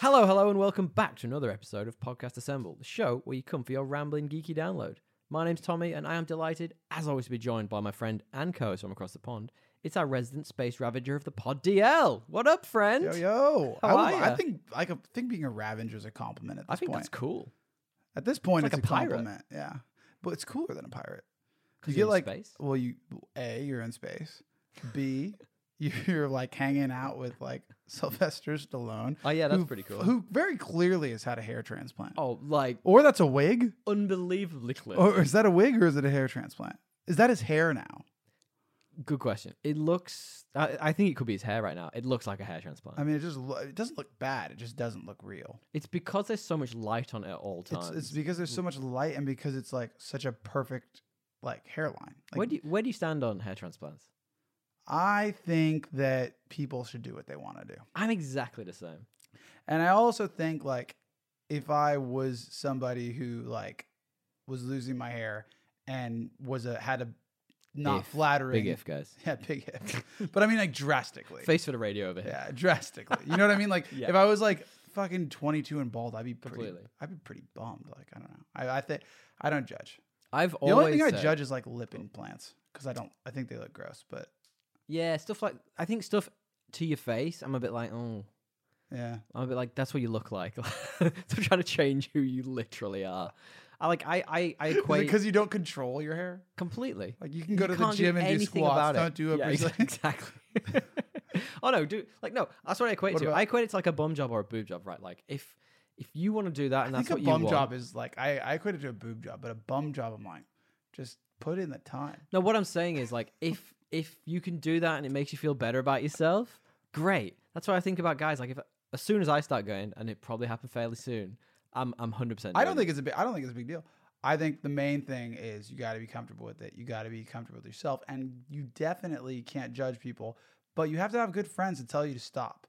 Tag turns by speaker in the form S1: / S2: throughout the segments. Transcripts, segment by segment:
S1: Hello, hello, and welcome back to another episode of Podcast Assemble, the show where you come for your rambling geeky download. My name's Tommy, and I am delighted, as always, to be joined by my friend and co-host from across the pond. It's our resident space ravager of the pod, DL. What up, friend?
S2: Yo yo!
S1: How
S2: I, would-
S1: are
S2: I
S1: ya?
S2: think I could think being a Ravager is a compliment at this
S1: I think
S2: point.
S1: that's cool.
S2: At this point,
S1: It's
S2: it's,
S1: like
S2: a,
S1: a pirate.
S2: compliment. Yeah, but it's cooler than a pirate.
S1: 'Cause
S2: you
S1: you're in
S2: like
S1: space.
S2: well, you a you're in space. B you're like hanging out with like Sylvester Stallone.
S1: Oh yeah, that's
S2: who-
S1: pretty cool.
S2: Who very clearly has had a hair transplant,
S1: Oh, like
S2: or that's a wig,
S1: unbelievably clear.
S2: or is that a wig, or is it a hair transplant? Is that his hair now?
S1: Good question. It looks. I, I think it could be his hair right now. It looks like a hair transplant.
S2: I mean, it just lo- it doesn't look bad. It just doesn't look real.
S1: it's because there's so much light on it at all
S2: It's,
S1: times.
S2: it's because there's
S1: Mm.
S2: so much light and because it's like such a perfect like hairline. Like,
S1: where do you, where do you stand on hair transplants?
S2: I think that people should do what they want to do.
S1: I'm exactly the same.
S2: And I also think like if I was somebody who like was losing my hair and was a had a not
S1: If.
S2: flattering
S1: Big if, guys.
S2: yeah big if but I mean like drastically
S1: Face for the radio over here.
S2: yeah drastically you know what I mean like
S1: Yeah.
S2: if I was like fucking 22 and bald I'd be pretty
S1: Completely.
S2: I'd be pretty bummed like I don't know I I think I don't judge
S1: I've
S2: the
S1: always
S2: only thing I
S1: said-
S2: judge is like lip implants because I don't I think they look gross but
S1: Yeah, stuff like I think stuff to your face. I'm a bit like, oh,
S2: yeah
S1: I'm a bit like that's what you look like. so I'm trying to change who you literally are. I like I I, I equate
S2: because you don't control your hair
S1: completely.
S2: Like you can go
S1: You
S2: to the
S1: can't do
S2: gym and do
S1: anything
S2: squats.
S1: about it.
S2: don't do a
S1: yeah,
S2: Brazilian.
S1: ex- Exactly. oh no, do like no. That's what I equate
S2: What
S1: to.
S2: about-
S1: I equate it to like a bum job or a boob job, right? Like if if you want to do that and
S2: I
S1: that's
S2: think
S1: what
S2: a
S1: you
S2: bum
S1: want.
S2: job is like I I equate it to a boob job, but a bum job I'm like, just put in the time.
S1: No, what I'm saying is like if if you can do that and it makes you feel better about yourself, great. That's what I think about guys. Like if as soon as I start going, and it probably happened fairly soon, I'm I'm hundred percent.
S2: I don't think it's a big I don't think it's a big deal. I think the main thing is you got to be comfortable with it. You got to be comfortable with yourself, and you definitely can't judge people. But you have to have good friends to tell you to stop.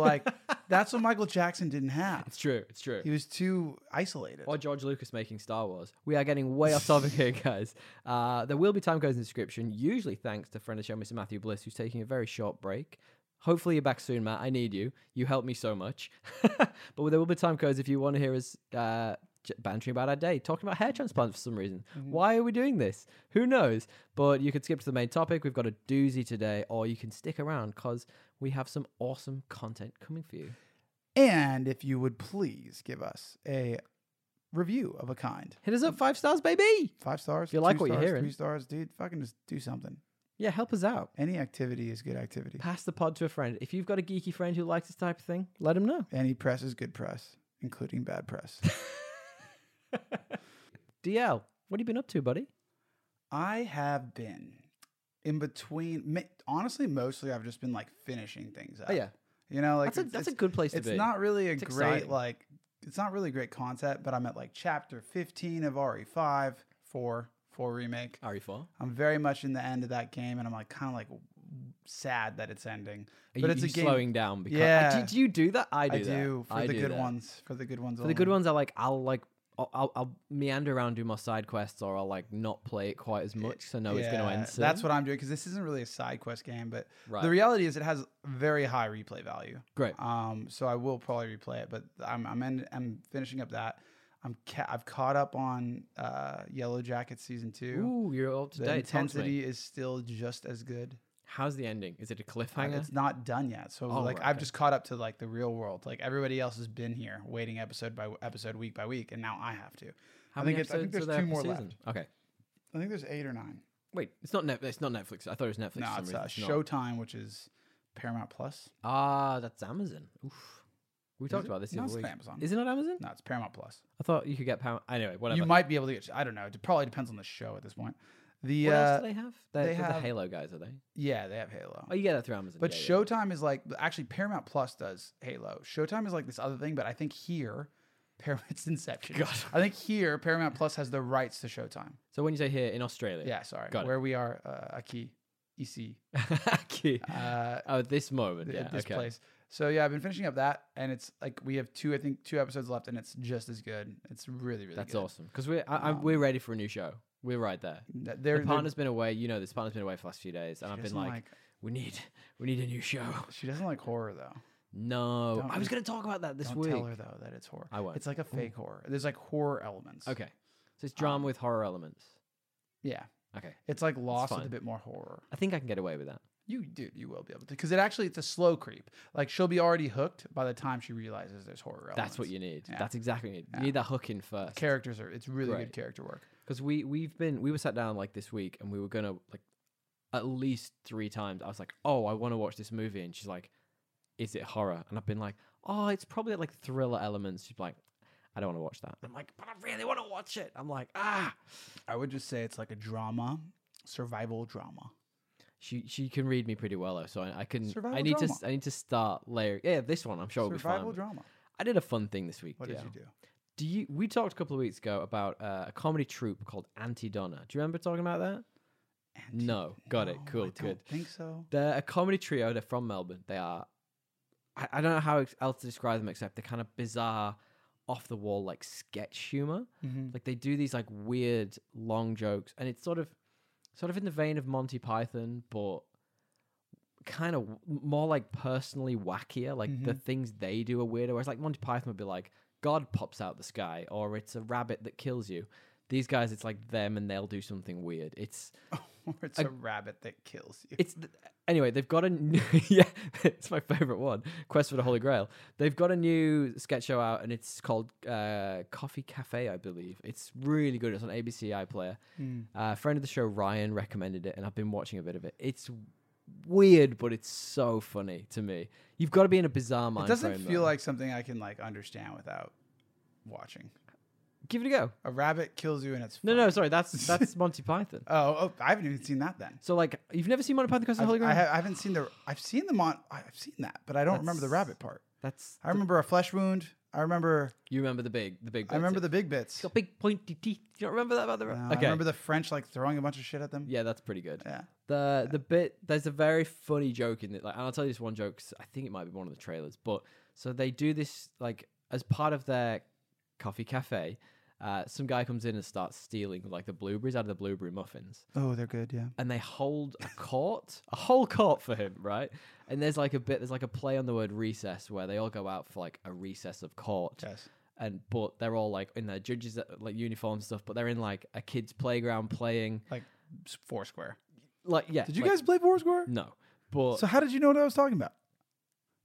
S2: like that's what Michael Jackson didn't have.
S1: it's true. It's true.
S2: He was too isolated.
S1: Or George Lucas making Star Wars. We are getting way off topic here, guys. Uh, there will be time codes in the description, usually thanks to friend of the show, Mr. Matthew Bliss, who's taking a very short break. Hopefully you're back soon, Matt. I need you. You helped me so much. but there will be time codes if you want to hear us uh, j- bantering about our day, talking about hair transplants for some reason. Why are we doing this? Who knows? But you could skip to the main topic. We've got a doozy today, or you can stick around because we have some awesome content coming for you.
S2: And if you would please give us a review of a kind.
S1: Hit us up, five stars, baby.
S2: Five stars.
S1: If you like
S2: two
S1: what you're
S2: stars,
S1: hearing.
S2: three stars, dude. Fucking just do something.
S1: Yeah, help us out.
S2: Any activity is good activity.
S1: pass the pod to a friend. If you've got a geeky friend who likes this type of thing, let him know.
S2: Any press is good press, including bad press.
S1: DL, what have you been up to, buddy?
S2: I have been in between. ma- Honestly, mostly I've just been like finishing things up. you know, Oh, like
S1: Oh, that's a
S2: it's-
S1: that's a
S2: it's-
S1: good place to
S2: it's
S1: be.
S2: not really a
S1: It's
S2: great
S1: exciting.
S2: like. It's not really a great concept, but I'm at like chapter 15 of RE5 for for remake.
S1: RE4. Are
S2: I'm very much in the end of that game, and I'm like kind of like sad that it's ending.
S1: you,
S2: But it's
S1: you
S2: a game-
S1: slowing down because
S2: Yeah.
S1: I, do, do you do that? I do.
S2: I
S1: that.
S2: do for
S1: I
S2: the
S1: do
S2: good
S1: that.
S2: ones. For the good ones.
S1: For the good ones, I like. I'll like. I'll, I'll, I'll meander around, do my side quests, or I'll like not play it quite as much. So I know it's going to
S2: Yeah,
S1: end soon.
S2: That's what I'm doing because this isn't really a side quest game, but
S1: Right.
S2: the reality is it has very high replay value.
S1: Great.
S2: Um, so I will probably replay it, but I'm I'm end, I'm finishing up that. I'm ca- I've caught up on uh, Yellow Jacket season two.
S1: Ooh, you're up to
S2: the
S1: date. Tell me.
S2: intensity is still just as good.
S1: How's the ending? Is it a cliffhanger?
S2: It's not done yet, so
S1: Oh,
S2: like
S1: right,
S2: I've
S1: okay.
S2: just caught up to like the real world. Like everybody else has been here, waiting episode by episode, week by week, and now I have to.
S1: How
S2: I
S1: many
S2: think it's- I
S1: episodes
S2: think
S1: are
S2: there's
S1: there
S2: two
S1: per
S2: more
S1: season? Okay.
S2: I think there's eight or nine.
S1: Wait, it's not Net- it's not Netflix. I thought it was Netflix.
S2: no,
S1: for some
S2: it's
S1: reason.
S2: uh,
S1: not.
S2: Showtime, which is Paramount Plus.
S1: Ah, that's Amazon. Oof. We talked
S2: it?
S1: about this the
S2: No,
S1: other
S2: it's
S1: week.
S2: not Amazon.
S1: Is it not Amazon?
S2: No, it's Paramount Plus.
S1: I thought you could get power. Anyway, whatever.
S2: You might be able to get. I don't know. It probably depends on the show at this point. The
S1: what
S2: uh,
S1: else do they have? They're,
S2: they
S1: they're the
S2: have-
S1: Halo guys, are they?
S2: yeah, they have Halo,
S1: Oh, you get that through Amazon.
S2: but
S1: yeah, yeah.
S2: Showtime is like actually Paramount Plus does Halo. Showtime is like this other thing, but I think here, Paramount it's Inception.
S1: God.
S2: I think here Paramount Plus has the rights to Showtime.
S1: So when you say here in Australia,
S2: Yeah, sorry,
S1: Got it.
S2: where we are, uh, Aki, EC,
S1: Okay.
S2: uh,
S1: oh, this moment, yeah,
S2: at this
S1: okay.
S2: place. So yeah, I've been finishing up that, and it's like we have two, I think, two episodes left, and it's just as good. It's really, really.
S1: That's
S2: good. Um,
S1: awesome because we're I, I'm we're ready for a new show. We're right there. The
S2: Th- They're, they're
S1: partner's been away. You know, this partner's been away for the last few days, and I've been
S2: doesn't
S1: like,
S2: like-
S1: we need we need a new show.
S2: She doesn't like horror though.
S1: No,
S2: Don't
S1: I was
S2: re-
S1: going to talk about that this
S2: Don't
S1: week.
S2: tell her though that it's horror.
S1: I won't.
S2: It's like a fake horror. There's like horror elements.
S1: okay, so it's drama
S2: Um,
S1: with horror elements.
S2: Yeah.
S1: Okay,
S2: It's like Lost with a
S1: fine.
S2: bit more horror.
S1: I think I can get away with that.
S2: You, dude, you will be able to because it actually it's a slow creep. Like she'll be already hooked by the time she realizes there's horror. Elements.
S1: That's what you need.
S2: Yeah.
S1: That's exactly what you need.
S2: Yeah.
S1: You need that hook in first.
S2: characters are. It's really
S1: Great.
S2: good character work.
S1: because we we've been we were sat down like this week and we were gonna like at least three times i was like oh i want to watch this movie and she's like is it horror and i've been like oh it's probably like thriller elements she's like i don't want to watch that i'm like but i really want to watch it i'm like ah
S2: I would just say it's like a drama, survival drama.
S1: she she can read me pretty well though so i, I can i
S2: Survival
S1: need to
S2: drama.
S1: s- i need to start layering yeah this one i'm sure will be fine
S2: survival
S1: with.
S2: drama.
S1: i did a fun thing this week
S2: What
S1: yeah.
S2: did you do?
S1: do you we talked a couple of weeks ago about uh, a comedy troupe called anti-donna do you remember talking about that
S2: Antique-
S1: No. Got it.
S2: No,
S1: Cool,
S2: Oh, I
S1: good.
S2: Don't think so.
S1: They're a comedy trio. They're from Melbourne. They are. I, I don't know how ex- else to describe them except they're kind of bizarre, off the wall like sketch humor.
S2: Mm-hmm.
S1: Like they do these like weird long jokes, and it's sort of, sort of in the vein of Monty Python, but kind of more like personally wackier. Like the things they do are weirder. Whereas like Monty Python would be like God pops out the sky, or it's a rabbit that kills you. These guys, it's like them, and they'll do something weird. It's
S2: Or it's a rabbit that kills you.
S1: it's th- anyway they've got a n- yeah it's my favorite one quest for the holy grail they've got a new sketch show out and it's called uh, coffee cafe i believe it's really good it's on abc iplayer
S2: Hmm.
S1: uh, a friend of the show ryan recommended it and i've been watching a bit of it it's weird but it's so funny to me you've got to be in a bizarre mind
S2: it doesn't
S1: frame,
S2: feel
S1: though.
S2: like something I can like understand without watching.
S1: give it a go
S2: A rabbit kills you and it's
S1: no
S2: fine.
S1: no sorry that's that's monty python
S2: Oh, oh, I haven't even seen that then.
S1: so like you've never seen monty python quest for the holy
S2: I've,
S1: grail
S2: I, ha- I haven't seen the. I've seen the mon. I've seen that, but I don't remember the
S1: That's-
S2: rabbit part.
S1: that's
S2: I remember a flesh wound. I remember.
S1: you remember the big the big
S2: I remember the big bits.
S1: got big pointy teeth you don't remember that about the
S2: Uh,
S1: ra-
S2: I remember the French like throwing a bunch of shit at them.
S1: Yeah, that's pretty good.
S2: Yeah.
S1: The the bit there's a very funny joke in it. Like, and I'll tell you this one joke. 'cause I think it might be one of the trailers. But so they do this like as part of their coffee cafe. Uh, some guy comes in and starts stealing like the blueberries out of the blueberry muffins,
S2: Oh, they're good. Yeah.
S1: and they hold a court, a whole court for him, right? And there's like a bit, there's like a play on the word recess where they all go out for like a recess of court,
S2: Yes.
S1: and but they're all like in their judges uh, like uniform and stuff, but they're in like a kid's playground playing,
S2: Like s- Foursquare.
S1: like yeah.
S2: Did you
S1: like-
S2: guys play Foursquare?
S1: No, but
S2: So how did you know what I was talking about?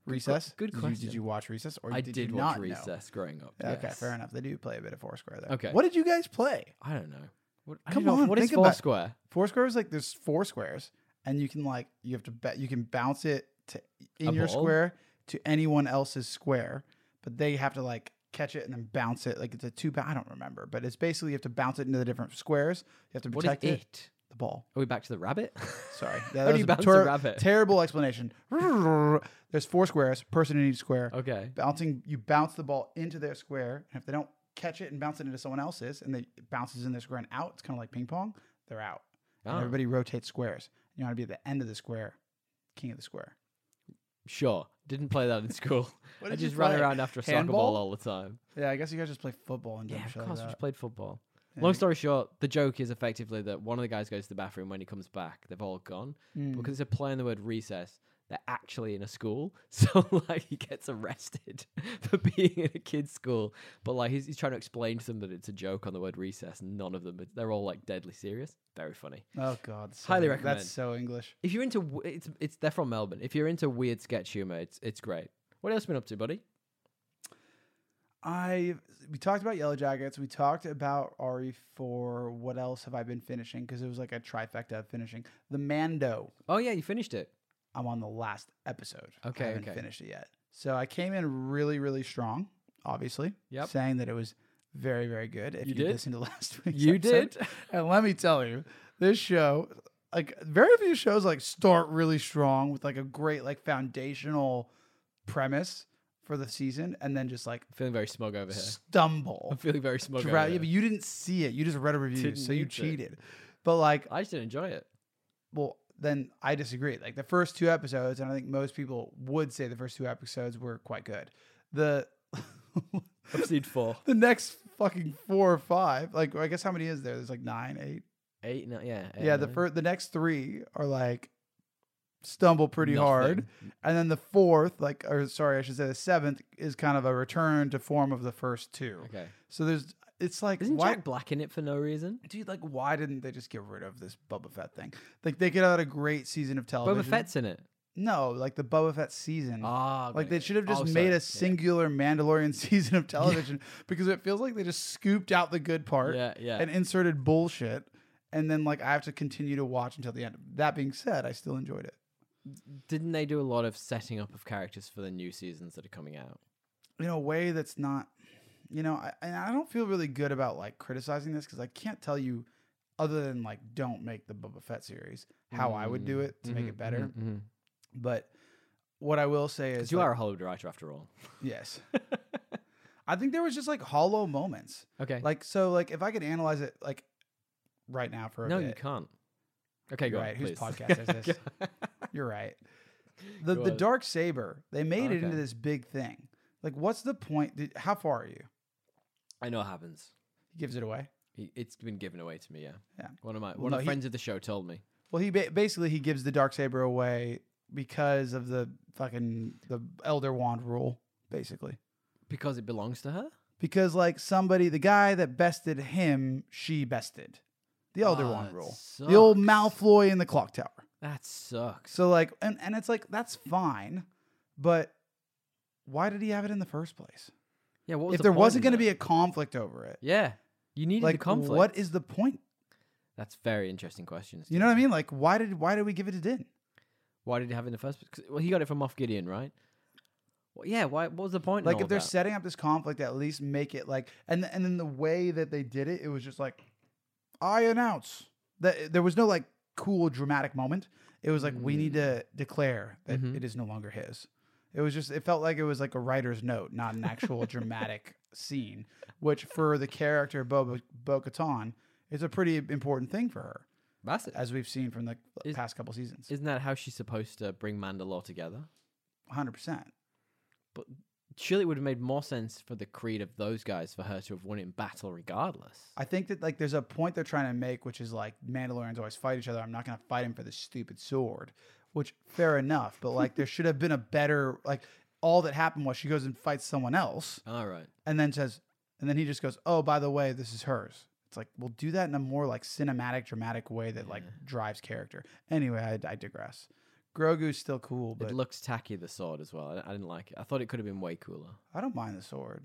S2: Recess.
S1: good
S2: Did you-
S1: question.
S2: did you watch Recess or
S1: I
S2: did,
S1: did,
S2: you
S1: watch
S2: not know?
S1: Recess growing up.
S2: Okay,
S1: yes.
S2: fair enough. They do play a bit of Foursquare there.
S1: Okay.
S2: What did you guys play?
S1: I don't know. What, I
S2: Come
S1: don't know.
S2: on,
S1: what is
S2: think about it.
S1: Foursquare?
S2: Foursquare is like there's four squares, and you can like you have to bet you can bounce it to in
S1: A
S2: your
S1: ball?
S2: square to anyone else's square, but they have to like catch it and then bounce it. Like it's a two. pa- I don't remember, but it's basically you have to bounce it into the different squares. You have to
S1: What is
S2: protect
S1: it?
S2: it. The ball.
S1: Are we back to the rabbit?
S2: Sorry.
S1: How
S2: that
S1: do
S2: was
S1: you bounce
S2: ter-
S1: a rabbit?
S2: Terrible explanation. There's four squares, person in each square.
S1: okay.
S2: Bouncing, you bounce the ball into their square, and if they don't catch it and bounce it into someone else's, and they it bounces in their square and out, it's kind of like ping pong. They're out. And
S1: Ah,
S2: everybody rotates squares. You want to be at the end of the square, king of the square.
S1: sure. Didn't play that in school.
S2: What
S1: I
S2: did you
S1: just ran
S2: play?
S1: around after a soccer ball
S2: Handball?
S1: all the time.
S2: Yeah, I guess you guys just play football and
S1: Yeah,
S2: dumb
S1: of
S2: shit like
S1: course. We
S2: that.
S1: just played football.
S2: Yeah.
S1: Long story short, the joke is effectively that one of the guys goes to the bathroom. When he comes back, they've all gone
S2: Mm.
S1: because they're playing the word recess. They're actually in a school, so like he gets arrested for being in a kid's school. But like he's, he's trying to explain to them that it's a joke on the word recess. and None of them, they're all like deadly serious. Very funny.
S2: Oh god, so-
S1: Highly recommend.
S2: That's so English.
S1: If you're into, w- it's it's they're from Melbourne. If you're into weird sketch humor, it's it's great. What else been up to, buddy?
S2: I we talked about Yellow Jackets. We talked about RE four. What else have I been finishing? Because it was like a trifecta of finishing. The Mando.
S1: Oh yeah, you finished it.
S2: I'm on the last episode.
S1: Okay,
S2: I haven't
S1: okay.
S2: finished it yet. So I came in really, really strong. Obviously,
S1: Yep.
S2: saying that it was very, very good. If
S1: You
S2: you,
S1: did?
S2: listened to last week,
S1: You did.
S2: And let me tell you, this show, like very few shows, like start really strong with like a great like foundational premise for the season, and then just like
S1: Feeling very smug over here. I'm
S2: stumble.
S1: feeling very smug.
S2: Dra-
S1: over
S2: yeah, but
S1: here.
S2: you didn't see it. You just read a review,
S1: Didn't
S2: so you
S1: need to.
S2: cheated. But like,
S1: I just didn't enjoy it.
S2: well, then I disagree. Like the first two episodes, and I think most people would say the first two episodes were quite good. The
S1: Episode four,
S2: the next fucking four or five, like I guess how many is there? There's like nine, eight.
S1: eight, nine, yeah, eight,
S2: yeah the
S1: nine.
S2: first the next three are like stumble pretty
S1: Nothing.
S2: hard. And then the fourth, like, or sorry, I should say the seventh, is kind of a return to form of the first two.
S1: Okay.
S2: So there's, it's like,
S1: Isn't
S2: why,
S1: Jack Black in it for no reason?
S2: dude, like, why didn't they just get rid of this Boba Fett thing? Like, they get out a great season of
S1: Boba
S2: television.
S1: Fett's in it.
S2: No, like the Boba Fett season.
S1: Ah,
S2: Mm. Like
S1: got
S2: they
S1: it.
S2: should have just
S1: Oh,
S2: made
S1: sorry.
S2: a singular Mandalorian season of television because it feels like they just scooped out the good part
S1: Yeah, yeah.
S2: and inserted bullshit, and then like I have to continue to watch until the end. That being said, I still enjoyed it.
S1: Didn't they do a lot of setting up of characters for the new seasons that are coming out?
S2: in a way that's not, you know, I, and I don't feel really good about like criticizing this because I can't tell you other than like don't make the Boba Fett series how I would
S1: Mm-hmm.
S2: do it to make it better. But what I will say is,
S1: you
S2: like-
S1: are a Hollywood writer after all.
S2: yes. I think there was just like hollow moments.
S1: Okay.
S2: Like so, like if I could analyze it like right now for a
S1: no,
S2: bit,
S1: you can't. Okay, go
S2: Right,
S1: on.
S2: whose
S1: please.
S2: podcast is this? you're right. The
S1: Go
S2: the
S1: on.
S2: dark saber, they made it into
S1: Okay.
S2: this big thing. Like, what's the point? Did, how far are you?
S1: I know it happens.
S2: He gives it away.
S1: He- It's been given away to me. Yeah.
S2: Yeah.
S1: One of my
S2: Well,
S1: one
S2: no,
S1: of the
S2: he-
S1: friends of the show told me.
S2: Well, he ba- basically he gives the dark saber away because of the fucking the elder wand rule, basically.
S1: Because it belongs to her?
S2: Because like somebody, the guy that bested him, she bested. The elder
S1: Ah,
S2: wand
S1: that
S2: rule. The old
S1: sucks.
S2: Malfoy in the clock tower.
S1: That sucks.
S2: So like and, and it's like that's fine, but why did he have it in the first place?
S1: Yeah, what was
S2: If
S1: the
S2: there
S1: point
S2: wasn't
S1: in
S2: going
S1: that?
S2: to be a conflict over it.
S1: Yeah. You needed the
S2: Like
S1: conflict.
S2: what is the point?
S1: That's very interesting questions.
S2: You know what I mean? Like why did why did we give it to Din?
S1: Why did he have it in the first place? 'Cause- Well, he got it from Moff Gideon, right? Well, yeah, why what was the point? in
S2: Like
S1: all
S2: if they're
S1: that?
S2: setting up this conflict at least make it like and and then the way that they did it it was just like I announce that eh, there was no like cool dramatic moment. It was like we need
S1: Mm.
S2: to declare that
S1: Mhm.
S2: it is no longer his. It was just it felt like it was like a writer's note, not an actual dramatic scene, which for the character Bo Bo Katan is a pretty important thing for her,
S1: That's it.
S2: as we've seen from the
S1: Is-
S2: past couple seasons.
S1: Isn't that how she's supposed to bring Mandalore together?
S2: 100%.
S1: Surely it would have made more sense for the creed of those guys for her to have won in battle regardless.
S2: I think that like there's a point they're trying to make, which is like Mandalorians always fight each other. I'm not gonna fight him for this stupid sword, which fair enough, but like there should have been a better like all that happened was she goes and fights someone else
S1: All right.
S2: and then says and then he just goes, Oh, by the way, this is hers. It's like, well, do that in a more like cinematic, dramatic way that like
S1: Yeah.
S2: drives character. Anyway, I, I digress. Grogu's still cool, but
S1: It looks tacky, the sword as well. I, I didn't like it. I thought it could have been way cooler.
S2: I don't mind the sword.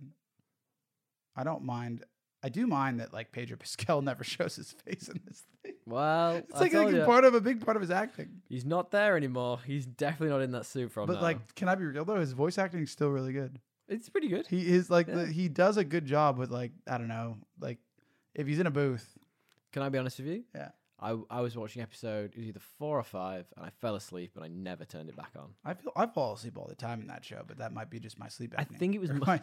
S2: I don't mind. I do mind that like Pedro Pascal never shows his face in this thing.
S1: Well,
S2: It's
S1: I
S2: like a
S1: told
S2: big
S1: ya,
S2: part of a big part of his acting.
S1: he's not there anymore. He's definitely not in that suit from
S2: but
S1: now.
S2: like, can I be real though? His voice acting is still really good.
S1: it's pretty good.
S2: He is like
S1: Yeah.
S2: the, he does a good job with like I don't know like if he's in a booth.
S1: Can I be honest with you?
S2: Yeah.
S1: I, I was watching episode it was either four or five, and I fell asleep, and I never turned it back on.
S2: I feel I fall asleep all the time in that show, but that might be just my sleep
S1: I
S2: apnea.
S1: think it was
S2: Or
S1: my.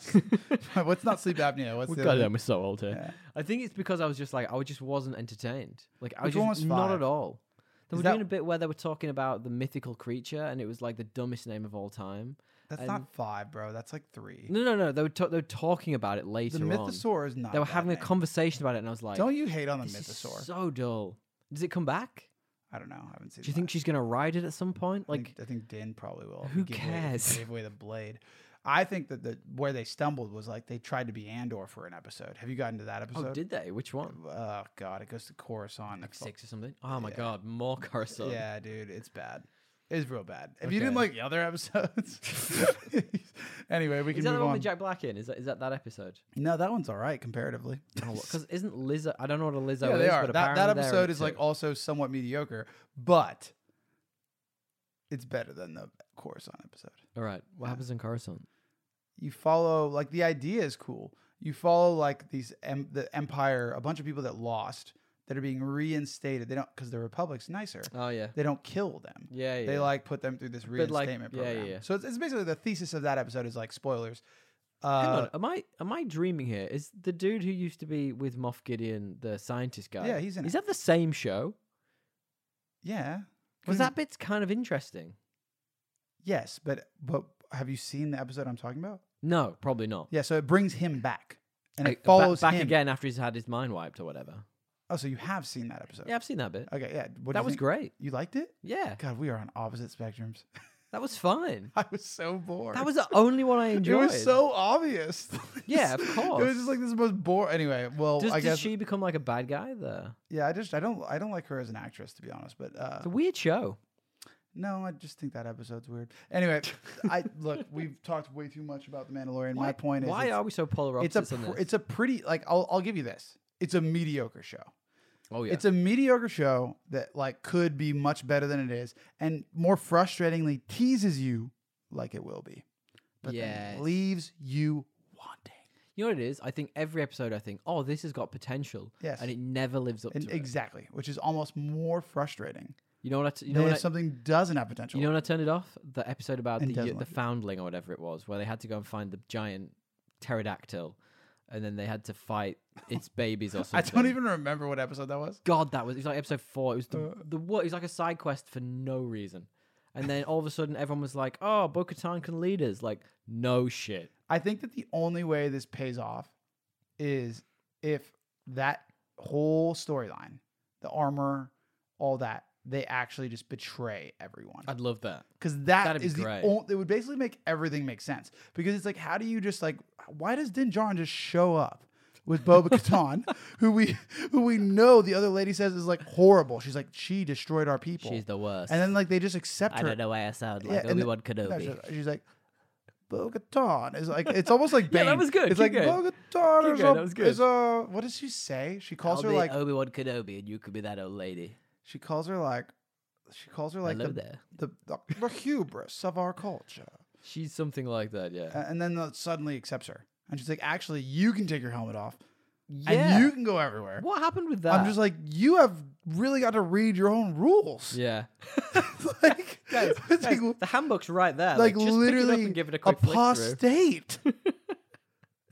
S2: my- what's not sleep apnea? What's
S1: we
S2: the
S1: got
S2: other-
S1: We're so old here.
S2: Yeah.
S1: I think it's because I was just like I just wasn't entertained. Like I was
S2: Which one
S1: just
S2: was
S1: not
S2: five?
S1: at all. They
S2: Is
S1: were
S2: that-
S1: doing a bit where they were talking about the mythical creature, and it was like the dumbest name of all time.
S2: That's
S1: And-
S2: not five, bro. That's like three.
S1: No, no, no. They were, ta- they were talking about it later
S2: the
S1: on.
S2: mythosaur is not.
S1: They were
S2: bad
S1: having a
S2: name.
S1: conversation about it, and I was like,
S2: Don't you hate on the
S1: this is
S2: mythosaur?
S1: so dull." Does it come back?
S2: I don't know. I haven't seen.
S1: Do you
S2: the
S1: think
S2: last-
S1: she's gonna ride it at some point?
S2: I think-
S1: Like,
S2: I think Din probably will. if
S1: who
S2: he gave away the-
S1: cares?
S2: Gave away the blade. I think that the where they stumbled was like they tried to be Andor for an episode. Have you gotten to that episode?
S1: oh, did they? Which one?
S2: Oh god, it goes to Coruscant.
S1: Like
S2: It's fu-
S1: six or something? Oh my
S2: yeah.
S1: god, more Coruscant.
S2: Yeah, dude, it's bad. It's real bad. If you didn't
S1: Okay.
S2: like the other episodes, anyway, we
S1: Is
S2: can
S1: that
S2: move
S1: the one
S2: on.
S1: with Jack Black in? Is that is that that episode?
S2: no, that one's all right comparatively.
S1: Because isn't Lizzo? I don't know what a Lizzo
S2: yeah,
S1: is.
S2: they are.
S1: But
S2: That, that
S1: apparently they're
S2: episode
S1: in
S2: is like
S1: two.
S2: also somewhat mediocre, but it's better than the Coruscant episode.
S1: All right, what happens in Coruscant?
S2: you follow like the idea is cool. You follow like these em- the empire, a bunch of people that lost that are being reinstated. They don't because the republic's nicer.
S1: Oh yeah,
S2: They don't kill them.
S1: yeah, yeah.
S2: They like put them through this
S1: But, like,
S2: reinstatement
S1: yeah, yeah,
S2: program.
S1: yeah.
S2: So it's, it's basically the thesis of that episode is like spoilers.
S1: Hang
S2: Uh,
S1: on, am I am I dreaming here? Is the dude who used to be with Moff Gideon, the scientist guy?
S2: Yeah, he's in
S1: Is
S2: it.
S1: that the same show?
S2: yeah.
S1: Because
S2: Couldn't-
S1: that bit's kind of interesting.
S2: yes, but but have you seen the episode I'm talking about?
S1: No, probably not.
S2: Yeah. So it brings him back and
S1: Uh,
S2: it
S1: ba-
S2: follows
S1: back
S2: him.
S1: again after he's had his mind wiped or whatever.
S2: Oh, so you have seen that episode?
S1: Yeah, I've seen that bit.
S2: Okay. Yeah. What do
S1: that
S2: you
S1: was
S2: think?
S1: great.
S2: You liked it?
S1: Yeah,
S2: God, we are on opposite spectrums.
S1: that was fine.
S2: I was so bored.
S1: That was the only one I
S2: It
S1: enjoyed.
S2: was so obvious.
S1: Yeah, of
S2: It was
S1: course.
S2: just like this most boring. Anyway, well,
S1: Does,
S2: I
S1: does
S2: guess.
S1: she become like a bad guy there?
S2: yeah, I just I don't I don't like her as an actress to be honest. But uh,
S1: It's a weird show.
S2: no, I just think that episode's weird. Anyway, I look. We've talked way too much about the Mandalorian. My point is,
S1: why
S2: it's,
S1: are we so polar
S2: it's a
S1: opposites on
S2: pr-
S1: this?
S2: it's a pretty like I'll I'll give you this. It's a mediocre show.
S1: oh yeah,
S2: It's a mediocre show that like could be much better than it is, and more frustratingly teases you like it will be, but
S1: Yes.
S2: then leaves you wanting.
S1: you know what it is. I think every episode, I think, oh, this has got potential,
S2: Yes.
S1: and it never lives up
S2: And
S1: to it.
S2: exactly, which is almost more frustrating
S1: You know what? I t- you
S2: than
S1: know what?
S2: if
S1: I-
S2: something doesn't have potential.
S1: you know when I turned it off? The episode about
S2: And
S1: the
S2: doesn't
S1: y- the
S2: like it.
S1: foundling or whatever it was, where they had to go and find the giant pterodactyl, and then they had to fight its babies or something.
S2: I don't even remember what episode that was.
S1: God, that was it was like episode four. It was the
S2: Uh.
S1: the what? It was like a side quest for no reason. And then all of a sudden, everyone was like, "Oh, Bo Katan can lead us." Like, no shit.
S2: I think that the only way this pays off is if that whole storyline, the armor, all that, they actually just betray everyone.
S1: I'd love that.
S2: because that
S1: That'd be
S2: is the
S1: great.
S2: only it would basically make everything make sense because it's like how do you just like why does Din Djarin just show up with Boba Katan who we who we know the other lady says is like horrible she's like she destroyed our people
S1: She's the worst.
S2: and then like they just accept
S1: I
S2: her
S1: don't know why I sound
S2: Yeah,
S1: like
S2: and
S1: Obi
S2: then-
S1: Wan
S2: No,
S1: Kenobi.
S2: she's- she's like Bo Katan is like it's almost like
S1: Yeah,
S2: Bane.
S1: that was good.
S2: it's like
S1: Keep
S2: Bo
S1: going.
S2: Katan
S1: Keep going,
S2: is, a-
S1: that was good.
S2: is a what does she say she calls
S1: I'll
S2: her
S1: be
S2: like
S1: Obi uh, Wan Kenobi, and you could be that old lady.
S2: she calls her like she calls her like
S1: Hello
S2: the,
S1: there.
S2: the, the the hubris of our culture
S1: She's something like that, yeah.
S2: A- and then the- suddenly accepts her. And she's like, actually, you can take your helmet off
S1: yeah.
S2: and you can go everywhere.
S1: what happened with that?
S2: I'm just like, you have really got to read your own rules.
S1: yeah.
S2: like,
S1: Guys,
S2: it's
S1: guys,
S2: like,
S1: the handbook's right there.
S2: like,
S1: Like, just pick it up
S2: literally
S1: and give it a quick flick through.
S2: apostate.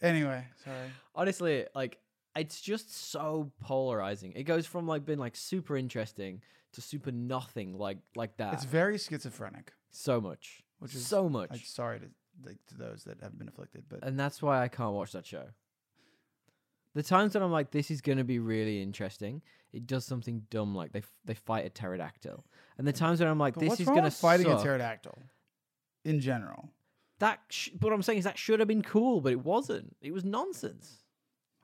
S2: anyway, sorry.
S1: Honestly, like it's just so polarizing. It goes from like being like super interesting to super nothing like like that.
S2: It's very schizophrenic.
S1: so much.
S2: Which is-
S1: Ah. so much.
S2: I'm sorry to, like, to those that have been afflicted, but
S1: and that's why I can't watch that show. The times that I'm like, this is going to be really interesting, it does something dumb like they f- they fight a pterodactyl. And the times when I'm like,
S2: but
S1: this
S2: what's
S1: is
S2: wrong
S1: going to
S2: with fighting
S1: suck,
S2: a pterodactyl in general?
S1: That sh- but what I'm saying is that should have been cool, but it wasn't. It was nonsense.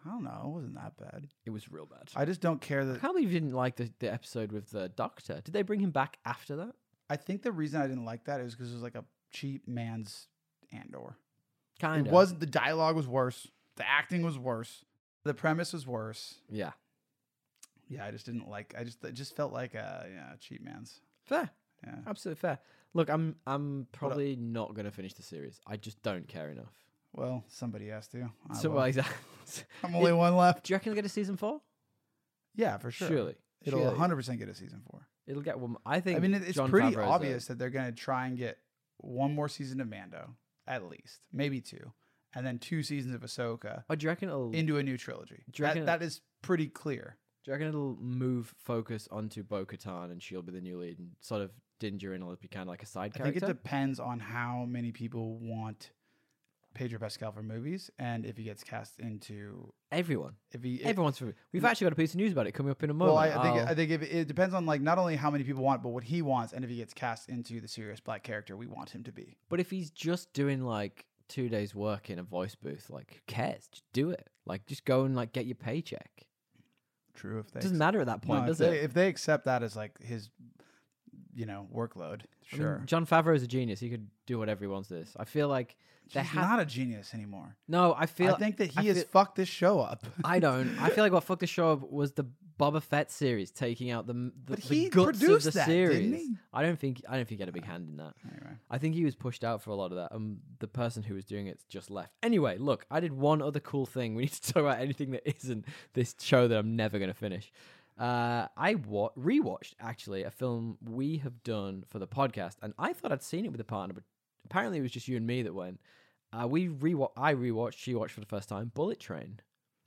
S2: I don't know. It wasn't that bad.
S1: It was real bad. I,
S2: I just don't care that
S1: can't believe you didn't like the, the episode with the doctor. Did they bring him back after that?
S2: I think the reason I didn't like that is because it was like a cheap man's Andor.
S1: Kind
S2: It
S1: of.
S2: wasn't. The dialogue was worse. The acting was worse. The premise was worse.
S1: Yeah.
S2: Yeah, I just didn't like. I just it just felt like a yeah, cheap man's.
S1: Fair.
S2: Yeah.
S1: Absolutely fair. Look, I'm I'm
S2: uh,
S1: probably not going to finish the series. I just don't care enough.
S2: Well, somebody has to. I
S1: so
S2: will.
S1: well, exactly.
S2: I'm only one left.
S1: Do you reckon they'll get a season four?
S2: Yeah, for sure.
S1: Surely.
S2: It'll
S1: Surely.
S2: 100 percent get a season four.
S1: It'll get one. I think.
S2: I mean, it, it's
S1: Jon
S2: pretty
S1: Favreau's uh, a-
S2: obvious that they're gonna try and get one more season of Mando, at least, maybe two, and then two seasons of Ahsoka
S1: Oh, do you reckon it'll? do
S2: into a new trilogy.
S1: Do you
S2: That,
S1: reckon-
S2: that is pretty clear.
S1: you reckon it'll move focus onto Bo Katan and she'll be the new lead and sort of Dinger and will be kind of like a side
S2: I think
S1: character?
S2: it depends on how many people want Pedro Pascal for movies and if he gets cast into
S1: Everyone. Oh.
S2: if he if-
S1: Everyone's favorite. We've actually got a piece of news about it coming up in a moment. Um,
S2: well, I, I think
S1: I'll-
S2: I think if, it depends on like not only how many people want, but what he wants, and if he gets cast into the serious black character we want him to be.
S1: but if he's just doing like two days' work in a voice booth, like who cares? Just do it. Like just go and like get your paycheck.
S2: True, if they
S1: It doesn't matter at that point,
S2: if
S1: does
S2: they,
S1: it?
S2: If they accept that as like his, you know, workload,
S1: I
S2: sure.
S1: mean, John Favreau is a genius. He could do whatever he wants. to This. I feel like they
S2: He's
S1: have-
S2: not a genius anymore.
S1: no. I feel.
S2: I think that
S1: I
S2: he has
S1: feel-
S2: fucked this show up.
S1: I don't. I feel like what fucked the show up was the Boba Fett series taking out the m- the,
S2: But
S1: the
S2: he
S1: guts of
S2: produced
S1: the
S2: that,
S1: series.
S2: didn't he?
S1: I don't think I don't think he had a big hand in that.
S2: anyway,
S1: I think he was pushed out for a lot of that, and the person who was doing it just left. Anyway, look, I did one other cool thing. We need to talk about anything that isn't this show that I'm never going to finish. Uh, I wa- rewatched actually a film we have done for the podcast, and I thought I'd seen it with a partner, but apparently it was just you and me that went. Uh, we rewatch. I rewatched. She watched for the first time. Bullet Train.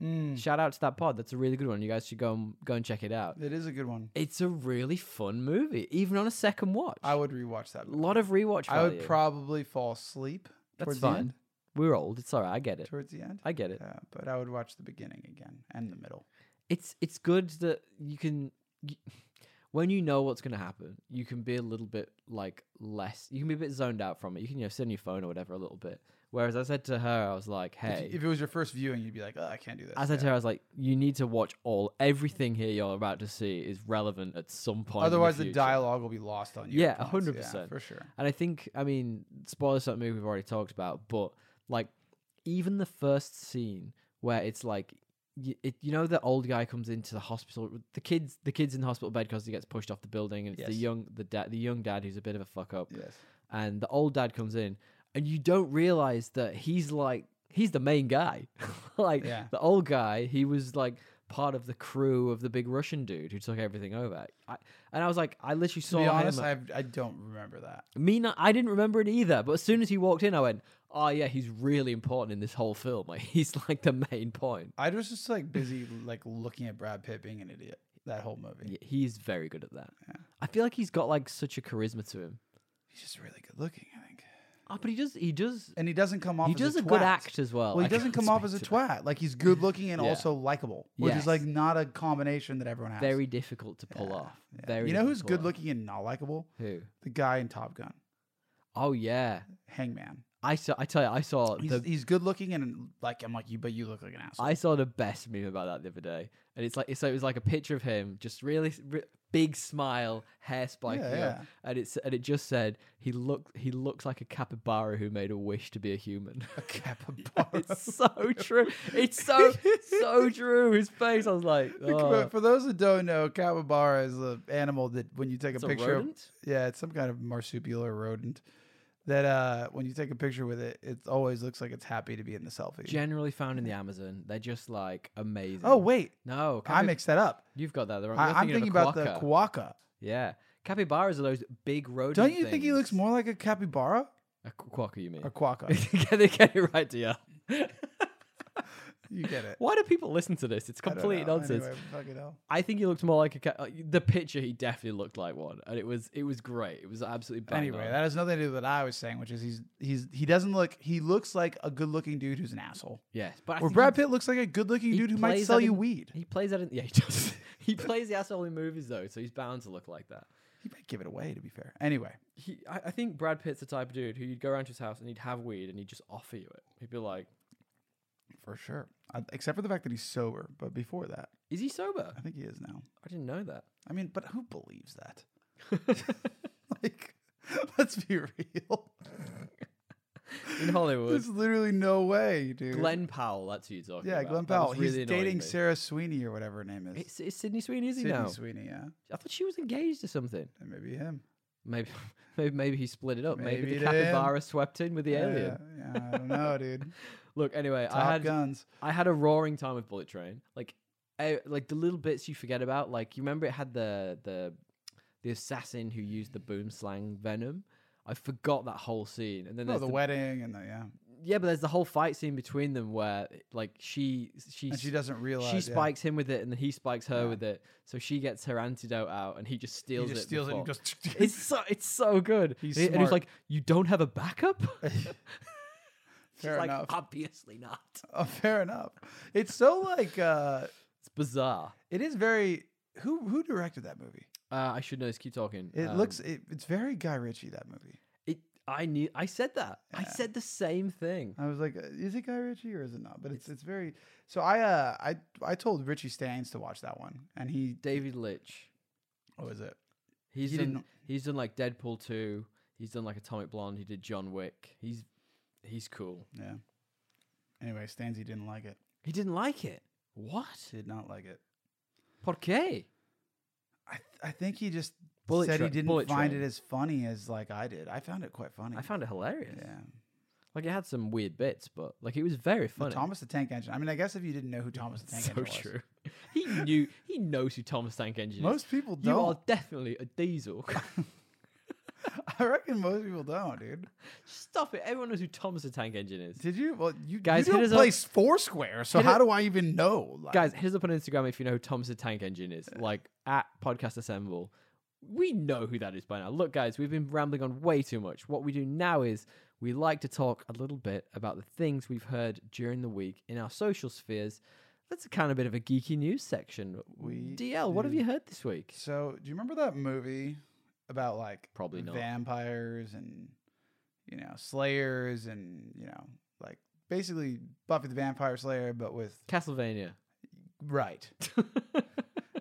S2: Mm,
S1: Shout out to that pod. That's a really good one. You guys should go and go and check it out.
S2: it is a good one.
S1: It's a really fun movie, even on a second watch.
S2: I would rewatch that.
S1: a lot of rewatch.
S2: I would
S1: value.
S2: probably fall asleep.
S1: That's
S2: towards The
S1: fine.
S2: end,
S1: We're old. It's all right. I get it.
S2: towards the end,
S1: I get it.
S2: Yeah, but I would watch the beginning again and the middle.
S1: it's it's good that you can y when you know what's going to happen you can be a little bit like less you can be a bit zoned out from it you can you know sit on your phone or whatever a little bit whereas i said to her i was like
S2: If
S1: hey
S2: you- If, it was your first viewing, you'd be like, oh, I can't do this.
S1: I said to her, I was like, "You need to watch all everything here you're about to see is relevant at some point." in
S2: Otherwise,
S1: the,
S2: the
S1: future."
S2: dialogue will be lost on you.
S1: Yeah,
S2: at points.
S1: 100%.
S2: for sure.
S1: And I think, I mean, spoilers for that movie we've already talked about, but like, even the first scene where it's like, y it, you know, the old guy comes into the hospital, the kids, the kids in the hospital bed because he gets pushed off the building, and it's the
S2: Yes.
S1: young, the dad, the young dad who's a bit of a fuck up,
S2: Yes.
S1: and the old dad comes in, and you don't realize that he's like, he's the main guy, like
S2: Yeah.
S1: the old guy, he was like part of the crew of the big Russian dude who took everything over. I, and I was like, I literally
S2: To
S1: saw
S2: be honest,
S1: him.
S2: I, I don't remember that.
S1: Me, not, I didn't remember it either. But as soon as he walked in, I went, "Oh yeah, he's really important in this whole film. Like he's like the main point.
S2: I was just like busy like looking at Brad Pitt being an idiot that whole movie.
S1: Y- He's very good at that.
S2: Yeah.
S1: I feel like he's got like such a charisma to him.
S2: He's just really good looking, I think.
S1: Oh, but he does. He does.
S2: And he doesn't come off.
S1: He
S2: as
S1: does
S2: a,
S1: a, good
S2: twat.
S1: act as well.
S2: Well, he
S1: I
S2: doesn't
S1: can't
S2: come off as
S1: speak
S2: a
S1: to that.
S2: twat. Like he's good looking and
S1: Yeah.
S2: also likable, which
S1: Yes.
S2: is like not a combination that everyone has.
S1: Very difficult to pull off.
S2: Yeah.
S1: Very.
S2: you know
S1: difficult
S2: who's
S1: to
S2: good
S1: pull
S2: looking and not likable?
S1: off. Who?
S2: The guy in Top Gun,
S1: Oh yeah.
S2: Hangman.
S1: I saw. I tell you, I saw
S2: He's,
S1: the
S2: he's good looking and like I'm like you, but you look like an asshole.
S1: I saw the best meme about that the other day, and it's like it's, so it was like a picture of him, just really s- re- big smile, hair spiking up,
S2: yeah.
S1: and it's and it just said he looked he looks like a capybara who made a wish to be a human.
S2: A capybara.
S1: it's so true. It's so so true. His face. I was like,
S2: But
S1: oh,
S2: for those that don't know, capybara is an animal that when you take
S1: it's
S2: a
S1: a
S2: picture, of,
S1: rodent.
S2: yeah, it's some kind of marsupial or rodent. That uh, when you take a picture with it, it always looks like it's happy to be in the selfie.
S1: Generally found in the Amazon, they're just like amazing.
S2: oh wait,
S1: no,
S2: I
S1: capi-
S2: mixed that up.
S1: you've got that the wrong.
S2: I,
S1: you're
S2: I'm thinking
S1: of a
S2: about the
S1: quokka.
S2: quokka.
S1: yeah. Capybaras are those big rodents.
S2: Don't you think he looks more like a capybara
S1: a quokka? You mean
S2: or quokka?
S1: get, it, get it right, dear.
S2: you get it.
S1: Why do people listen to this? It's
S2: I don't
S1: complete
S2: know.
S1: nonsense.
S2: Anyway, fucking hell.
S1: I think he looked more like a cat. The picture, he definitely looked like one, and it was it was great. It was absolutely bang
S2: Anyway,
S1: on.
S2: that has nothing to do with what I was saying, which is he's he's he doesn't look he looks like a good looking dude who's an asshole.
S1: yes, but I
S2: Or
S1: think
S2: Brad Pitt looks like a good looking
S1: he
S2: dude who might
S1: plays
S2: sell
S1: that
S2: you
S1: in-
S2: weed.
S1: He, he plays that in yeah he does. he plays the asshole in movies though, so he's bound to look like that.
S2: He might give it away, to be fair. Anyway,
S1: He, I, I think Brad Pitt's the type of dude who you'd go around to his house and he'd have weed and he'd just offer you it. He'd be like,
S2: for sure. Uh, except for the fact that he's sober. But before that,
S1: "Is he sober?
S2: I think he is now.
S1: I didn't know that."
S2: I mean, but who believes that? like, let's be real.
S1: In Hollywood,
S2: There's literally no way, dude.
S1: Glenn Powell, that's who you're talking
S2: yeah,
S1: about.
S2: Glenn
S1: That was
S2: Powell.
S1: really
S2: he's
S1: annoying
S2: dating
S1: me.
S2: Sarah Sweeney or whatever her name is.
S1: It's, it's Sydney Sweeney, is he
S2: Sydney
S1: now?
S2: Sweeney, yeah.
S1: I thought she was engaged to something.
S2: And maybe him.
S1: Maybe, maybe, maybe he split it up. Maybe,
S2: Maybe
S1: the
S2: it is.
S1: capybara swept in with the alien.
S2: Yeah, yeah, I don't know, dude.
S1: Look, anyway,
S2: Top
S1: I had
S2: guns.
S1: I had a roaring time with Bullet Train. Like, I, like the little bits you forget about. Like, you remember it had the the the assassin who used the boom slang venom. I forgot that whole scene, and then
S2: Oh,
S1: there's
S2: the,
S1: the-
S2: wedding and the yeah.
S1: yeah, but there's the whole fight scene between them where like she she
S2: And she doesn't realize
S1: she
S2: yeah.
S1: spikes him with it, and then he spikes her
S2: Yeah.
S1: with it. So she gets her antidote out, and he just steals
S2: he just
S1: it.
S2: steals
S1: before.
S2: it and just
S1: It's so it's so good.
S2: He's
S1: and, he- and he's
S2: smart.
S1: like, "You don't have a backup." She's
S2: fair
S1: like,
S2: enough.
S1: Obviously not.
S2: Oh, fair enough. It's so like uh
S1: It's bizarre.
S2: it is very who who directed that movie?
S1: Uh, I should know. Just keep talking.
S2: It
S1: Um,
S2: looks it, it's very Guy Ritchie that movie.
S1: It. I knew. I said that. I
S2: Yeah.
S1: said the same thing.
S2: I was like, uh, is it Guy Ritchie or is it not? But it's it's very so I uh I I told Richie Staines to watch that one and he
S1: David Litch. Oh,
S2: what was it?
S1: He's
S2: He
S1: done.
S2: didn't-
S1: He's done like Deadpool two. He's done like Atomic Blonde. He did John Wick. He's he's cool.
S2: Yeah. Anyway, Staines he didn't like it.
S1: He didn't like it. What?
S2: Did not like it.
S1: Por qué?
S2: I th- I think he just
S1: Bullet
S2: said
S1: Tra-
S2: he didn't
S1: Bullet
S2: find
S1: Train.
S2: it as funny as like I did. I found it quite funny.
S1: I found it hilarious.
S2: yeah.
S1: Like it had some weird bits, but like it was very
S2: Well,
S1: funny.
S2: Thomas the Tank Engine. I mean, I guess if you didn't know who Thomas the Tank
S1: so
S2: Engine was,
S1: true. He knew. He knows who Thomas Tank Engine is.
S2: most people
S1: You are
S2: don't.
S1: definitely a diesel.
S2: I reckon most people don't, dude.
S1: Stop it. Everyone knows who Thomas the Tank Engine is.
S2: Did you? Well, you
S1: Guys,
S2: you
S1: hit
S2: don't
S1: us
S2: play
S1: up-
S2: Foursquare, so
S1: hit
S2: how
S1: it-
S2: do I even know? Like,
S1: Guys, hit us up on Instagram if you know who Thomas the Tank Engine is. Like at Podcast Assemble. We know who that is by now. Look, guys, we've been rambling on way too much. What we do now is we like to talk a little bit about the things we've heard during the week in our social spheres. That's a kind of bit of a geeky news section.
S2: We
S1: DL, what have
S2: do.
S1: you heard this week?
S2: So, do you remember that movie about like
S1: Probably not.
S2: vampires and you know slayers and you know like basically Buffy the Vampire Slayer, but with
S1: Castlevania.
S2: right,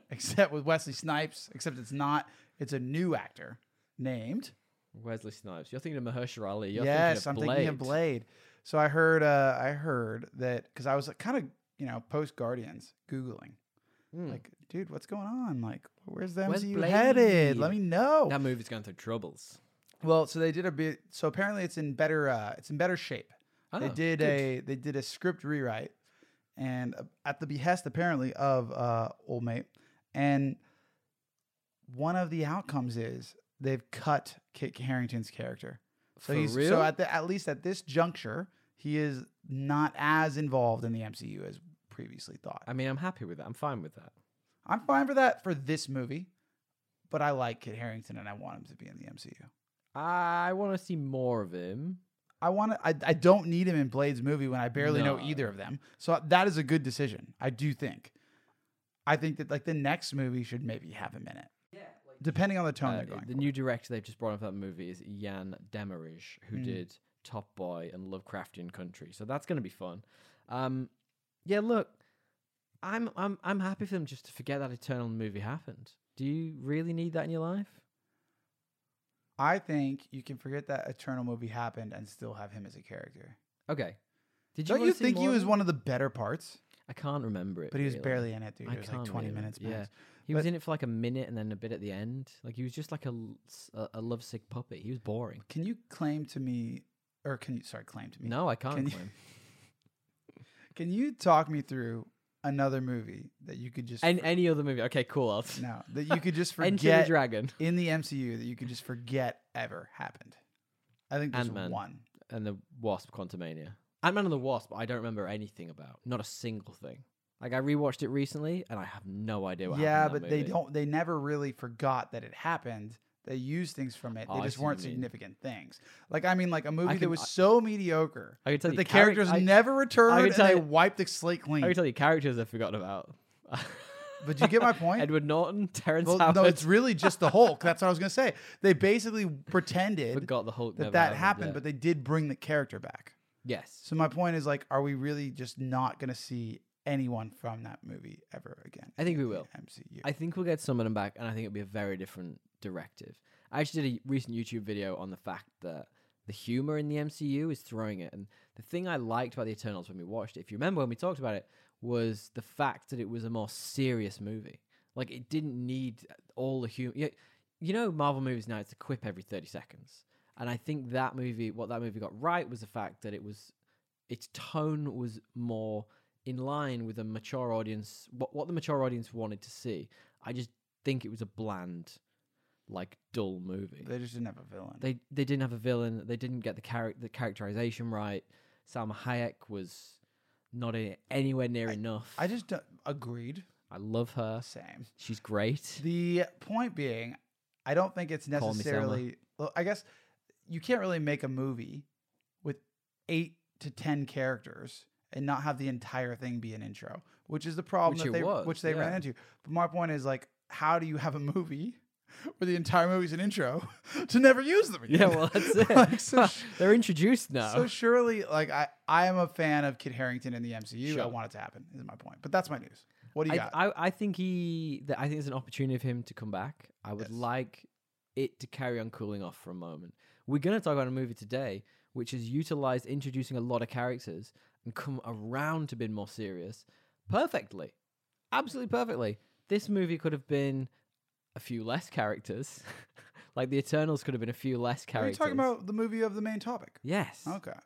S2: except with Wesley Snipes. Except it's not. It's a new actor named.
S1: Wesley Snipes. You're thinking of Mahershala Ali. You're
S2: yes,
S1: thinking of
S2: I'm thinking of Blade. So I heard. Uh, I heard that because I was kind of you know post Guardians googling
S1: Hmm.
S2: like, dude, what's going on? Like, where's the
S1: Where's
S2: MCU headed?
S1: Blade?
S2: Let me know.
S1: That movie's going through troubles.
S2: Well, so they did a bit. So apparently, it's in better. Uh, it's in better shape. they
S1: Oh,
S2: did
S1: good.
S2: a they did a script rewrite, and uh, at the behest apparently of uh, old mate, and one of the outcomes is they've cut Kit Harrington's character. So
S1: For
S2: he's
S1: real?
S2: so at the at least at this juncture, he is not as involved in the MCU as previously thought.
S1: I mean, I'm happy with that. I'm fine with that.
S2: I'm fine for that for this movie, but I like Kit Harrington and I want him to be in the MCU.
S1: I want to see more of him.
S2: I want to. I, I don't need him in Blade's movie when I barely know
S1: No.
S2: either of them. So that is a good decision. I do think. I think that like the next movie should maybe have him in it. Yeah. Depending on the tone
S1: Uh,
S2: they're going.
S1: the new director they've just brought in for that movie is Jan Demarij, who
S2: Mm.
S1: did Top Boy and Lovecraftian Country. So that's going to be fun. Um, yeah, look, I'm I'm I'm happy for them just to forget that Eternal movie happened. Do you really need that in your life?
S2: I think you can forget that Eternal movie happened and still have him as a character.
S1: Okay. Did you
S2: Don't
S1: wanna
S2: you
S1: see
S2: think he
S1: more of
S2: was
S1: him?
S2: one of the better parts?
S1: I can't remember it.
S2: But he was
S1: really.
S2: barely in it, dude.
S1: I
S2: It was like
S1: can't
S2: twenty
S1: remember.
S2: minutes.
S1: Yeah.
S2: Max.
S1: He was
S2: But-
S1: in it for like a minute and then a bit at the end. Like he was just like a l- s- a, a lovesick puppy. He was boring.
S2: Can you claim to me, or can you sorry claim to me?
S1: No, I can't
S2: Can you-
S1: claim.
S2: Can you talk me through another movie that you could just
S1: And
S2: for-
S1: any other movie? Okay, cool. I'll
S2: no that you could just
S1: Enter the
S2: forget
S1: Dragon
S2: in the MCU that you could just forget ever happened. I think there's
S1: Ant-Man.
S2: one.
S1: and the Wasp Quantumania. Ant Man and the Wasp. I don't remember anything about. Not a single thing. Like I rewatched it recently and I have no idea what.
S2: yeah,
S1: happened in that
S2: but they
S1: movie.
S2: don't. They never really forgot that it happened. They used things from it. They
S1: Oh, I
S2: just
S1: see what
S2: weren't
S1: you mean.
S2: significant things. Like I mean, like a movie that
S1: can-
S2: was
S1: I-
S2: so mediocre
S1: I can tell
S2: that
S1: you
S2: the
S1: charac-
S2: characters
S1: I-
S2: never returned.
S1: I can
S2: and
S1: tell
S2: they
S1: you-
S2: wiped the slate
S1: I
S2: clean.
S1: can tell you characters I've forgotten about.
S2: But do you get my point?
S1: Edward Norton, Terrence
S2: well,
S1: Howard.
S2: no, it's really just the Hulk. That's what I was gonna say. They basically pretended
S1: forgot the Hulk.
S2: that
S1: never
S2: that happened,
S1: yeah.
S2: but they did bring the character back.
S1: yes.
S2: So my point is like, are we really just not gonna see anyone from that movie ever again?
S1: I think
S2: in
S1: we
S2: the
S1: will.
S2: MCU.
S1: I think we'll get some of them back, and I think it'll be a very different directive. I actually did a recent YouTube video on the fact that the humor in the MCU is throwing it, and the thing I liked about the Eternals when we watched it, if you remember when we talked about it, was the fact that it was a more serious movie. Like it didn't need all the humor. You, you know, Marvel movies now it's a quip every thirty seconds, and I think that movie, what that movie got right, was the fact that it was its tone was more in line with a mature audience what, what the mature audience wanted to see i just think it was a bland like dull movie
S2: They just didn't have a villain.
S1: they they didn't have a villain they didn't get the character the characterization right Salma Hayek was not in it anywhere near enough
S2: I just don't, agreed.
S1: i love her
S2: Same.
S1: she's great
S2: The point being, I don't think it's
S1: Call me Selma.
S2: necessarily. Well, I guess you can't really make a movie with eight to ten characters and not have the entire thing be an intro, which is the problem
S1: Which
S2: that
S1: it
S2: they
S1: was,
S2: which they ran
S1: yeah.
S2: into. But my point is like, how do you have a movie? Where the entire movie's an intro to never use them again.
S1: yeah well that's it
S2: Like, so sh-
S1: they're introduced now
S2: So surely, like I, I am a fan of Kid Harrington in the MCU. I
S1: Sure.
S2: want it to happen. Is my point. But that's my news. What do you
S1: I,
S2: got?
S1: I, I think he that I think there's an opportunity for him to come back. I would
S2: Yes.
S1: like it to carry on cooling off for a moment. We're going to talk about a movie today which has utilized introducing a lot of characters and come around to being more serious perfectly. Absolutely perfectly. This movie could have been a few less characters. like the Eternals could have been a few less
S2: Are you
S1: characters.
S2: talking about the movie of the main topic?
S1: Yes.
S2: Okay.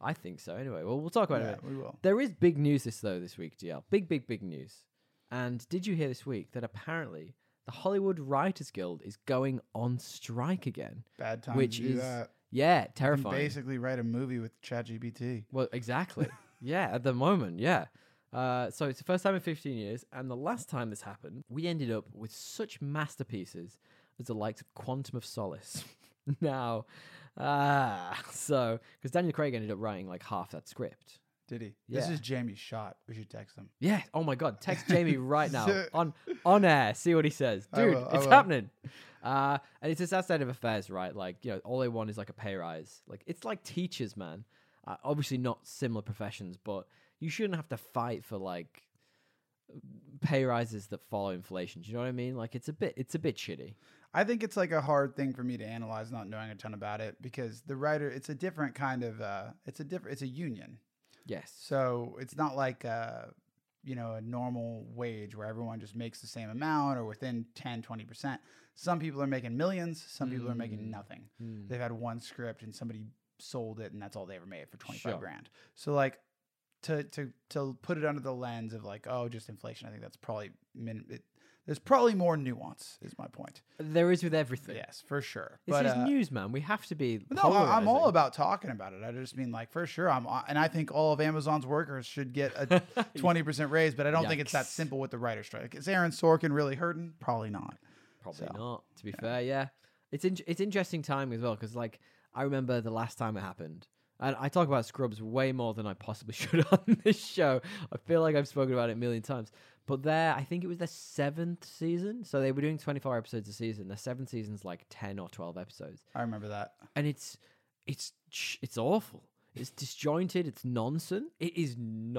S1: I think so. Anyway, well we'll talk about it.
S2: Yeah,
S1: later.
S2: we will.
S1: There is big news this though this week, DL. Big, big, big news. And did you hear this week that apparently the Hollywood Writers Guild is going on strike again?
S2: Bad time
S1: Which
S2: to do
S1: is
S2: that.
S1: Yeah,
S2: You can
S1: terrifying.
S2: basically write a movie with ChatGPT.
S1: Well, exactly. yeah, at the moment, yeah. Uh, so it's the first time in 15 years, and the last time this happened, we ended up with such masterpieces as the likes of Quantum of Solace. uh, now, ah, so because Daniel Craig ended up writing like half that script.
S2: Did he? This
S1: Yeah.
S2: is Jamie's shot. We should text him.
S1: Yeah. Oh my God. Text Jamie right now on on air. See what he says,
S2: I
S1: dude.
S2: will, I
S1: it's
S2: will.
S1: happening. Uh, and it's a sad state of affairs, right? Like you know, all they want is like a pay rise. Like it's like teachers, man. Uh, obviously not similar professions, but you shouldn't have to fight for like pay rises that follow inflation. Do you know what I mean? Like it's a bit, it's a bit shitty.
S2: I think it's like a hard thing for me to analyze, not knowing a ton about it, because the writer, it's a different kind of, uh, it's a different, it's a union.
S1: Yes.
S2: So it's not like uh you know, a normal wage where everyone just makes the same amount or within 10, 20%. Some people are making millions, some people are
S1: Mm.
S2: making nothing.
S1: Hmm.
S2: They've had one script and somebody sold it and that's all they ever made for 25
S1: Sure.
S2: grand. So like to to to put it under the lens of like, oh, just inflation, I think that's probably min- it, there's probably more nuance is my point. There
S1: There is with everything.
S2: Yes, for sure.
S1: This
S2: But,
S1: is
S2: uh,
S1: news, man. We have to be.
S2: no, I- I'm all
S1: polarizing.
S2: about talking about it. I just mean like for sure I'm and I think all of Amazon's workers should get a 20% raise, but I don't think it's that
S1: Yikes.
S2: simple with the writer's strike. Is Aaron Sorkin really hurting? Probably not.
S1: Probably
S2: So,
S1: not. To be fair, yeah. It's in- it's interesting timing as well because like I remember the last time it happened, and I talk about Scrubs way more than I possibly should on this show. I feel like I've spoken about it a million times. But there, I think it was their seventh season, so they were doing twenty four episodes a season. Their seventh season's like ten or twelve episodes,
S2: I remember that.
S1: and it's it's ch- it's awful. It's disjointed. It's nonsense. It is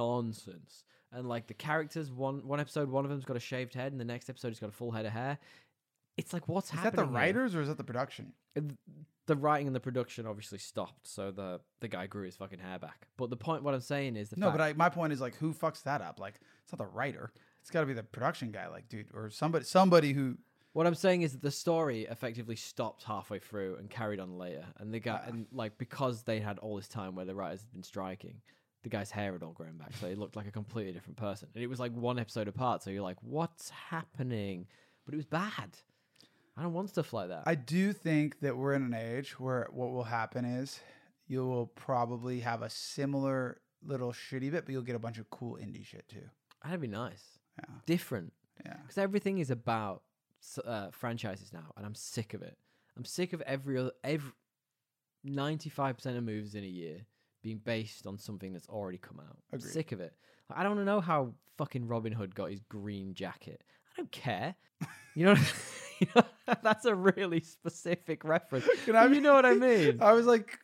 S1: nonsense. And like the characters, one one episode, one of them's got a shaved head, and the next episode he's got a full head of hair. It's like what's
S2: Is that
S1: happening?
S2: the
S1: here?
S2: writers or is that the production?
S1: And The writing and the production obviously stopped, so the the guy grew his fucking hair back. But the point, what I'm saying is the
S2: No,
S1: fact,
S2: but I, my point is like who fucks that up? Like it's not the writer. It's got to be the production guy like dude or somebody somebody who
S1: what I'm saying is that the story effectively stopped halfway through and carried on later. And the guy,
S2: Ah.
S1: and like because they had all this time where the writers had been striking, the guy's hair had all grown back, so he looked like a completely different person. And it was like one episode apart, so you're like, what's happening? But it was bad. I don't want stuff like that.
S2: I do think that we're in an age where what will happen is you will probably have a similar little shitty bit, but you'll get a bunch of cool indie shit too.
S1: That'd be nice,
S2: Yeah.
S1: different.
S2: Yeah.
S1: because everything is about s- uh, franchises now, and I'm sick of it. I'm sick of every oth- every ninety five percent of movies in a year being based on something that's already come out. I'm
S2: Agreed.
S1: sick of it. I don't wanna know how fucking Robin Hood got his green jacket. I don't care. You know, you know that's a really specific reference.
S2: Can I
S1: But you know what I mean?
S2: I was like,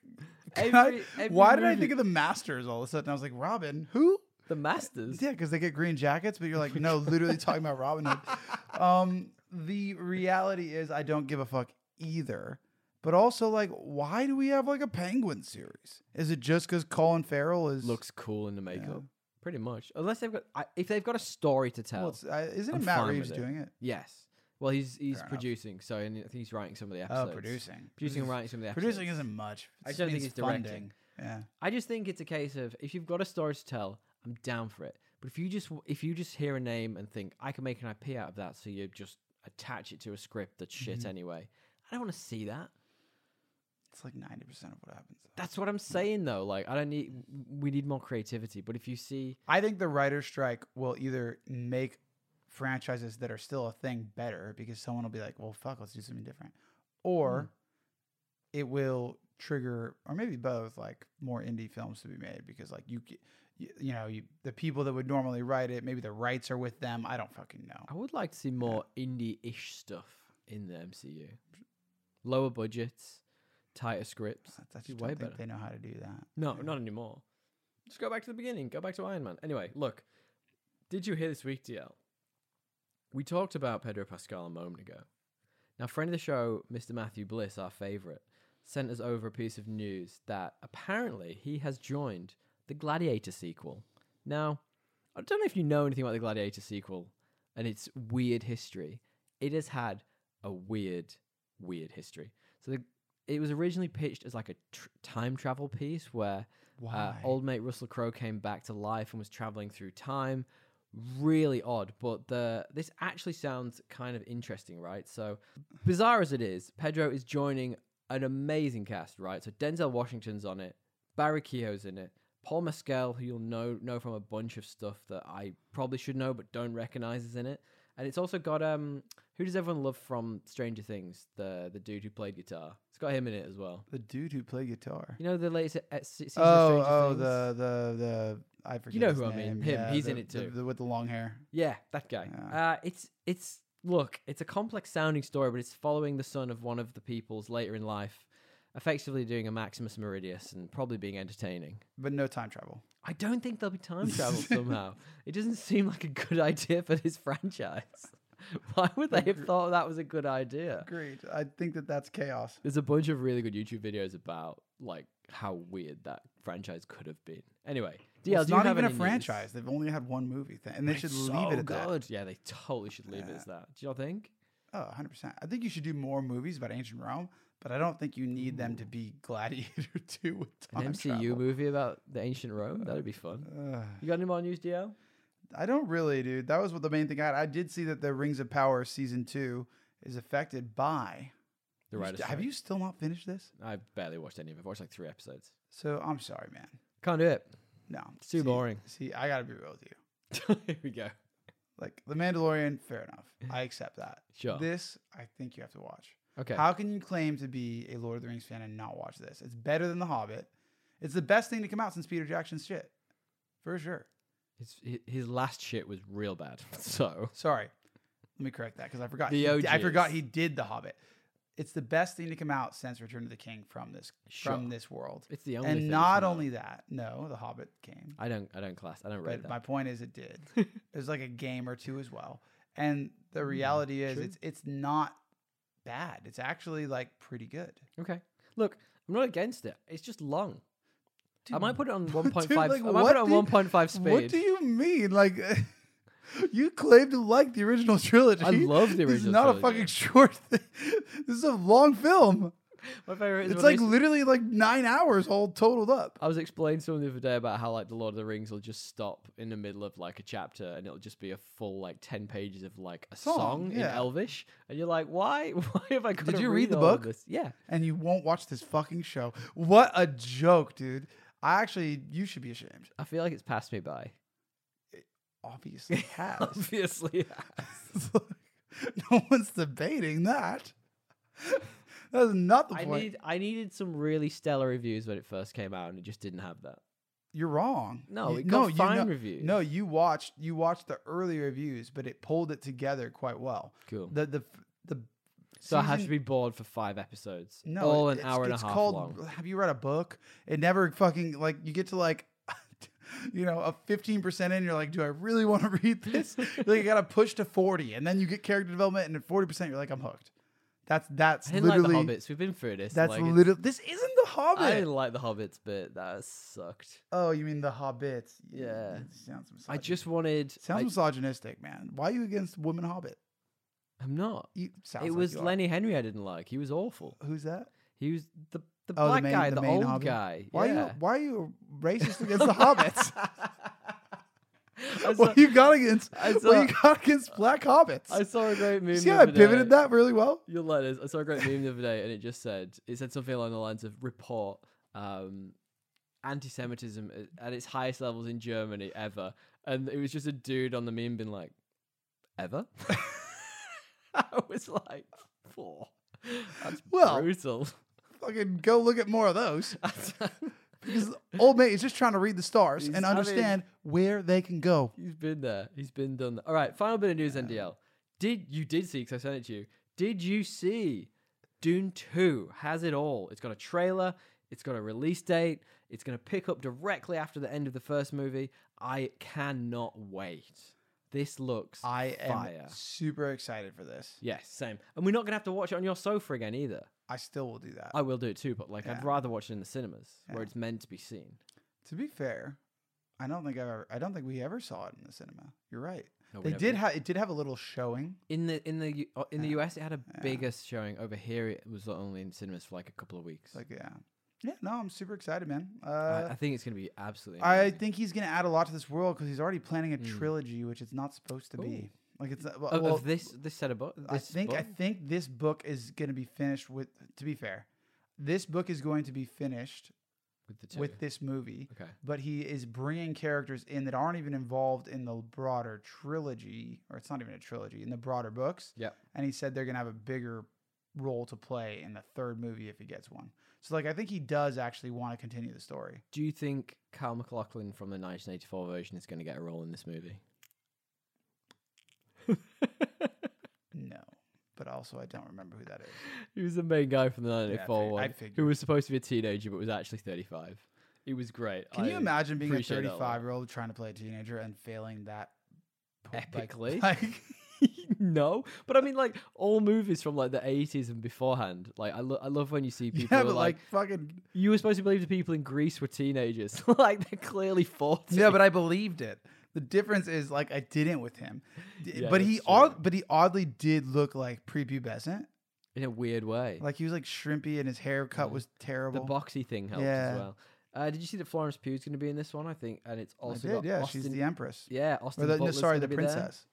S2: can I-
S1: Every- every
S2: why did I
S1: movie-
S2: think of the Masters all of a sudden? I was like, Robin, who?
S1: The Masters.
S2: Yeah, because they get green jackets, but you're like, no, literally talking about Robin Hood. Um, the reality is, I don't give a fuck either. But also, like, why do we have like a Penguin series? Is it just because Colin Farrell is
S1: Looks cool in the makeup,
S2: Yeah.
S1: pretty much. Unless they've got, I, if they've got a story to tell.
S2: Well, it's, uh, isn't
S1: I'm
S2: it Matt
S1: fine
S2: Reeves
S1: with it.
S2: doing it?
S1: Yes. Well, he's he's
S2: Fair enough.
S1: producing, so and I think he's writing some of the
S2: Oh,
S1: episodes.
S2: producing,
S1: Producing and writing some of the episodes.
S2: producing isn't much.
S1: I
S2: It
S1: don't think
S2: means
S1: he's directing.
S2: Yeah,
S1: I just think it's a case of if you've got a story to tell, I'm down for it. But if you just if you just hear a name and think I can make an IP out of that, so you just attach it to a script that's shit
S2: Mhm.
S1: anyway. I don't want to see that.
S2: it's like ninety percent of what happens.
S1: That's what I'm saying though. Like I don't need. We need more creativity. But if you see,
S2: I think the writer's strike will either make franchises that are still a thing better because someone will be like, well, fuck, let's do something different.
S1: Hmm.
S2: Or it will trigger, or maybe both, like more indie films to be made because, like, you, ca- you, you know, you, the people that would normally write it, maybe the rights are with them. I don't fucking know.
S1: I would like to see more indie-ish stuff in the MCU. Lower budgets, tighter scripts.
S2: I just
S1: be
S2: don't
S1: way
S2: think
S1: better.
S2: they know how to do that.
S1: No, not anymore. Just go back to the beginning. Go back to Iron Man. Anyway, look. Did you hear this week, DL? We talked about Pedro Pascal a moment ago. Now, friend of the show, Mr. Matthew Bliss, our favorite, sent us over a piece of news that apparently he has joined the Gladiator sequel. Now, I don't know if you know anything about the Gladiator sequel and its weird history. It has had a weird, weird history. So the, it was originally pitched as like a tr- time travel piece where uh,
S2: Why?
S1: old mate Russell Crowe came back to life and was traveling through time. Really odd, but the this actually sounds kind of interesting, right? So bizarre as it is, Pedro is joining an amazing cast, right? So Denzel Washington's on it, Barry Keogh's in it, Paul Mescal, who you'll know know from a bunch of stuff that I probably should know but don't recognize, is in it, and it's also got um Who does everyone love from Stranger Things? The the dude who played guitar. It's got him in it as well.
S2: The dude who played guitar.
S1: You know the latest e- e- se- season of
S2: Oh,
S1: Stranger
S2: oh,
S1: Things.
S2: the the the I forget.
S1: know
S2: his
S1: who I mean.
S2: name.
S1: Him. He's
S2: the-
S1: in it
S2: the-
S1: too.
S2: the- with the long hair.
S1: Yeah, that guy.
S2: Yeah.
S1: Uh, it's it's look, it's a complex sounding story, but it's following the son of one of the peoples later in life, effectively doing a Maximus Meridius and probably being entertaining.
S2: But no time travel.
S1: I don't think there'll be time travel somehow. It doesn't seem like a good idea for this franchise. Why would they have
S2: Agre-
S1: thought that was a good idea?
S2: Great. I think that that's chaos.
S1: There's a bunch of really good YouTube videos about like how weird that franchise could have been. Anyway, DL,
S2: Well, it's
S1: do you
S2: not
S1: have
S2: even a
S1: any news?
S2: franchise. They've only had one movie, thing, and they should
S1: It's
S2: leave
S1: so
S2: it at that.
S1: good. Yeah, they totally should leave it as that. Do you not think?
S2: Oh, 100 percent. I think you should do more movies about ancient Rome, but I don't think you need them to be Gladiator Two with time
S1: An MCU
S2: travel. Uh,
S1: movie about the ancient Rome? That'd be fun.
S2: Ugh.
S1: You got any more news, DL?
S2: I don't really, dude. That was what the main thing I had. I did see that the Rings of Power season two is affected by.
S1: The
S2: You
S1: writers.
S2: st- have you still not finished this?
S1: I barely watched any of it. I've watched like three episodes.
S2: So I'm sorry, man.
S1: Can't do it.
S2: No,
S1: It's too
S2: See-
S1: boring.
S2: See, I gotta be real with you.
S1: Here we go.
S2: Like The Mandalorian, fair enough. I accept that.
S1: Sure.
S2: This, I think you have to watch.
S1: Okay.
S2: How can you claim to be a Lord of the Rings fan and not watch this? It's better than The Hobbit. It's the best thing to come out since Peter Jackson's shit, for sure.
S1: His, hi- his last shit was real bad. So
S2: Sorry, let me correct that because I forgot.
S1: The
S2: he di- I
S1: OGs.
S2: forgot he did The Hobbit. It's the best thing to come out since Return of the King from this
S1: Sure.
S2: from this world.
S1: it's the only.
S2: And
S1: thing
S2: not
S1: for now.
S2: only that, no, The Hobbit came.
S1: I don't. I don't class. I don't rate
S2: But
S1: that.
S2: my point is, it did. There's like a game or two as well. And the reality is,
S1: Hmm. true.
S2: it's it's not bad. It's actually like pretty good.
S1: okay. Look, I'm not against it. It's just long. I
S2: Dude,
S1: might put it on
S2: dude,
S1: 1.5. I
S2: like,
S1: might
S2: what
S1: put it on
S2: do you-
S1: 1.5 speed.
S2: What do you mean? Like, you claim to like the original trilogy.
S1: I love the original.
S2: This is not a
S1: trilogy.
S2: fucking short. Thing. This is a long film.
S1: My favorite is when
S2: It's
S1: they
S2: like
S1: s-
S2: literally like nine hours all totaled up.
S1: I was explaining to someone the other day about how like the Lord of the Rings will just stop in the middle of like a chapter and it'll just be a full like ten pages of like a song,
S2: Song,
S1: in
S2: yeah.
S1: Elvish, and you're like, why? Why have I got?
S2: Did you read the book?
S1: This? Yeah,
S2: And you won't watch this fucking show. What a joke, dude. I actually, you should be ashamed.
S1: I feel like it's passed me by.
S2: Obviously, it has.
S1: Obviously,
S2: no one's debating that. That's not the
S1: I
S2: point.
S1: need I needed some really stellar reviews when it first came out, and it just didn't have that.
S2: You're wrong.
S1: No,
S2: You-
S1: it got fine
S2: you know,
S1: reviews.
S2: No, you watched you watched the early reviews, but it pulled it together quite well.
S1: Cool.
S2: The the the
S1: So I had to
S2: season-
S1: be bored for five episodes,
S2: no
S1: all
S2: it-
S1: Oh, an
S2: it's-
S1: hour and a
S2: it's
S1: half
S2: called,
S1: long.
S2: Have you read a book? It never fucking like you get to like you know a fifteen percent in, you're like, do I really want to read this? You're like you got to push to forty, and then you get character development, and at forty percent, you're like, I'm hooked. That's that's
S1: I didn't like the
S2: literally
S1: Hobbits. We've been through this.
S2: that's
S1: like, it's-
S2: literally this isn't the
S1: I
S2: Hobbit.
S1: didn't like the Hobbits bit. That sucked.
S2: oh, you mean the Hobbits?
S1: Yeah.
S2: It sounds
S1: I
S2: misogynistic.
S1: just wanted.
S2: Sounds
S1: I-
S2: misogynistic, man. Why are you against woman hobbit?
S1: I'm not.
S2: You, sounds
S1: It
S2: like
S1: was
S2: you are.
S1: Lenny Henry I didn't like. He was awful.
S2: Who's that?
S1: He was the the
S2: Oh, the
S1: black
S2: main-
S1: guy, the,
S2: the main
S1: old
S2: Hobbit?
S1: guy.
S2: Why are
S1: yeah.
S2: you why are you racist against the hobbits?
S1: I saw,
S2: what you got against?
S1: I saw-
S2: what you got against black hobbits?
S1: I saw a great meme.
S2: See
S1: the
S2: how I
S1: other
S2: pivoted
S1: day.
S2: that really well?
S1: Your letters. I saw a great meme the other day, and it just said it said something along the lines of report um, anti-Semitism at- at its highest levels in Germany ever, and it was just a dude on the meme being like, ever. I was like, four. That's
S2: Well,
S1: brutal.
S2: Fucking go look at more of those. Because old mate is just trying to read the stars
S1: He's
S2: and
S1: having-
S2: understand where they can go.
S1: He's been there. He's been done. That. All right. Final bit of news. NDL. Did you did see? Because I sent it to you. Did you see? Dune Two has it all. It's got a trailer. It's got a release date. It's going to pick up directly after the end of the first movie. I cannot wait. This looks
S2: I
S1: fire.
S2: am super excited for this.
S1: Yes, same. And we're not going to have to watch it on your sofa again either.
S2: I still will do that.
S1: I will do it too, but like I'd
S2: Yeah.
S1: rather watch it in the cinemas where
S2: Yeah.
S1: it's meant to be seen.
S2: to be fair, I don't think I've ever I don't think we ever saw it in the cinema. You're right.
S1: No, we
S2: They
S1: never
S2: did have it did have a little showing.
S1: in the in the U- uh, in the
S2: Yeah.
S1: US it had a
S2: Yeah.
S1: biggest showing over here it was only in cinemas for like a couple of weeks
S2: It's Like yeah, yeah. No, I'm super excited, man.
S1: I,
S2: Uh,
S1: I think it's gonna be absolutely
S2: I,
S1: amazing.
S2: think he's gonna add a lot to this world because he's already planning a
S1: Mm.
S2: trilogy, which it's not supposed to be. Like it's not- well,
S1: of,
S2: well,
S1: of this this set of books
S2: I think I think this book is gonna be finished with. To be fair, this book is going to be finished
S1: with the two.
S2: with this movie,
S1: okay.
S2: but he is bringing characters in that aren't even involved in the broader trilogy, or it's not even a trilogy, in the broader books.
S1: Yep.
S2: And he said they're going to have a bigger role to play in the third movie if he gets one. So, like, I think he does actually want to continue the story.
S1: Do you think Cal McLaughlin from the 1984 version is going to get a role in this movie?
S2: No. But also, I don't remember who that is.
S1: He was the main guy from the
S2: Yeah, I fig-
S1: 1984
S2: I
S1: one,
S2: figured.
S1: who was supposed to be a teenager but was actually 35. It was great.
S2: Can you
S1: I-
S2: imagine being a
S1: appreciate that a lot.
S2: 35 year old trying to play a teenager and failing that po- like-
S1: Epically.
S2: like-
S1: no, but I mean, like all movies from like the 80s and beforehand. Like, I, lo- I love when you see people
S2: yeah,
S1: who are
S2: but
S1: like,
S2: like fucking.
S1: you were supposed to believe the people in Greece were teenagers. like, they're clearly 40.
S2: Yeah, but I believed it. The difference is like I didn't with him, D-
S1: Yeah,
S2: but he
S1: that's true.
S2: odd, but he oddly did look like prepubescent.
S1: in a weird way.
S2: Like he was like shrimpy and his haircut
S1: Yeah.
S2: was
S1: Mm-hmm. the
S2: terrible.
S1: boxy thing helped
S2: Yeah.
S1: as well. Uh, did you see that Florence Pugh's going to be in this one? I think, and it's
S2: I
S1: also
S2: did,
S1: got
S2: yeah.
S1: Austin.
S2: She's the empress.
S1: yeah,
S2: Or
S1: Austin.
S2: the, no,
S1: Butler's gonna
S2: sorry, the
S1: be there.
S2: princess.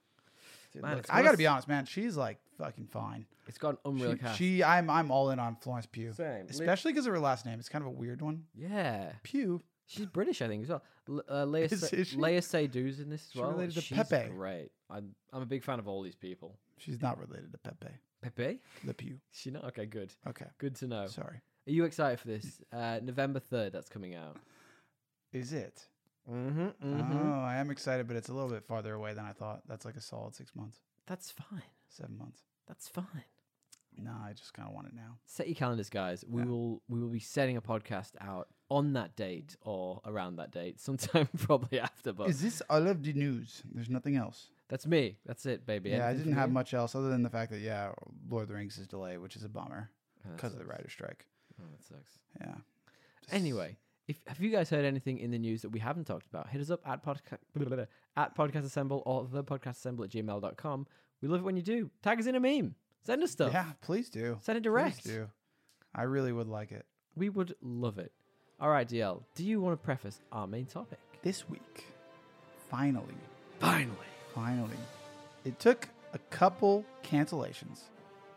S2: Dude,
S1: Man,
S2: look,
S1: it's
S2: I
S1: gotta
S2: gotta be
S1: s-
S2: honest, man. She's like fucking fine.
S1: It's got an unreal
S2: She,
S1: cast.
S2: she- I'm, I'm all in on Florence Pugh,
S1: Same. Li-
S2: especially because of her last name. It's kind of a weird one.
S1: yeah,
S2: Pugh.
S1: she's British, I think, as well. L- uh, Leia,
S2: Is-
S1: Se-
S2: is she?
S1: Leia Seydoux in this as
S2: She
S1: well.
S2: related to
S1: She's
S2: Pepe.
S1: Great. I'm, I'm a big fan of all these people.
S2: She's not related to Pepe.
S1: Pepe?
S2: The Pew.
S1: She not okay. Good.
S2: Okay.
S1: Good to know.
S2: Sorry.
S1: Are you excited for this? Uh, November third. That's coming out.
S2: Is it?
S1: Mm-hmm.
S2: Oh, I am excited, but it's a little bit farther away than I thought. That's like a solid six months,
S1: That's fine.
S2: seven months.
S1: That's fine.
S2: No, I just kind of want it now.
S1: set your calendars guys we
S2: Yeah.
S1: will we will be setting a podcast out on that date or around that date sometime probably after but
S2: Is this all of the news? There's nothing else.
S1: that's me that's it baby
S2: Yeah, I
S1: Anything
S2: didn't
S1: from
S2: have
S1: you?
S2: much else other than the fact that yeah, Lord of the Rings is delayed, which is a bummer
S1: Oh, that
S2: because of the
S1: sucks.
S2: writer strike.
S1: oh, that sucks
S2: Yeah. Just-
S1: anyway if have you guys heard anything in the news that we haven't talked about hit us up at podcast at podcast assemble or the podcast assemble at gmail.com we love it when you do tag us in a meme send us stuff
S2: Yeah, please do.
S1: send it direct
S2: Please do. I really would like it.
S1: we would love it all right dl do you want to preface our main topic
S2: This week, finally,
S1: finally
S2: finally, it took a couple cancellations.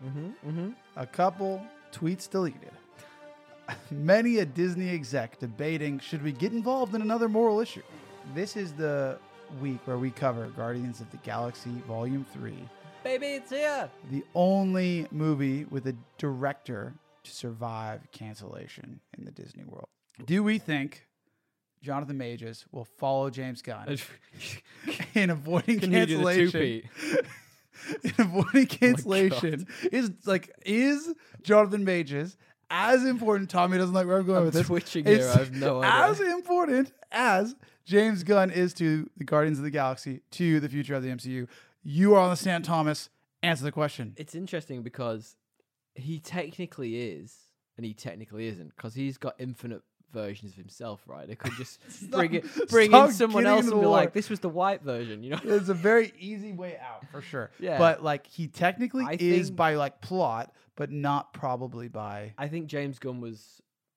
S1: mm-hmm mm-hmm
S2: a couple tweets deleted. Many a Disney exec debating should we get involved in another moral issue. This is the week where we cover Guardians of the Galaxy Volume 3,
S1: baby it's here
S2: the only movie with a director to survive cancellation in the Disney world. Do we think Jonathan Majors will follow James Gunn in avoiding
S1: Can you do the
S2: cancellation?
S1: two-peat?
S2: in
S1: Oh
S2: avoiding cancellation is like is Jonathan Majors as important? Tommy doesn't like where I'm going
S1: I'm
S2: with this.
S1: twitching
S2: It's
S1: here, I have no idea.
S2: As important as James Gunn is to the Guardians of the Galaxy, to the future of the MCU, you are on the stand, Thomas. Answer the question.
S1: It's interesting because he technically is, and he technically isn't, because he's got infinite versions of himself, right? They could just bring it,
S2: Stop-
S1: bring
S2: stop
S1: in someone
S2: getting
S1: else
S2: into
S1: and be
S2: the
S1: like,
S2: water.
S1: "This was the white version," you know?
S2: It's a very easy way out for sure.
S1: Yeah.
S2: But like he technically
S1: I
S2: is
S1: think-
S2: by like plot, but not probably by
S1: I think James Gunn was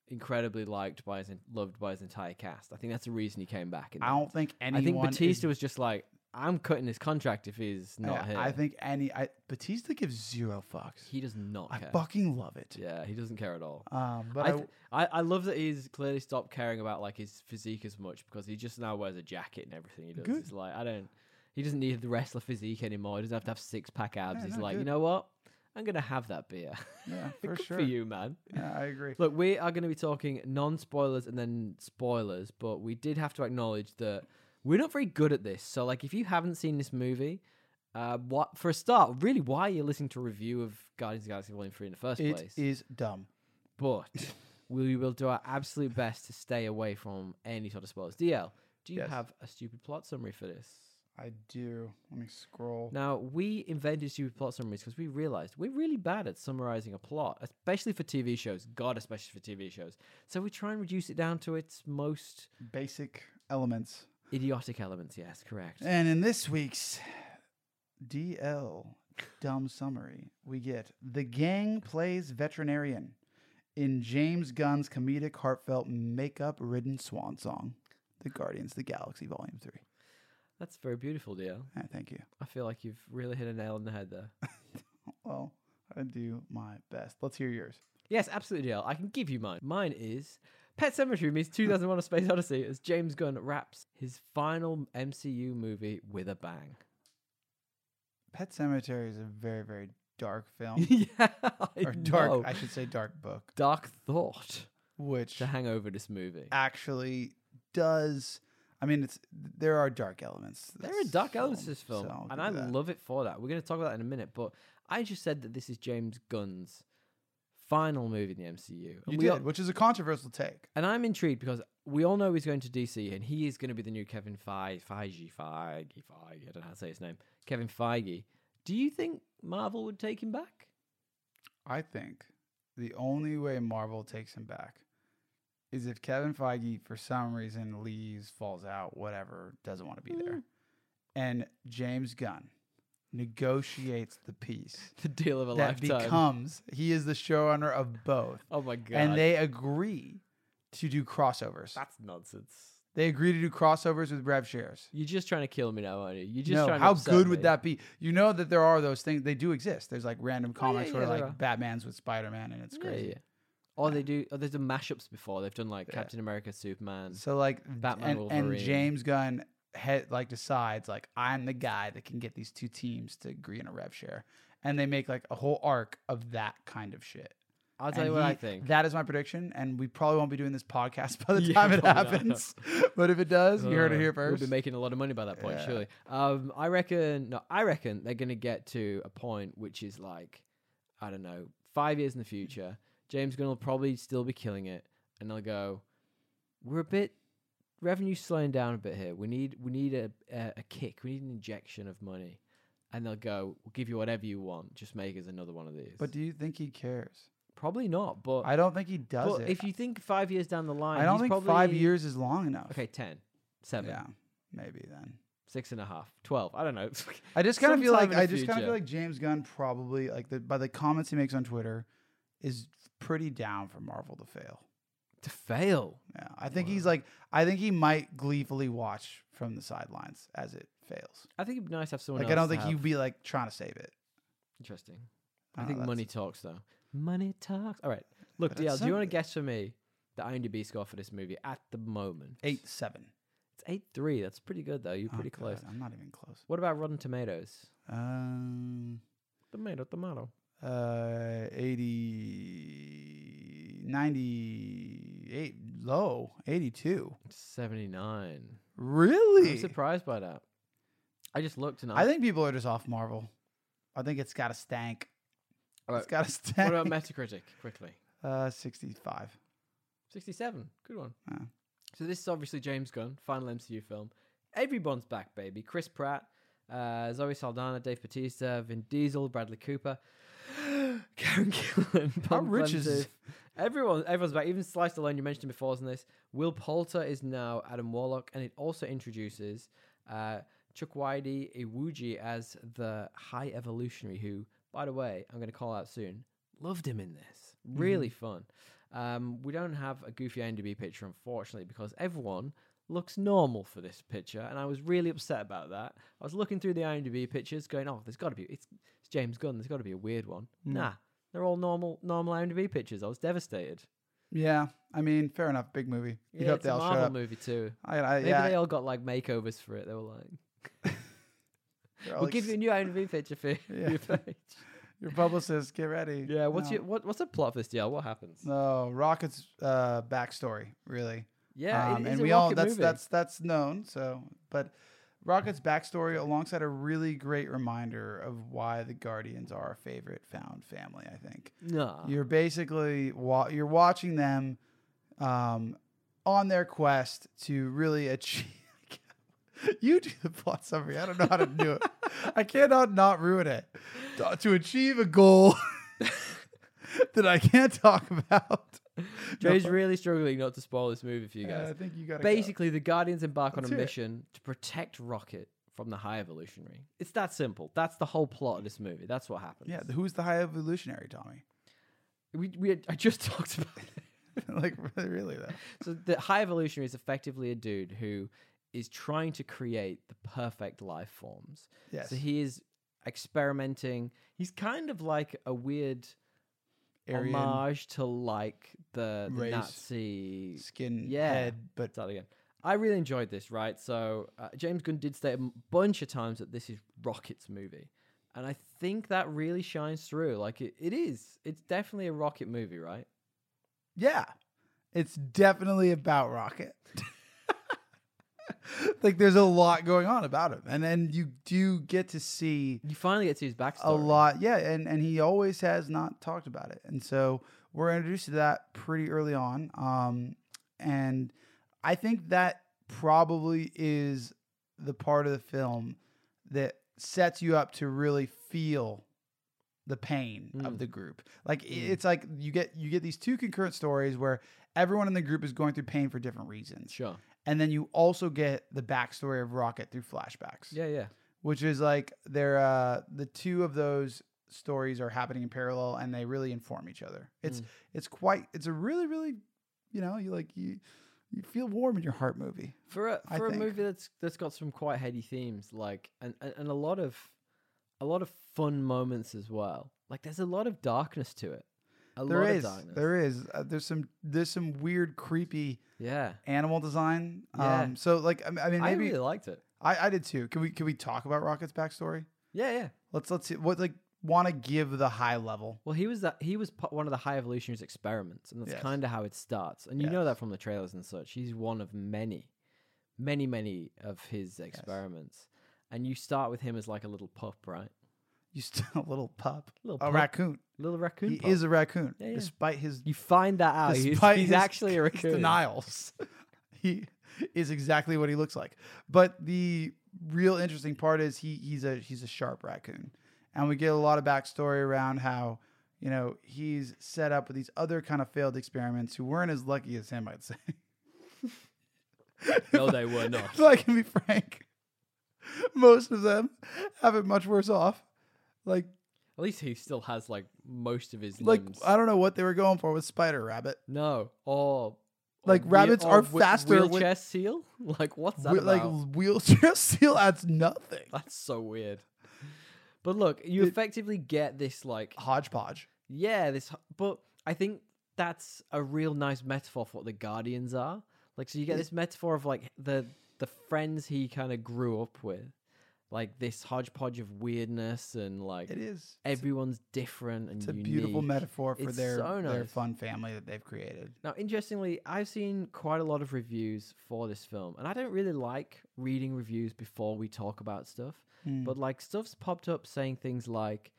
S1: incredibly liked by his loved by his entire cast. I think that's the reason he came back. in
S2: I
S1: the end.
S2: don't think anyone
S1: I think
S2: is
S1: Batista was just like, "I'm cutting his contract if he's not
S2: I-
S1: here."
S2: I think any I, Batista gives zero fucks.
S1: he does not
S2: I
S1: care.
S2: fucking love it.
S1: yeah, he doesn't care at all.
S2: Um, but
S1: I,
S2: I,
S1: th- I, I love that he's clearly stopped caring about like his physique as much because he just now wears a jacket and everything he does.
S2: Good.
S1: It's like I don't. He doesn't need the wrestler physique anymore. He doesn't have to have six pack abs.
S2: Yeah,
S1: he's
S2: no,
S1: like, you
S2: good.
S1: know what? I'm gonna have that beer.
S2: yeah, for
S1: Good
S2: sure.
S1: for you, man.
S2: Yeah, I agree.
S1: Look, we are going to be talking non spoilers and then spoilers, but we did have to acknowledge that we're not very good at this. So, like, if you haven't seen this movie, uh, what for a start, really, why are you listening to a review of Guardians of the Galaxy Volume Three in the first
S2: It is
S1: place?
S2: dumb.
S1: but we will do our absolute best to stay away from any sort of spoilers. DL, do you
S2: Yes.
S1: have a stupid plot summary for this?
S2: I do. Let me scroll.
S1: Now, we invented stupid plot summaries because we realized we're really bad at summarizing a plot, especially for TV shows. God, especially for TV shows. So we try and reduce it down to its most
S2: Basic elements.
S1: idiotic elements. Yes, correct.
S2: And in this week's DL dumb summary, we get the gang plays veterinarian in James Gunn's comedic, heartfelt, makeup-ridden swan song, "The Guardians of the Galaxy Volume 3.
S1: That's very beautiful, DL.
S2: Ah, thank you.
S1: I feel like you've really hit a nail on the head there.
S2: Well, I do my best. Let's hear yours.
S1: Yes, absolutely, DL. I can give you mine. Mine is Pet Cemetery meets 2001: A Space Odyssey as James Gunn wraps his final MCU movie with a bang.
S2: Pet Cemetery is a very, very dark film.
S1: yeah, I
S2: Oh. or dark,
S1: know.
S2: I should say dark book,
S1: Dark thought
S2: which
S1: to hang over this movie.
S2: actually does. I mean, it's there are dark elements. to
S1: There are
S2: this
S1: dark elements to
S2: film,
S1: this film,
S2: so I'll
S1: and
S2: give
S1: I
S2: you that.
S1: love it for that. We're going to talk about that in a minute, but I just said that this is James Gunn's final movie in the MCU, and,
S2: You
S1: we all-
S2: did, which is a controversial take.
S1: and I'm intrigued because we all know he's going to DC, and he is going to be the new Kevin Feige, Feige, Feige, Feige. I don't know how to say his name, Kevin Feige. Do you think Marvel would take him back?
S2: I think the only way Marvel takes him back is if Kevin Feige, for some reason, leaves, falls out, whatever, doesn't want to be there, and James Gunn negotiates the peace
S1: The deal of a
S2: that
S1: lifetime.
S2: becomes he is the showrunner of both,
S1: oh my god!
S2: and they agree to do crossovers.
S1: that's nonsense.
S2: They agree to do crossovers with Rev Shares.
S1: You're just trying to kill me now, aren't you? You're just
S2: No,
S1: trying. To
S2: how
S1: upset
S2: good
S1: me.
S2: would that be? You know that there are those things; they do exist. There's like random
S1: Oh, yeah,
S2: comics
S1: yeah,
S2: where
S1: there
S2: like Batman's with Spider Man, and it's
S1: Yeah,
S2: crazy.
S1: yeah. Or they do. Or they've done mashups before. They've done like
S2: Yeah.
S1: Captain America, Superman.
S2: So like
S1: Batman,
S2: and, and
S1: Wolverine.
S2: James Gunn head like decides like I'm the guy that can get these two teams to agree on a rev share, and they make like a whole arc of that kind of shit.
S1: I'll tell
S2: And
S1: you what I
S2: he-
S1: think.
S2: That is my prediction, and we probably won't be doing this podcast by the
S1: Yeah,
S2: time it
S1: probably not.
S2: happens. but if it does, you heard
S1: Uh,
S2: it here first.
S1: We'll be making a lot of money by that point,
S2: Yeah.
S1: surely. Um, I reckon. No, I reckon they're going to get to a point which is like, I don't know, five years in the future. James Gunn will probably still be killing it, and they'll go, "We're a bit revenue slowing down a bit here. We need we need a a, a kick. We need an injection of money." And they'll go, "We'll give you whatever you want. Just make us another one of these."
S2: but do you think he cares?
S1: probably not. But
S2: I don't think he does
S1: but
S2: it.
S1: if you think five years down the line,
S2: I don't
S1: he's
S2: think
S1: probably,
S2: five years is long enough.
S1: Okay, ten, seven,
S2: Yeah, maybe then.
S1: six and a half, twelve. I don't know.
S2: I just kind of
S1: Sometime
S2: feel like
S1: in the
S2: I just kind of
S1: future.
S2: feel like James Gunn probably like the by the comments he makes on Twitter is pretty down for Marvel to fail.
S1: to fail.
S2: Yeah, I think he's like I think he might gleefully watch from the sidelines as it fails.
S1: I think it'd be nice to have someone.
S2: Like I
S1: else
S2: don't
S1: to
S2: think he'd
S1: have-
S2: be like trying to save it.
S1: Interesting.
S2: I
S1: I
S2: don't
S1: think
S2: know,
S1: money talks though. Money talks. All right. Look,
S2: But that's
S1: DL, do you want to
S2: something.
S1: guess for me the IMDb score for this movie at the moment?
S2: Eight seven.
S1: It's eight three. That's pretty good though. You're
S2: Oh,
S1: pretty
S2: God,
S1: close.
S2: I'm not even close.
S1: What about Rotten Tomatoes?
S2: Um,
S1: Tomato, tomato.
S2: uh, 80, 98, low, 82.
S1: Seventy nine. I'm
S2: Really?
S1: surprised by that. I just looked and I.
S2: I think people are just off Marvel. I think it's got to stank.
S1: All right,
S2: It's got
S1: what
S2: to stank.
S1: about Metacritic? Quickly.
S2: uh, 65.
S1: 67. Good one.
S2: Yeah.
S1: So this is obviously James Gunn, final MCU film. Everyone's back, baby. Chris Pratt, uh, Zoe Saldana, Dave Bautista, Vin Diesel, Bradley Cooper, Karen Gillan,
S2: How
S1: Tom
S2: rich
S1: Clancy.
S2: is
S1: everyone? Everyone's back. Even Sliced Alone, you mentioned him before, isn't this? Will Poulter is now Adam Warlock, and it also introduces uh, Chukwudi Iwuji as the High Evolutionary, who, by the way, I'm going to call out soon. Loved him in this. Really
S2: Mm-hmm.
S1: fun. Um, we don't have a goofy IMDb picture, unfortunately, because everyone looks normal for this picture, and I was really upset about that. I was looking through the IMDb pictures, going, "Oh, there's got to be it's, it's James Gunn. There's got to be a weird one."
S2: Hmm.
S1: Nah, they're all normal, normal IMDb pictures. I was devastated.
S2: Yeah. I mean, fair enough. Big movie. You'd
S1: Yeah,
S2: hope
S1: it's
S2: they
S1: a
S2: all shut
S1: Marvel
S2: up.
S1: movie too.
S2: I, I,
S1: Maybe
S2: Uh, yeah,
S1: they all got like makeovers for it. They were like,
S2: they're all
S1: "We'll
S2: like,
S1: give you a new IMDb picture for
S2: Yeah.
S1: your page."
S2: your publicist, get ready.
S1: Yeah, what's
S2: No.
S1: your what, what's the plot for this deal? What happens?
S2: No, Rocket's uh, backstory, really.
S1: Yeah, it
S2: Um,
S1: is
S2: and
S1: a
S2: we all
S1: rocket
S2: that's
S1: movie.
S2: that's that's known. So, but Rocket's backstory, alongside a really great reminder of why the Guardians are our favorite found family. I think
S1: Nah.
S2: you're basically wa- you're watching them um, on their quest to really achieve. You do the plot summary. I don't know how to do it. I cannot not ruin it. To- To achieve a goal that I can't talk about.
S1: Joe's really struggling not to spoil this movie for you guys.
S2: Uh, I think you got
S1: Basically, the Guardians embark on a
S2: Let's hear it.
S1: mission to protect Rocket from the High Evolutionary. It's that simple. That's the whole plot of this movie. That's what happens.
S2: Yeah, who's the high evolutionary, Tommy?
S1: we, we had- I just talked about it.
S2: like really, really though.
S1: So the High Evolutionary is effectively a dude who is trying to create the perfect life forms.
S2: Yes.
S1: So he is experimenting. He's kind of like a weird
S2: Aryan
S1: homage to like the, the
S2: race.
S1: Nazi.
S2: skin
S1: Yeah.
S2: head, but
S1: Start again. I really enjoyed this, right? So uh, James Gunn did state a m- bunch of times that this is Rocket's movie, and I think that really shines through. Like it, it is. It's definitely a Rocket movie, right?
S2: yeah, it's definitely about Rocket. like there's a lot going on about him, and then you do get to see
S1: You finally get to his backstory.
S2: a lot yeah and and he always has not talked about it and so we're introduced to that pretty early on um and i think that probably is the part of the film that sets you up to really feel the pain
S1: Mm.
S2: of the group like i-
S1: Mm.
S2: it's like you get you get these two concurrent stories where everyone in the group is going through pain for different reasons
S1: Sure.
S2: and then you also get the backstory of rocket through flashbacks
S1: Yeah, yeah.
S2: which is like they're uh, the two of those stories are happening in parallel and they really inform each other. It's
S1: Mm.
S2: it's quite it's a really really you know you like you you feel warm in your heart movie.
S1: for a
S2: I
S1: for a
S2: think.
S1: movie that's that's got some quite heady themes like and, and and a lot of a lot of fun moments as well like there's a lot of darkness to it a
S2: There
S1: lot
S2: is
S1: of darkness
S2: there is uh, there's some there's some weird creepy
S1: yeah
S2: animal design.
S1: Yeah.
S2: Um, so like I m- I mean
S1: i
S2: maybe I,
S1: really liked it
S2: I, did too. Can we can we talk about Rocket's backstory?
S1: yeah yeah
S2: Let's let's see what like want to give the high level.
S1: well he was that he was pa- one of the high evolutionaries experiments and that's
S2: Yes.
S1: kind of how it starts and you know
S2: Yes.
S1: that from the trailers and such he's one of many many many of his experiments and you start with him as like a little pup right
S2: You still a little pup,
S1: little
S2: a
S1: pup,
S2: raccoon.
S1: little raccoon
S2: he
S1: pup.
S2: is a raccoon,
S1: Yeah, yeah.
S2: despite his
S1: you find that out he's,
S2: despite
S1: he's
S2: his-
S1: actually a
S2: his
S1: raccoon
S2: denials. he is exactly what he looks like. But the real interesting part is he he's a he's a sharp raccoon, and we get a lot of backstory around how you know he's set up with these other kind of failed experiments who weren't as lucky as him. I'd say.
S1: no they were not
S2: If I can be frank, most of them have it much worse off. Like
S1: At least he still has like most of his
S2: like uh,
S1: limbs.
S2: I don't know what they were going for with Spider Rabbit.
S1: no, or
S2: Like,
S1: or wheel-
S2: rabbits
S1: or
S2: are
S1: whe-
S2: faster with-
S1: Wheelchair seal? Like what's that
S2: Whe-
S1: about?
S2: like wheelchair seal adds nothing.
S1: That's so weird. But look, you
S2: It-
S1: effectively get this like
S2: Hodgepodge.
S1: yeah this, h- but I think that's a real nice metaphor for what the Guardians are. Like so, you get this metaphor of like the the friends he kind of grew up with, like this hodgepodge of weirdness and like
S2: It is. It's
S1: everyone's different and
S2: It's a beautiful
S1: unique.
S2: metaphor for
S1: It's
S2: their
S1: so
S2: their
S1: nice.
S2: fun family that they've created.
S1: Now, interestingly, I've seen quite a lot of reviews for this film, and I don't really like reading reviews before we talk about stuff.
S2: Mm.
S1: But like, stuff's popped up saying things like,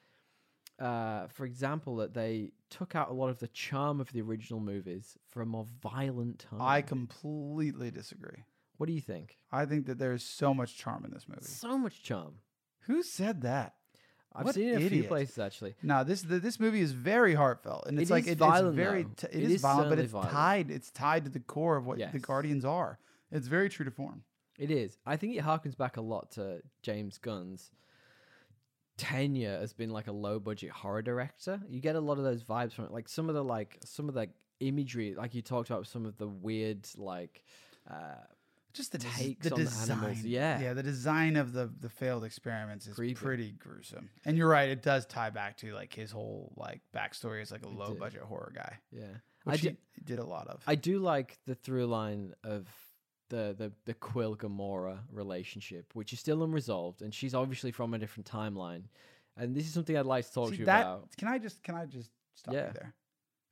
S1: uh, for example, that they took out a lot of the charm of the original movies for a more violent time.
S2: I completely disagree.
S1: what do you think?
S2: I think that there's so much charm in this movie.
S1: So much charm.
S2: Who said that?
S1: I've
S2: What
S1: seen it a few
S2: idiot.
S1: places actually.
S2: No, this th- this movie is very heartfelt, and
S1: It
S2: it's like
S1: is
S2: it-
S1: violent,
S2: it's very
S1: though.
S2: t-
S1: It
S2: it is,
S1: is
S2: violent, but
S1: certainly
S2: it's
S1: violent.
S2: tied it's tied to the core of what the
S1: Yes.
S2: Guardians are. It's very true to form.
S1: It is. I think it harkens back a lot to James Gunn's tenure as being like a low budget horror director. You get a lot of those vibes from it. Like some of the like some of the imagery, like you talked about some of the weird like uh
S2: Just the des-
S1: Takes
S2: the
S1: on the
S2: design,
S1: animals, yeah.
S2: yeah. The design of the the failed experiments is
S1: Creepy.
S2: pretty gruesome, and you're right. It does tie back to like his whole like backstory as like a low
S1: did.
S2: budget horror guy,
S1: yeah. I
S2: which
S1: do,
S2: he did a lot of.
S1: I do like the through line of the the, the Quill Gamora relationship, which is still unresolved and she's obviously from a different timeline. And this is something I'd like to talk to
S2: See,
S1: you
S2: that,
S1: about.
S2: Can I just can I just stop
S1: Yeah.
S2: you there?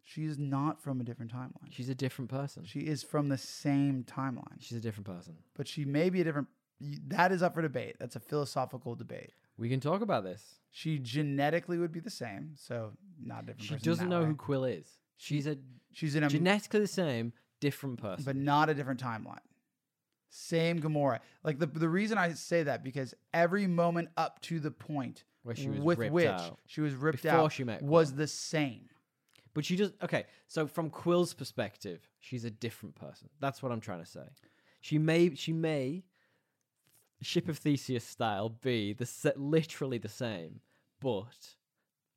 S2: She is not from a different timeline.
S1: She's a different person.
S2: She is from the same timeline,
S1: She's a different person.
S2: but she may be a different. y- That is up for debate. That's a philosophical debate.
S1: We can talk about this.
S2: She genetically would be the same, so not a different.
S1: She
S2: person
S1: doesn't
S2: that
S1: know
S2: way. um,
S1: who Quill is. She's a
S2: she's in a
S1: genetically the same, different person.
S2: but not a different timeline. Same Gamora. Like the the reason I say that because every moment up to the point
S1: where she was
S2: with
S1: ripped
S2: which
S1: out
S2: she was ripped
S1: before
S2: out
S1: she met. Quill.
S2: was the same.
S1: But she does. Okay, so from Quill's perspective, she's a different person. That's what I'm trying to say. She may, she may, ship of Theseus style, be the se- literally the same, but,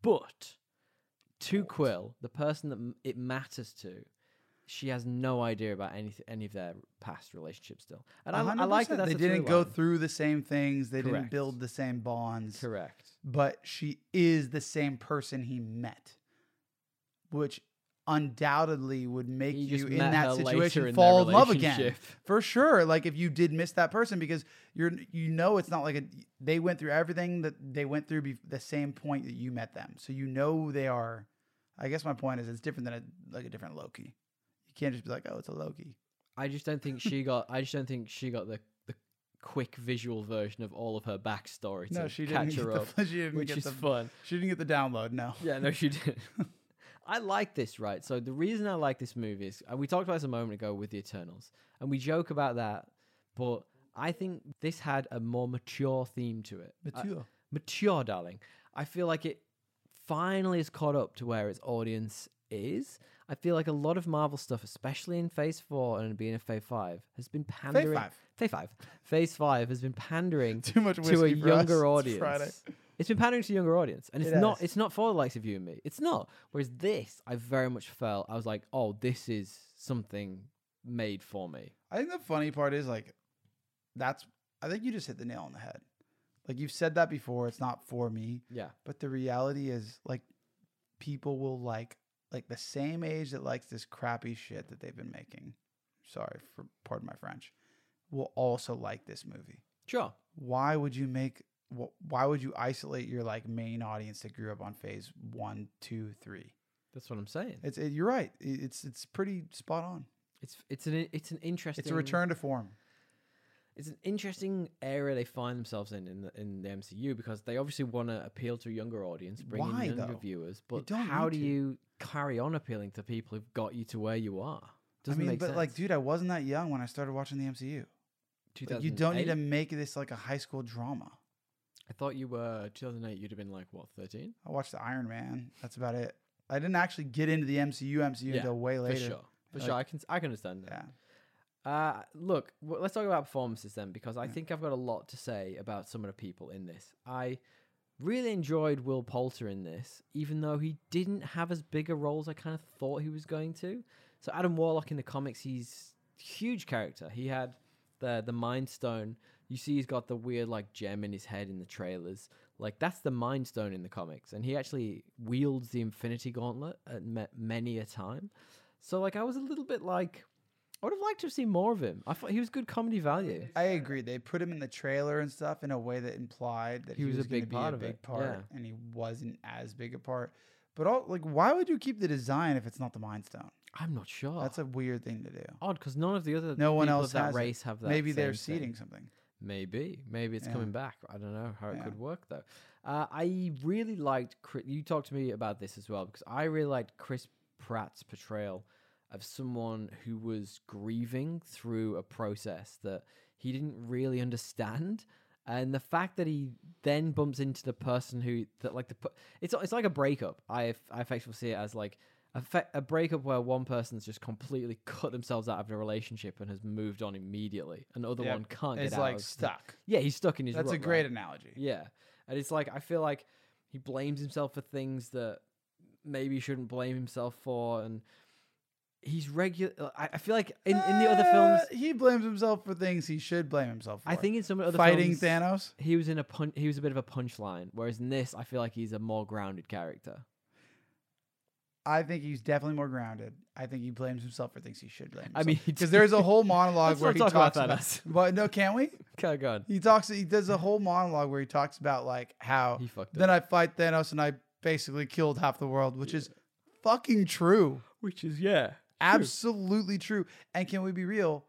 S1: but, to
S2: But.
S1: Quill, the person that m- it matters to. She has no idea about any any of their past relationships still, and I, I like that.
S2: 100%.
S1: That's
S2: they
S1: a
S2: didn't
S1: through
S2: go
S1: line.
S2: through the same things. They
S1: Correct.
S2: didn't build the same bonds.
S1: Correct.
S2: But she is the same person he met. which undoubtedly would make
S1: He
S2: you
S1: just
S2: in
S1: met
S2: that
S1: her later
S2: situation
S1: in their
S2: fall in love again
S1: relationship.
S2: for sure like if you did miss that person because you're you know it's not like a, they went through everything that they went through be- the same point that you met them so you know they are i guess my point is it's different than a like a different loki you can't just be like oh it's a loki
S1: I just don't think she got. I just don't think she got the the quick visual version of all of her backstory to
S2: no she didn't
S1: catch
S2: get
S1: her
S2: the,
S1: up,
S2: she didn't
S1: which
S2: get
S1: is
S2: the
S1: fun.
S2: she didn't get the download no
S1: Yeah, no, she did. I like this, right? So the reason I like this movie is and we talked about this a moment ago with the Eternals, and we joke about that, but I think this had a more mature theme to it. I-
S2: Mature.
S1: mature, darling. I feel like it finally is caught up to where its audience is. I feel like a lot of Marvel stuff, especially in Phase Four and being in Phase Five, has been pandering.
S2: five.
S1: Phase Five. Phase Five has been pandering
S2: too much
S1: to a
S2: whiskey for us.
S1: younger
S2: It's
S1: audience.
S2: Friday.
S1: It's been pandering to a younger audience, and it's
S2: It
S1: not.
S2: has.
S1: It's not for the likes of you and me. It's not. Whereas this, I very much felt I was like, oh, this is something made for me.
S2: I think the funny part is like that's I think you just hit the nail on the head. Like you've said that before, it's not for me,
S1: Yeah,
S2: but the reality is like people will like like the same age that likes this crappy shit that they've been making. Sorry for pardon my French. Will also like this movie.
S1: sure.
S2: Why would you make wh- why would you isolate your like main audience that grew up on phase one, two, three?
S1: That's what I'm saying.
S2: It's it, you're right. It- It's it's pretty spot on.
S1: It's it's an it's an interesting.
S2: It's a return to form.
S1: it's an interesting area they find themselves in in the, in the MCU because they obviously want to appeal to a younger audience, bring
S2: Why,
S1: in younger
S2: though?
S1: viewers. But
S2: don't
S1: how
S2: need
S1: do
S2: to.
S1: you carry on appealing to people who've got you to where you are? Doesn't
S2: I mean,
S1: make
S2: but
S1: sense.
S2: like, dude, I wasn't that young when I started watching the MCU. Like, you don't need to make this like a high school drama.
S1: I thought you were 2008. You'd have been like what 13
S2: I watched the Iron Man. That's about it. I didn't actually get into the MCU MCU
S1: Yeah,
S2: until way
S1: for
S2: later.
S1: sure. For
S2: Like-
S1: sure, I can I can understand that.
S2: Yeah.
S1: Uh, look, w- let's talk about performances then, because I
S2: Yeah.
S1: think I've got a lot to say about some of the people in this. I really enjoyed Will Poulter in this, even though he didn't have as big a role as I kind of thought he was going to. So Adam Warlock in the comics, he's huge character. He had the the Mind Stone. You see, he's got the weird like gem in his head in the trailers. Like that's the Mind Stone in the comics, and he actually wields the Infinity Gauntlet at ma- many a time. So like I was a little bit like, I would have liked to have seen more of him. I thought he was good comedy value.
S2: I agree. They put him in the trailer and stuff in a way that implied that he, was, a big be
S1: part
S2: a
S1: of
S2: big
S1: it,
S2: part,
S1: yeah.
S2: and he wasn't as big a part. But all, like, why would you keep the design if it's not the Mind Stone?
S1: I'm not sure.
S2: That's a weird thing to do.
S1: odd because none of the other
S2: No one
S1: people
S2: else
S1: of that
S2: has it.
S1: race have that.
S2: Maybe they're
S1: same thing.
S2: seeding something.
S1: Maybe, maybe it's
S2: Yeah.
S1: coming back. I don't know how it
S2: Yeah.
S1: could work though. Uh, I really liked. Chri- You talked to me about this as well because I really liked Chris Pratt's portrayal of someone who was grieving through a process that he didn't really understand, and the fact that he then bumps into the person who that like the per- it's it's like a breakup. I I effectively see it as like. A, fe- a breakup where one person's just completely cut themselves out of the relationship and has moved on immediately, and the other
S2: Yeah,
S1: one can't
S2: It's
S1: get out.
S2: like
S1: of-
S2: stuck.
S1: yeah, he's stuck in his.
S2: That's a
S1: rut,
S2: great
S1: right?
S2: analogy.
S1: Yeah, and it's like I feel like he blames himself for things that maybe he shouldn't blame himself for, and he's regular. I, I feel like in, in the other films,
S2: Uh, he blames himself for things he should blame himself for.
S1: I think in some other
S2: fighting
S1: films,
S2: Thanos.
S1: he was in a pun- he was a bit of a punchline, whereas in this, I feel like he's a more grounded character.
S2: I think he's definitely more grounded. I think he blames himself for things he should blame.
S1: I mean, he
S2: because there's a whole monologue
S1: Let's not
S2: where he
S1: talk about
S2: talks
S1: that,
S2: about.
S1: us.
S2: But no, can't we?
S1: Okay, go on.
S2: He talks. He does a whole monologue where he talks about like how
S1: He fucked
S2: then I fight Thanos and I basically killed half the world, which is fucking true,
S1: Which is yeah,
S2: absolutely true. And can we be real?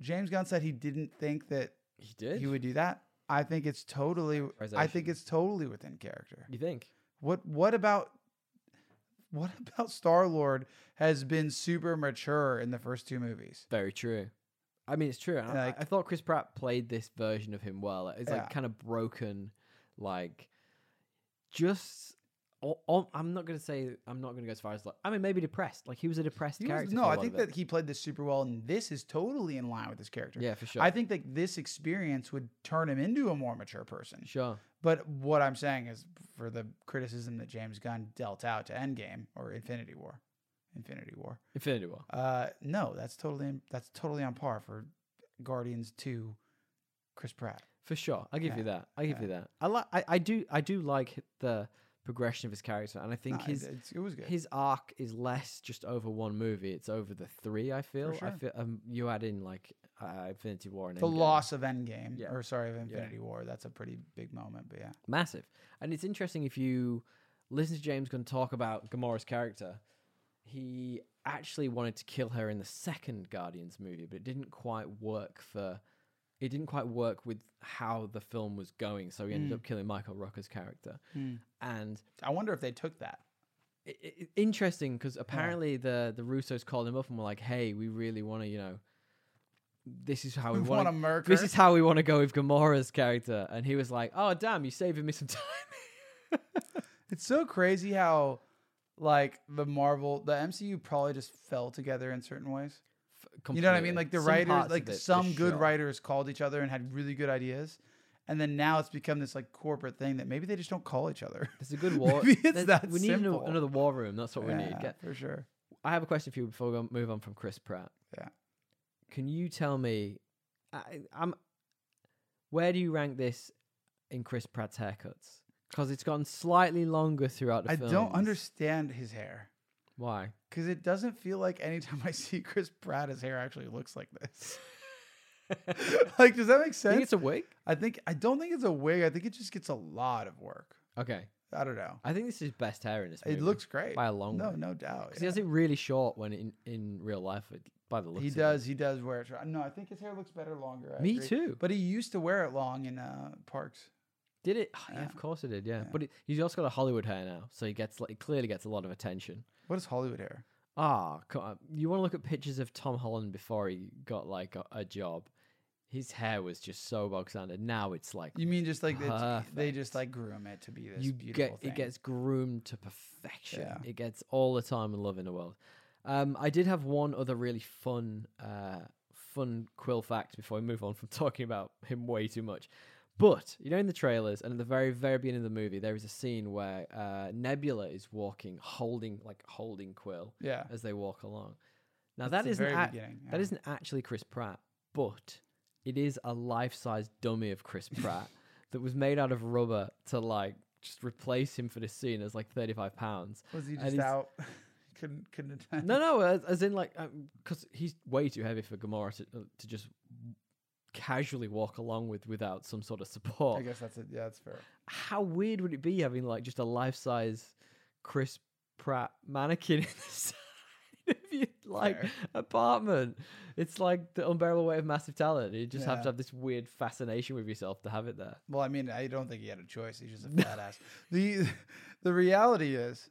S2: James Gunn said he didn't think that
S1: he did.
S2: he would do that. I think it's totally. I think
S1: Characterization.
S2: it's totally within character.
S1: You think?
S2: What what about what about Star Lord has been super mature in the first two movies?
S1: Very true. I mean, it's true. and I,
S2: Like-
S1: I thought Chris Pratt played this version of him well. It's
S2: Yeah.
S1: like kind of broken, like just. o- o- I'm not gonna say I'm not gonna go as far as like I mean maybe depressed. Like he was a depressed
S2: He was-
S1: character.
S2: no,
S1: for a
S2: I
S1: lot
S2: think
S1: of it.
S2: that he played this super well, and this is totally in line with his character.
S1: yeah, for sure.
S2: I think that this experience would turn him into a more mature person.
S1: sure.
S2: But what I'm saying is, for the criticism that James Gunn dealt out to Endgame or Infinity War, Infinity War,
S1: Infinity War.
S2: uh, no, that's totally in, that's totally on par for Guardians Two, Chris Pratt.
S1: For sure. I'll give
S2: Yeah,
S1: you that. I'll give
S2: yeah.
S1: you that. I like I, I do I do like the progression of his character, and I think
S2: Nah, it-
S1: his
S2: it's- it was good.
S1: his arc is less just over one movie; it's over the three. I feel. I
S2: sure.
S1: feel um, you add in like uh, Infinity War and
S2: the
S1: Endgame.
S2: loss of Endgame,
S1: Yeah.
S2: or sorry, of Infinity War. That's a pretty big moment, but yeah.
S1: massive. And it's interesting if you listen to James Gunn talk about Gamora's character, he actually wanted to kill her in the second Guardians movie, but it didn't quite work for it didn't quite work with how the film was going, so he ended up killing Michael Rocker's character. And
S2: I wonder if they took that.
S1: i i interesting because apparently the the Russos called him up and were like, "Hey, we really want to, you know, this is how Oh, we,
S2: We
S1: want
S2: want to murk
S1: This
S2: her.
S1: is how we want to go with Gamora's character." And he was like, "Oh, damn, you saving me some time."
S2: It's so crazy how like the Marvel, the MCU probably just fell together in certain ways. You know what I mean? Like the writers, like some good writers called each other and had really good ideas. And then now it's become this like corporate thing that maybe they just don't call each other.
S1: There's a good war.
S2: Maybe it's
S1: there's-
S2: that
S1: we need an-
S2: simple.
S1: another war room. That's what we need.
S2: Yeah,
S1: Get-
S2: for sure.
S1: I have a question for you before we go- move on from Chris Pratt.
S2: Yeah.
S1: Can you tell me, I, I'm, where do you rank this in Chris Pratt's haircuts? Because it's gone slightly longer throughout the
S2: I don't
S1: films.
S2: understand his hair
S1: why.
S2: because it doesn't feel like anytime I see Chris Pratt, his hair actually looks like this. like, does that make
S1: I think
S2: sense?
S1: it's a wig.
S2: I think I don't think it's a wig. I think it just gets a lot of work.
S1: Okay,
S2: I don't know.
S1: I think this is his best hair in this movie.
S2: It looks great.
S1: by a long
S2: no,
S1: way.
S2: no doubt.
S1: 'Cause he
S2: yeah.
S1: has it really short when in, in real life. It, by the looks,
S2: He
S1: of it.
S2: does. He does wear it. short. No, I think his hair looks better longer. I
S1: Me
S2: agree.
S1: too.
S2: But he used to wear it long in uh, parks.
S1: Did it? Oh, yeah,
S2: Yeah.
S1: of course it did. Yeah, but it, he's also got a Hollywood hair now, so he gets like, he clearly gets a lot of attention.
S2: What is Hollywood hair?
S1: Ah, come on. you want to look at pictures of Tom Holland before he got like a, a job? His hair was just so bog standard. Now it's like
S2: You mean just like it's, they just like groom it to be this
S1: you
S2: beautiful
S1: get
S2: thing?
S1: it gets groomed to perfection.
S2: Yeah.
S1: It gets all the time and love in the world. Um, I did have one other really fun, uh, fun quill fact before we move on from talking about him way too much. But you know, in the trailers and at the very, very beginning of the movie, there is a scene where uh, Nebula is walking, holding like holding Quill
S2: yeah.
S1: as they walk along. Now
S2: That's
S1: that
S2: the
S1: isn't
S2: very
S1: ac-
S2: beginning,
S1: that
S2: yeah.
S1: isn't actually Chris Pratt, but it is a life-size dummy of Chris Pratt that was made out of rubber to like just replace him for this scene as like 35 pounds.
S2: Was he
S1: and
S2: just
S1: he's-
S2: out? couldn't couldn't attend.
S1: No, no, as, as in like because he's way too heavy for Gamora to, uh, to just casually walk along with without some sort of
S2: I
S1: support.
S2: guess that's it. Yeah, that's fair.
S1: How weird would it be having like just a life-size Chris Pratt mannequin in the side of your like
S2: Fair.
S1: apartment? It's like the unbearable weight of massive talent. You just have
S2: Yeah.
S1: to have this weird fascination with yourself to have it there.
S2: Well, I mean, I don't think he had a choice. He's just a fat ass. The the reality is,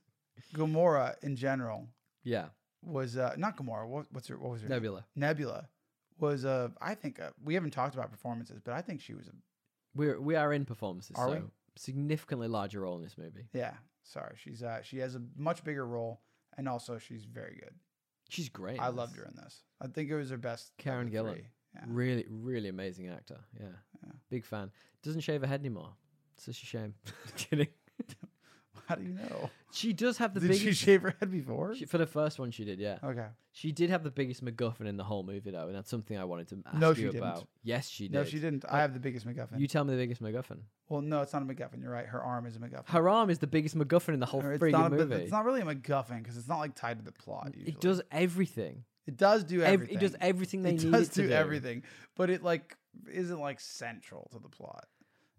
S2: Gamora in general
S1: Yeah,
S2: was uh, not Gamora. What, what's her? What was her? name?
S1: Nebula.
S2: Nebula was uh, I think uh, we haven't talked about performances, but I think she was a
S1: We're we are in performances,
S2: Are
S1: so
S2: we?
S1: significantly larger role in this movie.
S2: yeah. Sorry, she's uh, she has a much bigger role, and also she's very good.
S1: She's great.
S2: I
S1: in
S2: loved
S1: this.
S2: her in this. I think it was her best. of
S1: Karen
S2: the
S1: Gillan.
S2: three. Yeah.
S1: Really, really amazing actor. Yeah.
S2: Yeah.
S1: big fan. Doesn't shave her head anymore. It's such a shame. Kidding.
S2: How do you know?
S1: She does have the
S2: Did
S1: biggest.
S2: she shave her head before?
S1: she- for the first one, she did. Yeah.
S2: okay.
S1: She did have the biggest MacGuffin in the whole movie, though, and that's something I wanted to ask
S2: No,
S1: you
S2: she didn't.
S1: about. Yes, she did.
S2: No, she didn't. I have the biggest MacGuffin.
S1: You tell me the biggest MacGuffin.
S2: well, no, it's not a MacGuffin. You're right. Her arm is a MacGuffin.
S1: Her arm is the biggest MacGuffin in the whole
S2: Or it's,
S1: freaking
S2: not a, bit-
S1: movie.
S2: it's not really a MacGuffin because it's not like tied to the plot. Usually.
S1: it does everything.
S2: It does do
S1: Ev-
S2: everything.
S1: it does everything they
S2: It
S1: need
S2: does
S1: it to
S2: do, everything, but it like isn't like central to the plot.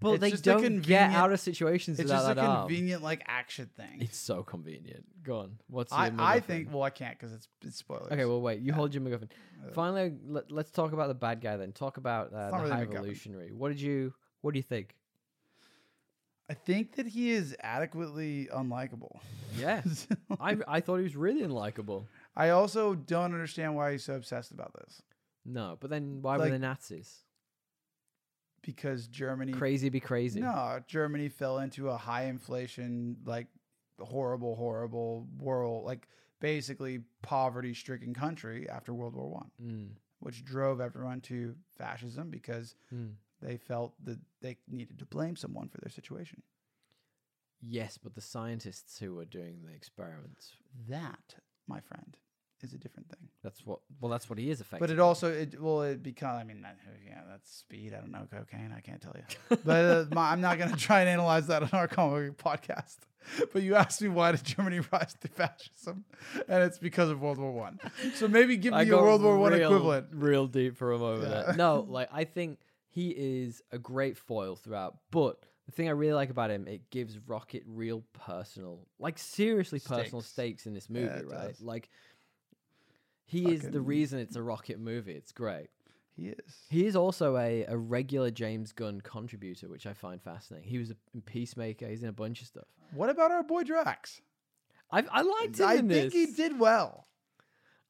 S1: But
S2: It's
S1: they
S2: just a
S1: don't get
S2: convenient-
S1: out of situations
S2: It's
S1: without
S2: just a
S1: that arm.
S2: convenient like action thing.
S1: It's so convenient. Go on. What's your
S2: I, I
S1: MacGuffin?
S2: think. Well, I can't because it's it's spoilers.
S1: Okay, well, wait. You hold your MacGuffin. Finally, let, let's talk about the bad guy then. Talk about uh,
S2: not
S1: the
S2: really
S1: High
S2: MacGuffin.
S1: Revolutionary. What did you What do you think?
S2: I think that he is adequately unlikable.
S1: Yes, I I thought he was really unlikable.
S2: I also don't understand why he's so obsessed about this
S1: No, but then why were
S2: Like-
S1: the Nazis
S2: because Germany.
S1: crazy? Be crazy.
S2: No, Germany fell into a high inflation, like horrible, horrible world, like basically poverty-stricken country after World War One,
S1: Mm,
S2: which drove everyone to fascism because
S1: mm.
S2: they felt that they needed to blame someone for their situation.
S1: Yes, but the scientists who were doing the experiments.
S2: That, my friend, is a different thing.
S1: That's what. Well, that's what he is affecting.
S2: But it also it well it become I mean that, yeah that's speed. I don't know cocaine. I can't tell you. But uh, my, I'm not gonna try and analyze that on our comic book podcast. But you asked me why did Germany rise to fascism, and it's because of World War One. So maybe give me a
S1: got
S2: World War One
S1: real-
S2: equivalent.
S1: Real deep for a moment.
S2: Yeah.
S1: there. No, like I think he is a great foil throughout, but the thing I really like about him, it gives Rocket real personal, like seriously personal
S2: Stakes.
S1: stakes in this movie,
S2: it
S1: right?
S2: does.
S1: Like he is the
S2: Fucking-
S1: reason it's a Rocket movie. It's great.
S2: He is.
S1: He is also a, a regular James Gunn contributor, which I find fascinating. He was a, in Peacemaker. He's in a bunch of stuff.
S2: What about our boy Drax?
S1: I I liked him
S2: I
S1: in this.
S2: think he did well.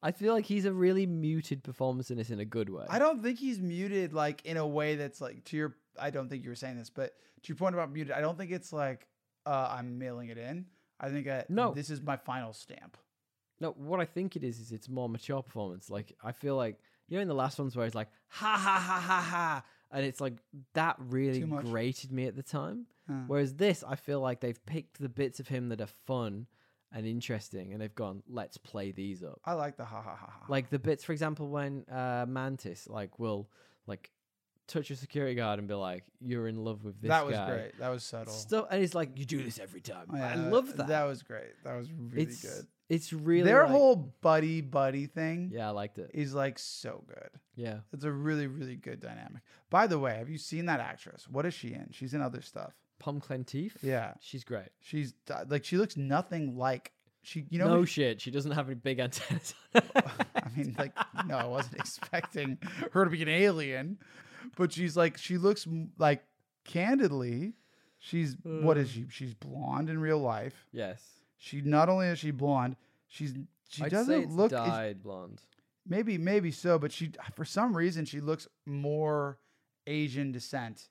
S1: I feel like he's a really muted performance in this in a good way.
S2: I don't think he's muted like in a way that's like to your. I don't think you were saying this, but to your point about muted, I don't think it's like uh, I'm mailing it in. I think I,
S1: No.
S2: this is my final stamp.
S1: No, what I think it is is it's more mature performance. Like I feel like you know in the last ones where it's like ha ha ha ha ha, and it's like that really
S2: Too much.
S1: grated me at the time.
S2: Uh.
S1: Whereas this, I feel like they've picked the bits of him that are fun and interesting, and they've gone, let's play these up.
S2: I like the ha ha ha ha.
S1: Like the bits, for example, when uh, Mantis like will like touch a security guard and be like, "You're in love with this
S2: that was
S1: guy."
S2: great. That was subtle. Oh,
S1: Stuff, and it's like you do this every time. I
S2: Yeah,
S1: love that.
S2: That was great. That was really
S1: it's
S2: good.
S1: it's really
S2: Their
S1: like-
S2: whole buddy buddy thing
S1: yeah, I liked it.
S2: is like so good.
S1: Yeah.
S2: It's a really really good dynamic. By the way, have you seen that actress? What is she in? She's in other stuff.
S1: Pom Clenteef.
S2: Yeah.
S1: She's great.
S2: She's d- like she looks nothing like she. You know,
S1: no
S2: when-
S1: shit. She doesn't have any big antennas. on her.
S2: I mean, like, no, I wasn't expecting her to be an alien, but she's like, she looks m- like, candidly, she's what is she? She's blonde in real life.
S1: yes.
S2: She not only is she blonde, she's she
S1: I'd say
S2: doesn't
S1: it's
S2: look it's-
S1: dyed blonde.
S2: maybe maybe so, but she for some reason she looks more Asian descent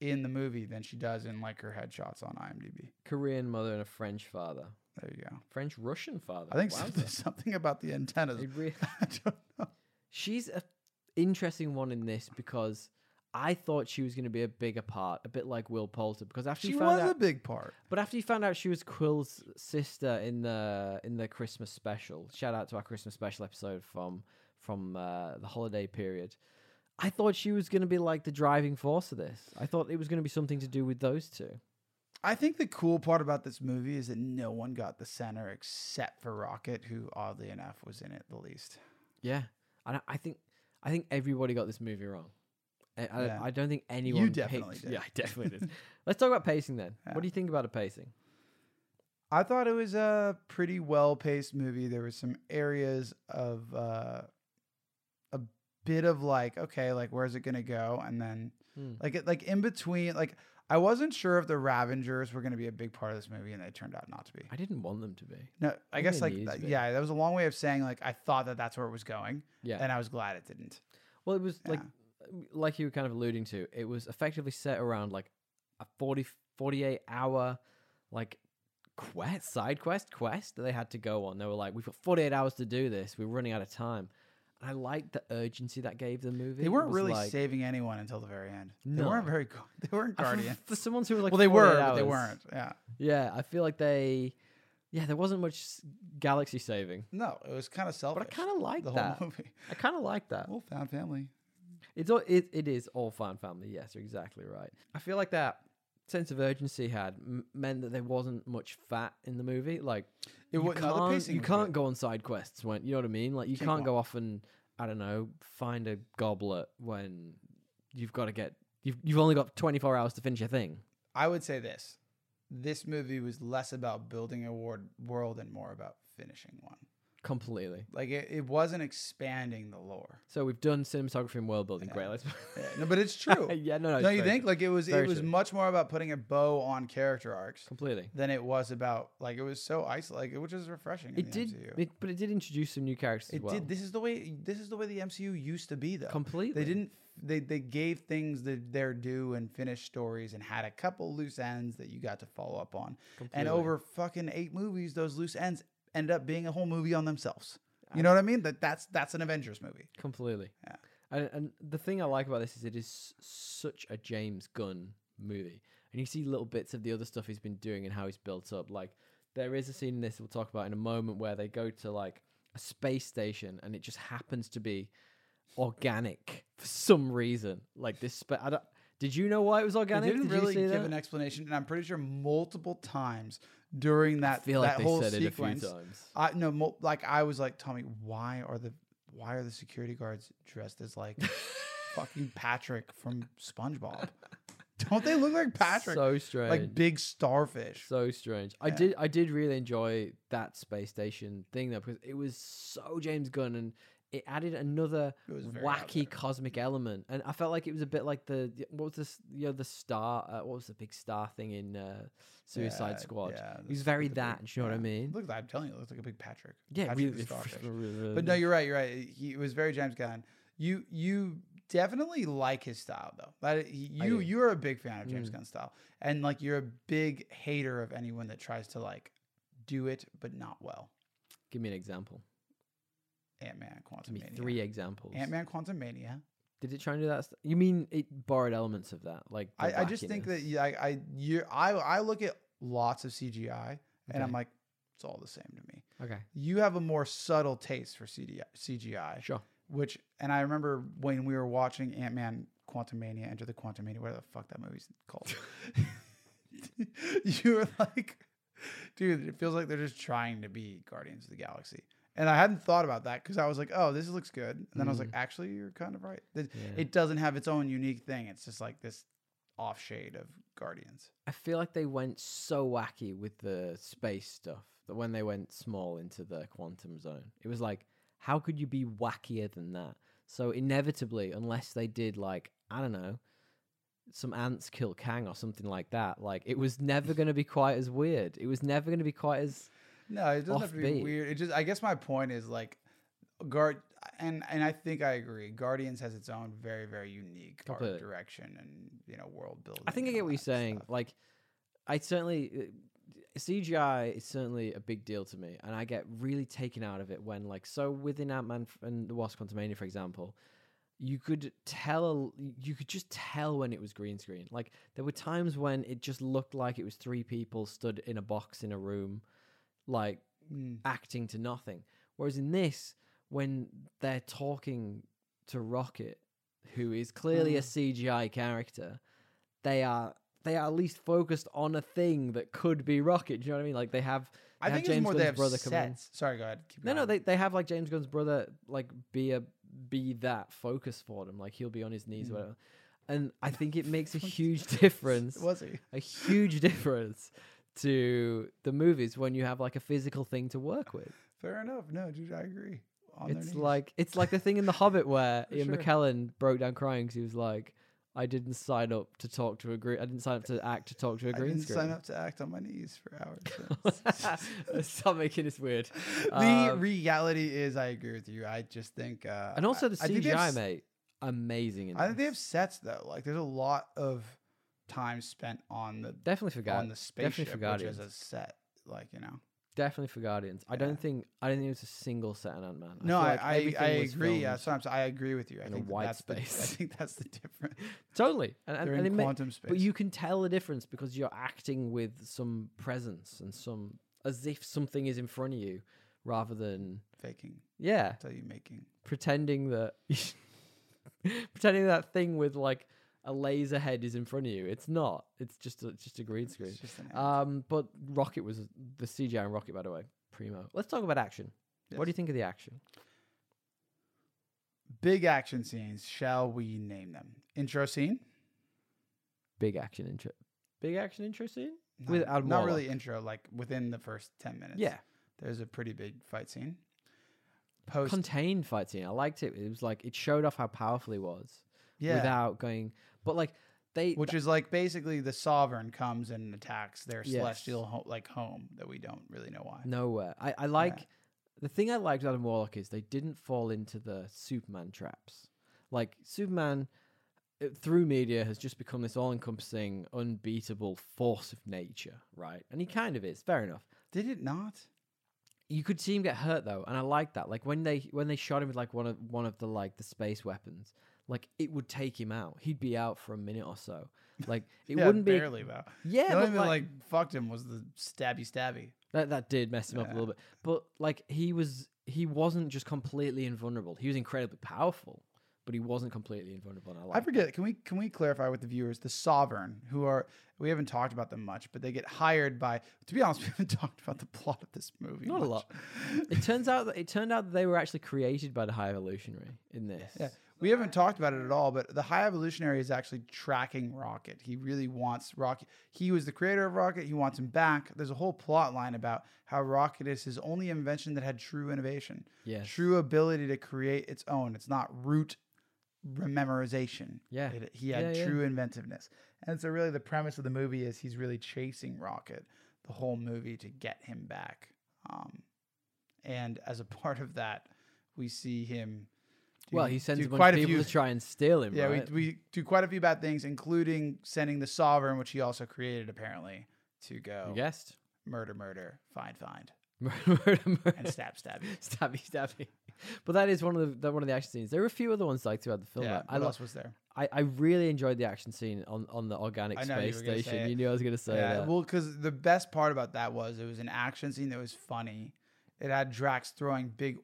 S2: in the movie than she does in like her headshots on IMDb.
S1: Korean mother and a French father.
S2: There you go.
S1: French Russian father.
S2: I think
S1: Wowza.
S2: something, something about the antennas.
S1: It re-
S2: I don't know.
S1: She's a interesting one in this because I thought she was going to be a bigger part, a bit like Will Poulter. Because after
S2: She
S1: you found
S2: was
S1: out,
S2: a big part.
S1: but after you found out she was Quill's sister in the in the Christmas special, shout out to our Christmas special episode from from uh, the holiday period. I thought she was going to be like the driving force of this. I thought it was going to be something to do with those two.
S2: I think the cool part about this movie is that no one got the center except for Rocket, who oddly enough was in it the least.
S1: Yeah, and I, I think I think everybody got this movie wrong. I, I,
S2: Yeah.
S1: I don't think anyone.
S2: definitely
S1: picked-
S2: did.
S1: Yeah, I definitely did. Let's talk about pacing then.
S2: Yeah.
S1: What do you think about a pacing?
S2: I thought it was a pretty well paced movie. There were some areas of uh, a bit of like, okay, like where's it gonna go, and then
S1: Hmm.
S2: like it like in between, like I wasn't sure if the Ravengers were gonna be a big part of this movie, and they turned out not to be.
S1: I didn't want them to be.
S2: No, I
S1: think
S2: guess
S1: they
S2: like
S1: needed to
S2: that-
S1: be.
S2: yeah, that was a long way of saying like I thought that that's where it was going,
S1: Yeah.
S2: and I was glad it didn't.
S1: well, it was like
S2: yeah.
S1: like you were kind of alluding to. It was effectively set around like a 40, 48 hour like quest side quest quest that they had to go on. They were like, we've got forty eight hours to do this. We're running out of time. And I liked the urgency that gave the movie.
S2: They
S1: It
S2: weren't
S1: was
S2: really
S1: like-
S2: saving anyone until the very end. They
S1: No.
S2: weren't very. gu- They weren't Guardian.
S1: For someone who was like,
S2: well, they
S1: 48
S2: were, but they
S1: hours.
S2: weren't. Yeah.
S1: Yeah, I feel like they. Yeah, there wasn't much s- galaxy saving,
S2: No, it was kind of selfish.
S1: but I kind of like
S2: the whole
S1: that.
S2: movie.
S1: I kind of like that.
S2: Well, found family.
S1: It's all it, it is all fan family. Yes, you're exactly right. I feel like that sense of urgency had m- meant that there wasn't much fat in the movie. Like
S2: It
S1: you
S2: wa- no, the
S1: can't,
S2: pacing
S1: you
S2: was
S1: can't
S2: good.
S1: go on side quests when you know what I mean. Like you
S2: Can't
S1: can't,
S2: go
S1: go off and I don't know find a goblet when you've got to get you've you've only got 24 hours to finish a thing.
S2: I would say this: this movie was less about building a ward world and more about finishing one.
S1: Completely.
S2: Like it, it wasn't expanding the lore.
S1: So we've done cinematography and world building. Great. Let's
S2: Yeah, No, but it's true.
S1: yeah, no, no.
S2: no,
S1: it's
S2: you
S1: very
S2: think
S1: true.
S2: like it was?
S1: Very
S2: It was
S1: true.
S2: much more about putting a bow on character arcs
S1: completely?
S2: than it was about like it was so isolated, which is refreshing. in
S1: It
S2: the
S1: did,
S2: MCU.
S1: it, but it did introduce some new characters. as
S2: It
S1: well.
S2: did. This is the way. This is the way the MCU used to be, though.
S1: completely.
S2: They didn't. They they gave things the, their due and finished stories and had a couple loose ends that you got to follow up on. And
S1: Completely.
S2: over fucking eight movies, those loose ends ended up being a whole movie on themselves. You know what I mean? That that's that's an Avengers movie.
S1: completely.
S2: Yeah.
S1: And, and the thing I like about this is it is such a James Gunn movie, and you see little bits of the other stuff he's been doing and how he's built up. Like there is a scene in this we'll talk about in a moment where they go to like a space station, and it just happens to be organic for some reason. Like this, spa- I don't, did you know why it was
S2: They
S1: organic?
S2: didn't
S1: did
S2: really
S1: you see
S2: give
S1: that?
S2: an explanation, and I'm pretty sure multiple times during that
S1: I feel
S2: that
S1: like they
S2: whole
S1: said
S2: sequence,
S1: it a few times.
S2: I no, mo- like I was like, Tommy, why are the why are the security guards dressed as like fucking Patrick from SpongeBob? Don't they look like Patrick?
S1: so strange.
S2: like big starfish.
S1: So strange. I
S2: Yeah.
S1: did. I did really enjoy that space station thing though, because it was so James Gunn, and it added another
S2: It was very out
S1: wacky
S2: there.
S1: cosmic element. And I felt like it was a bit like the the- what was this? You know, the star. Uh, what was the big star thing in uh, Suicide
S2: Yeah,
S1: Squad?
S2: yeah,
S1: It was
S2: this-
S1: very
S2: look at the-
S1: that. Do you know what I
S2: yeah.
S1: mean?
S2: Look, I'm telling you, it looks like a big Patrick.
S1: yeah,
S2: Patrick
S1: really,
S2: the starfish.
S1: really-
S2: But no, you're right. You're right. He it was very James Gunn. You you definitely like his style though. That he,
S1: I
S2: you
S1: do. Mm.
S2: you're a big fan of James Gunn's style, and like you're a big hater of anyone that tries to like do it but not well.
S1: give me an example.
S2: Ant Man Quantum
S1: Give me
S2: Mania.
S1: three examples.
S2: Ant Man Quantum Mania.
S1: Did it try and do that? St- you mean it borrowed elements of that? Like the
S2: I, I just think that
S1: wackiness?
S2: yeah, I I you I I look at lots of CGI and I'm
S1: Okay.
S2: like it's all the same to me.
S1: okay,
S2: You have a more subtle taste for CGI, CGI
S1: sure.
S2: which and I remember when we were watching Ant Man Quantumania Enter the Quantumania, whatever the fuck that movie's called. you were like, dude, it feels like they're just trying to be Guardians of the Galaxy. And I hadn't thought about that because I was like, oh, this looks good. And then I was
S1: Mm.
S2: like, actually, you're kind of right. Th-
S1: Yeah.
S2: It doesn't have its own unique thing. It's just like this off shade of Guardians.
S1: I feel like they went so wacky with the space stuff that when they went small into the quantum zone, it was like, how could you be wackier than that? So inevitably, unless they did like, I don't know, some ants kill Kang or something like that, like it was never going to be quite as weird. It was never going to be quite as
S2: No, it doesn't have to be
S1: Offbeat.
S2: weird. It just I guess my point is like guard and and I think I agree. Guardians has its own very very unique art
S1: Completely.
S2: direction and you know world building.
S1: I think I
S2: and
S1: get
S2: all
S1: what you're
S2: that
S1: saying.
S2: stuff.
S1: Like, I certainly uh, CGI is certainly a big deal to me, and I get really taken out of it when, like, so within Ant Man and the Wasp: Quantumania, for example, you could tell, you could just tell when it was green screen. Like, there were times when it just looked like it was three people stood in a box in a room, like
S2: Mm.
S1: acting to nothing. Whereas in this, when they're talking to Rocket, who is clearly a
S2: Mm.
S1: CGI character, they are they are at least focused on a thing that could be Rocket. Do you know what I mean? Like they have. they
S2: I
S1: have
S2: think
S1: James
S2: it's more
S1: Gunn's
S2: they have
S1: brother come in.
S2: sets. Sorry, go ahead. Keep
S1: No, no,
S2: going.
S1: they, they have like James Gunn's brother like be a be that focus for them. Like he'll be on his knees,
S2: Mm.
S1: or whatever. And I think it makes a huge difference
S2: was he?
S1: a huge difference to the movies when you have like a physical thing to work with.
S2: Fair enough. No, dude, I agree. On their
S1: it's
S2: knees.
S1: like it's like the thing in The Hobbit where
S2: For
S1: Ian
S2: sure.
S1: McKellen broke down crying because he was like, "I didn't sign up to talk to a green. I didn't sign up to act to talk to a
S2: I
S1: green
S2: didn't
S1: screen."
S2: sign up to act on my knees for hours.
S1: Stop making this weird.
S2: the
S1: Um,
S2: reality is, I agree with you. I just think, uh,
S1: and also the
S2: I- I think they have
S1: CGI,
S2: s-
S1: mate, amazing. In
S2: I think they have
S1: this.
S2: sets though. Like there's a lot of time spent on the
S1: definitely for
S2: on
S1: Guardians.
S2: the spaceship, which
S1: Guardians.
S2: is a set. Like you know,
S1: Definitely for Guardians. I
S2: Yeah.
S1: don't think I don't think it was a single set in Ant Man.
S2: no, I
S1: like
S2: I,
S1: everything
S2: I
S1: was
S2: agree. Yeah,
S1: filmed
S2: sometimes I agree with you. I
S1: in a
S2: think that
S1: wide
S2: that's The, I
S1: space.
S2: think that's the difference.
S1: Totally, and, and,
S2: They're
S1: and it
S2: in
S1: ma-
S2: quantum space.
S1: But you can tell the difference because you're acting with some presence and some as if something is in front of you rather than
S2: faking
S1: yeah,
S2: until you making.
S1: pretending that pretending that thing with like a laser head is in front of you. It's not. It's just a, it's just a green screen.
S2: It's just an
S1: Um but Rocket was the CGI and Rocket by the way. Primo. Let's talk about action. What do you think of the action?
S2: big action scenes. Shall we name them? Intro scene.
S1: Big action intro. Big action intro scene?
S2: Not,
S1: With Adam
S2: not really intro. Like within the first ten minutes.
S1: Yeah.
S2: there's a pretty big fight scene. Post.
S1: Contained fight scene. I liked it. It was like it showed off how powerful he was.
S2: yeah.
S1: without going. But like they,
S2: which is like basically the sovereign comes and attacks their
S1: Yes.
S2: celestial ho- like home that we don't really know why.
S1: nowhere. I, I like the thing I liked about Adam Warlock is they didn't fall into the Superman traps. Like Superman, uh, through media, has just become this all-encompassing, unbeatable force of nature, right? And he kind of is. Fair enough.
S2: Did it not?
S1: You could see him get hurt though, and I like that. Like when they when they shot him with like one of one of the like the space weapons, like it would take him out. He'd be out for a minute or so. Like it
S2: Yeah,
S1: wouldn't be.
S2: barely though.
S1: Yeah,
S2: the only
S1: but,
S2: thing that
S1: like-
S2: like fucked him was the stabby stabby.
S1: That that did mess him up a little bit. But like he was he wasn't just completely invulnerable. He was incredibly powerful, but he wasn't completely invulnerable. And I
S2: I
S1: like
S2: forget. Can we can we clarify with the viewers the sovereign who are we haven't talked about them much, but they get hired by. To be honest, we haven't talked about the plot of this movie.
S1: Not a
S2: much.
S1: lot. it turns out that it turned out that they were actually created by the High Evolutionary in this.
S2: Yeah. We haven't talked about it at all, but the High Evolutionary is actually tracking Rocket. He really wants Rocket. He was the creator of Rocket. He wants him back. There's a whole plot line about how Rocket is his only invention that had true innovation,
S1: Yes.
S2: true ability to create its own. It's not root memorization.
S1: Yeah.
S2: It- he had
S1: Yeah, yeah.
S2: true inventiveness. And so, really, the premise of the movie is he's really chasing Rocket the whole movie to get him back. Um, and as a part of that, we see him. do-
S1: well, he sends
S2: do
S1: a bunch
S2: quite
S1: of
S2: a
S1: people
S2: few-
S1: to try and steal him.
S2: yeah,
S1: right?
S2: we, we do quite a few bad things, including sending the Sovereign, which he also created apparently, to go
S1: you guessed.
S2: murder, murder, find, find,
S1: Murder, murder,
S2: and stab, stab. you.
S1: stabby, stabby. But that is one of the that one of the action scenes. There were a few other ones like throughout the film.
S2: yeah,
S1: that I,
S2: what
S1: lo-
S2: else was there?
S1: I I really enjoyed the action scene on, on the organic
S2: I know you
S1: space
S2: were gonna say
S1: station.
S2: it.
S1: You knew I was gonna say
S2: yeah,
S1: that.
S2: well, because the best part about that was it was an action scene that was funny. It had Drax throwing big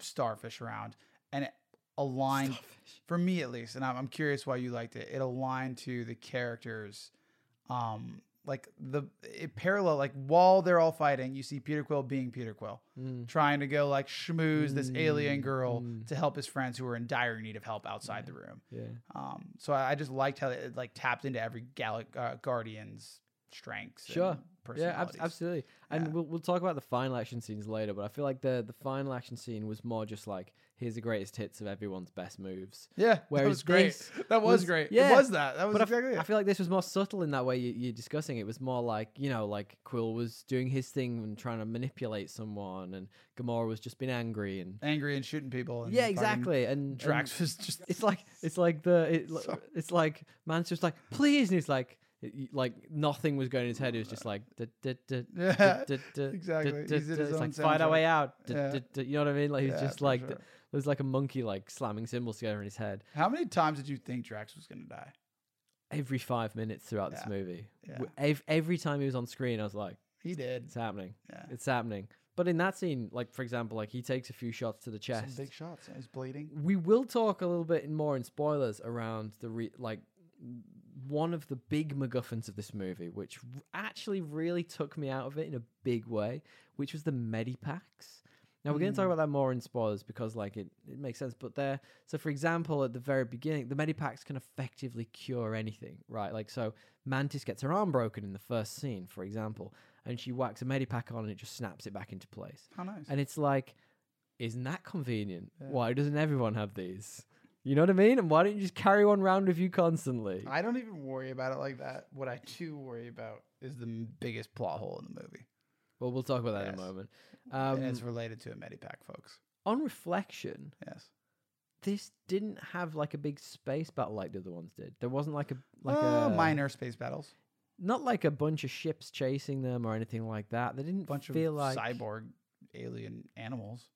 S2: starfish around, and it aligned
S1: Starfish.
S2: for me at least, and I'm, I'm curious why you liked it. It aligned to the characters, um, like the it parallel like while they're all fighting, you see Peter Quill being Peter Quill,
S1: Mm.
S2: trying to go like schmooze this alien
S1: Mm,
S2: girl
S1: mm.
S2: to help his friends who are in dire need of help outside the room.
S1: Yeah.
S2: Um, so I, I just liked how it like tapped into every Gal- uh, Guardian's strengths.
S1: Sure.
S2: and
S1: Yeah, ab-
S2: personalities.
S1: absolutely. And
S2: Yeah.
S1: we'll, we'll talk about the final action scenes later, but I feel like the, the final action scene was more just like, here's the greatest hits of everyone's best moves.
S2: Yeah, that
S1: Whereas
S2: was great.
S1: this
S2: That was,
S1: was-
S2: great.
S1: yeah.
S2: It was that. That was
S1: But I f-
S2: exactly
S1: I
S2: it.
S1: feel like this was more subtle in that way you, you're discussing. It was more like, you know, like Quill was doing his thing and trying to manipulate someone, and Gamora was just being angry. and
S2: Angry and shooting people. And
S1: Yeah,
S2: fucking
S1: exactly. And, and
S2: Drax was just
S1: it's like it's like the it, l-
S2: Sorry.
S1: it's like man's just like please and it's like it- y- like nothing was going in his head it was just like duh, duh, duh, duh,
S2: Yeah,
S1: duh, duh,
S2: exactly.
S1: duh,
S2: He
S1: duh,
S2: did
S1: duh.
S2: his
S1: it's
S2: own
S1: like find our way out duh,
S2: Yeah.
S1: duh, duh. you know what i mean like he's
S2: Yeah,
S1: just
S2: for
S1: like
S2: sure.
S1: there's like a monkey like slamming cymbals together in his head
S2: How many times did you think Drax was going to die?
S1: every five minutes throughout this
S2: Yeah.
S1: movie
S2: Yeah.
S1: W- ev- every time he was on screen i was like
S2: He did.
S1: it's happening
S2: Yeah.
S1: it's happening but in that scene like for example like he takes a few shots to the
S2: Some
S1: chest
S2: big shots. He's bleeding.
S1: we will talk a little bit in more in spoilers around the re- like one of the big MacGuffins of this movie, which r- actually really took me out of it in a big way, which was the medipacks. Now we're going to talk about that more in spoilers because like it, it makes sense. But there, so for example, at the very beginning, the medipacks can effectively cure anything, right? Like so, Mantis gets her arm broken in the first scene, for example, and she whacks a medipack on and it just snaps it back into place.
S2: How nice.
S1: And it's like, isn't that convenient?
S2: Yeah.
S1: Why doesn't everyone have these? You know what I mean? And why don't you just carry one round with you constantly?
S2: I don't even worry about it like that. What I do worry about is the m- biggest plot hole in the movie.
S1: Well, we'll talk about that in
S2: Yes.
S1: a moment.
S2: and
S1: Um,
S2: it's related to a Medipack, folks.
S1: on reflection,
S2: Yes.
S1: this didn't have like a big space battle like the other ones did. There wasn't like a like
S2: Like uh,
S1: a
S2: minor space battles.
S1: not like a bunch of ships chasing them or anything like that. They didn't
S2: Bunch of
S1: feel like
S2: cyborg alien animals.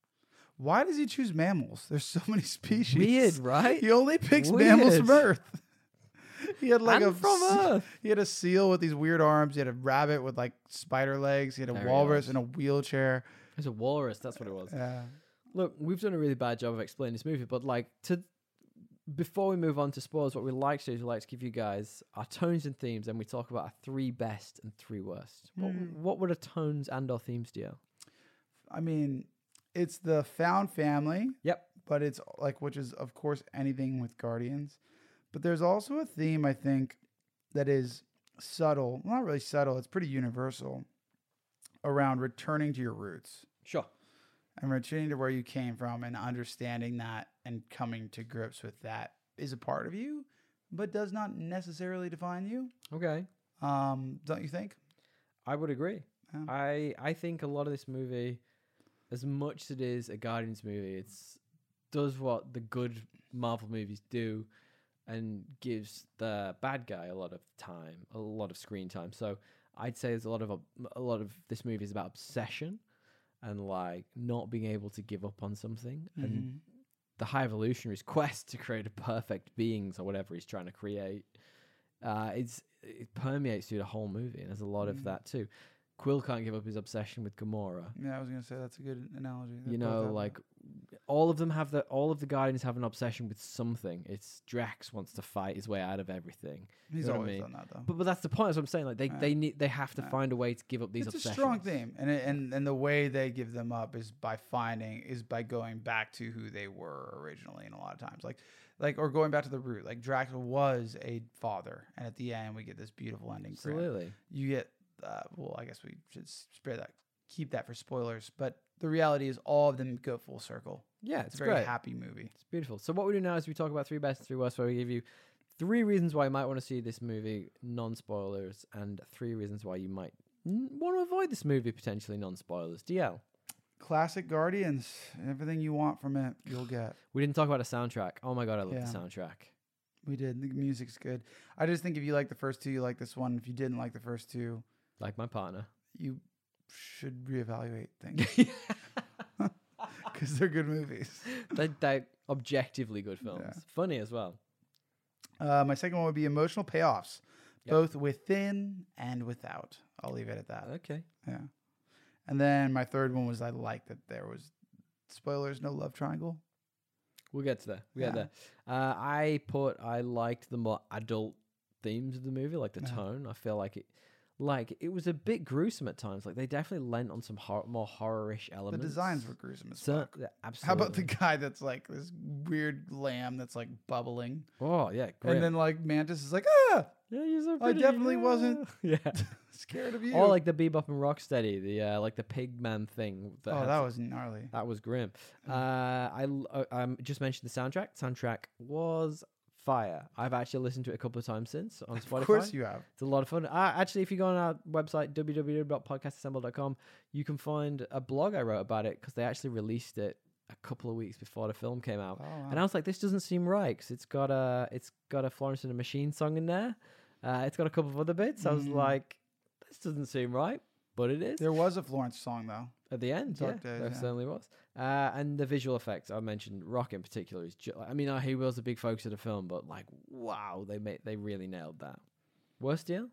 S2: Why does he choose mammals? There's so many species.
S1: weird, right?
S2: He only picks mammals from
S1: Weird.
S2: Earth. he had like
S1: And
S2: a
S1: from
S2: se-
S1: Earth.
S2: He had a seal with these weird arms. He had a rabbit with like spider legs. He had a
S1: Very
S2: walrus
S1: odd.
S2: in a wheelchair.
S1: There's a walrus. That's what it was.
S2: Yeah.
S1: look, we've done a really bad job of explaining this movie, but like to before we move on to spoilers, what we like to do is we like to give you guys our tones and themes, and we talk about our three best and three worst. What,
S2: Hmm.
S1: what were the tones and our themes, dear?
S2: I mean, it's the found family.
S1: Yep.
S2: But it's like, which is, of course, anything with Guardians. But there's also a theme, I think, that is subtle, well, not really subtle, it's pretty universal around returning to your roots
S1: Sure.
S2: and returning to where you came from and understanding that and coming to grips with that is a part of you, but does not necessarily define you.
S1: Okay,
S2: Um, don't you think?
S1: I would agree.
S2: Yeah.
S1: I I think a lot of this movie, as much as it is a Guardians movie, it's does what the good Marvel movies do, and gives the bad guy a lot of time, a lot of screen time. So I'd say there's a lot of ob- a lot of this movie is about obsession and like not being able to give up on something and
S2: Mhm.
S1: the high evolutionary's quest to create a perfect beings or whatever he's trying to create uh it's it permeates through the whole movie and there's a lot of
S2: Mm.
S1: that too Quill can't give up his obsession with Gamora.
S2: Yeah, I was gonna say that's a good analogy. They're
S1: You
S2: both
S1: know,
S2: out
S1: like all of them have the all of the Guardians have an obsession with something. It's Drax wants to fight his way out of everything.
S2: there. he's
S1: know what I
S2: always
S1: mean?
S2: done that though.
S1: But, but that's the point. That's what I'm saying. Like they,
S2: Yeah.
S1: they need they have to
S2: Yeah.
S1: find a way to give up these
S2: it's
S1: obsessions.
S2: a strong theme, and it- and and the way they give them up is by finding is by going back to who they were originally, and a lot of times, like like or going back to the root. Like Drax was a father, and at the end we get this beautiful ending. for him.
S1: Absolutely.
S2: you get uh, well i guess we should s- spare that keep that for spoilers but the reality is all of them go full circle
S1: Yeah, it's
S2: it's a very
S1: great.
S2: happy movie
S1: It's beautiful. So what we do now is we talk about three best and three worst, where we give you three reasons why you might want to see this movie, non-spoilers, and three reasons why you might want to avoid this movie potentially non-spoilers. DL.
S2: classic guardians everything you want from it you'll get
S1: We didn't talk about a soundtrack. Oh my god, I love
S2: Yeah.
S1: the soundtrack.
S2: we did the music's good i just think if you like the first two you like this one if you didn't like the first two
S1: Like my partner.
S2: you should reevaluate things because they're good movies
S1: they they objectively good films.
S2: Yeah.
S1: Funny as well.
S2: uh, my second one would be emotional payoffs
S1: Yep.
S2: both within and without i'll leave it at that
S1: Okay.
S2: Yeah. And then my third one was I liked that there was spoilers, no love triangle.
S1: We'll get to that. We'll get
S2: Yeah.
S1: there. Uh, I put I liked the more adult themes of the movie, like the
S2: Yeah.
S1: tone. I feel like it, like it was a bit gruesome at times. Like they definitely lent on some hor- more horrorish elements.
S2: The designs were gruesome as
S1: so,
S2: fuck.
S1: yeah, absolutely.
S2: How about the guy that's like this weird lamb that's like bubbling,
S1: oh yeah, grim.
S2: and then like Mantis is like ah,
S1: yeah, you're so
S2: I
S1: pretty,
S2: definitely
S1: yeah.
S2: wasn't.
S1: yeah,
S2: scared of you. Oh,
S1: or like the bebop and rocksteady, the uh, like the pig man thing. That
S2: oh,
S1: had
S2: that
S1: some-
S2: was gnarly.
S1: That was grim. Uh, I l- uh, um, just mentioned the soundtrack. Soundtrack was fire. I've actually listened to it a couple of times since on Spotify.
S2: Of course you have.
S1: It's a lot of fun. Uh, actually, if you go on our website, www.podcastassemble.com, you can find a blog I wrote about it because they actually released it a couple of weeks before the film came out.
S2: Oh,
S1: And I
S2: wow.
S1: was like, this doesn't seem right because it's got a it's got a Florence and the Machine song in there. Uh, it's got a couple of other bits. I was
S2: Mm.
S1: like, this doesn't seem right, but it is
S2: there was a Florence song though.
S1: at the end.
S2: Dark
S1: yeah,
S2: Days,
S1: there
S2: yeah.
S1: certainly was. Uh, and the visual effects I mentioned, Rock in particular is. Ju- I mean, uh, he was a big focus of the film, but like, wow, they made they really nailed that. Worst deal?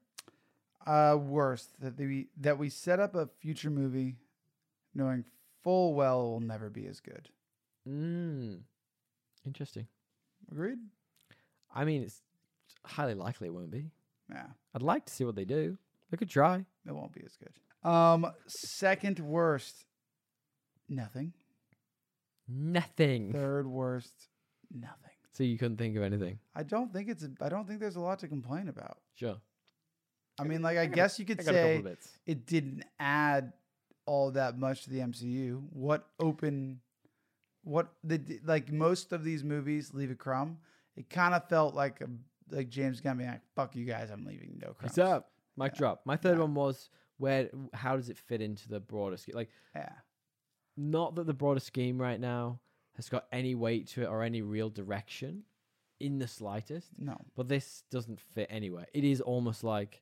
S2: Uh, worse that we that we set up a future movie, knowing full well it will never be as good.
S1: Mm. Interesting.
S2: Agreed.
S1: I mean, it's highly likely it won't be.
S2: Yeah.
S1: I'd like to see what they do. They could try.
S2: It won't be as good. Um, second worst, nothing.
S1: Nothing.
S2: Third worst, nothing.
S1: So you couldn't think of anything.
S2: I don't think it's. A, I don't think there's a lot to complain about.
S1: Sure.
S2: I mean, like I,
S1: got a-
S2: guess you
S1: I
S2: could
S1: got a couple
S2: say
S1: of bits.
S2: it didn't add all that much to the MCU. What open, what the d- like most of these movies leave a crumb. It kind of felt like a like James Gunn being like, "Fuck you guys, I'm leaving no crumbs."
S1: What's up? Mic
S2: Yeah.
S1: drop. My third
S2: Yeah.
S1: one was where. How does it fit into the broader scheme? Like,
S2: Yeah.
S1: not that the broader scheme right now has got any weight to it or any real direction, in the slightest.
S2: No.
S1: But this doesn't fit anywhere. It is almost like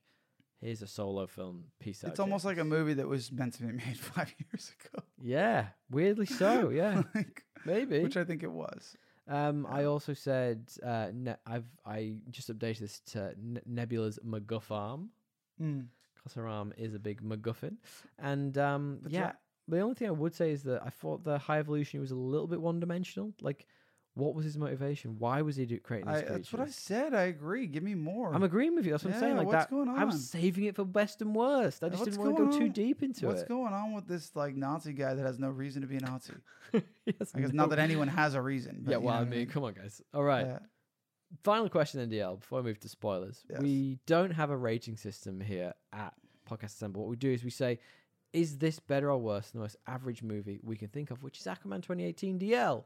S1: here's a solo film. Peace out.
S2: It's almost like a
S1: Jacobs.
S2: movie that was meant to be made five years ago.
S1: Yeah, weirdly so. Yeah,
S2: Like,
S1: maybe.
S2: which I think it was.
S1: um, I also said uh, ne- I've I just updated this to ne- Nebula's MacGuff arm
S2: Mm.
S1: because her arm is a big MacGuffin, and um,
S2: But
S1: yeah,
S2: yeah.
S1: the only thing I would say is that I thought the High Evolutionary was a little bit one dimensional. Like, what was his motivation? Why was he do- creating
S2: I,
S1: these
S2: that's what I
S1: creatures?
S2: said. I agree. Give me more.
S1: I'm agreeing with you. That's what I'm saying.
S2: Yeah,
S1: Like
S2: what's
S1: that,
S2: going
S1: I
S2: on?
S1: was saving it for best and worst. I
S2: Yeah,
S1: just
S2: what's
S1: didn't want to go
S2: going
S1: too
S2: on?
S1: deep into
S2: What's
S1: it.
S2: going on with this like Nazi guy that has no reason to be a Nazi?
S1: He has
S2: I guess
S1: no-
S2: not that anyone has a reason. But
S1: Yeah,
S2: you know
S1: well,
S2: what
S1: I mean, come on, guys. All right.
S2: Yeah.
S1: Final question then, DL, before I move to spoilers.
S2: Yes.
S1: We don't have a rating system here at Podcast Assemble. What we do is we say, is this better or worse than the most average movie we can think of, which is Aquaman 2018 DL?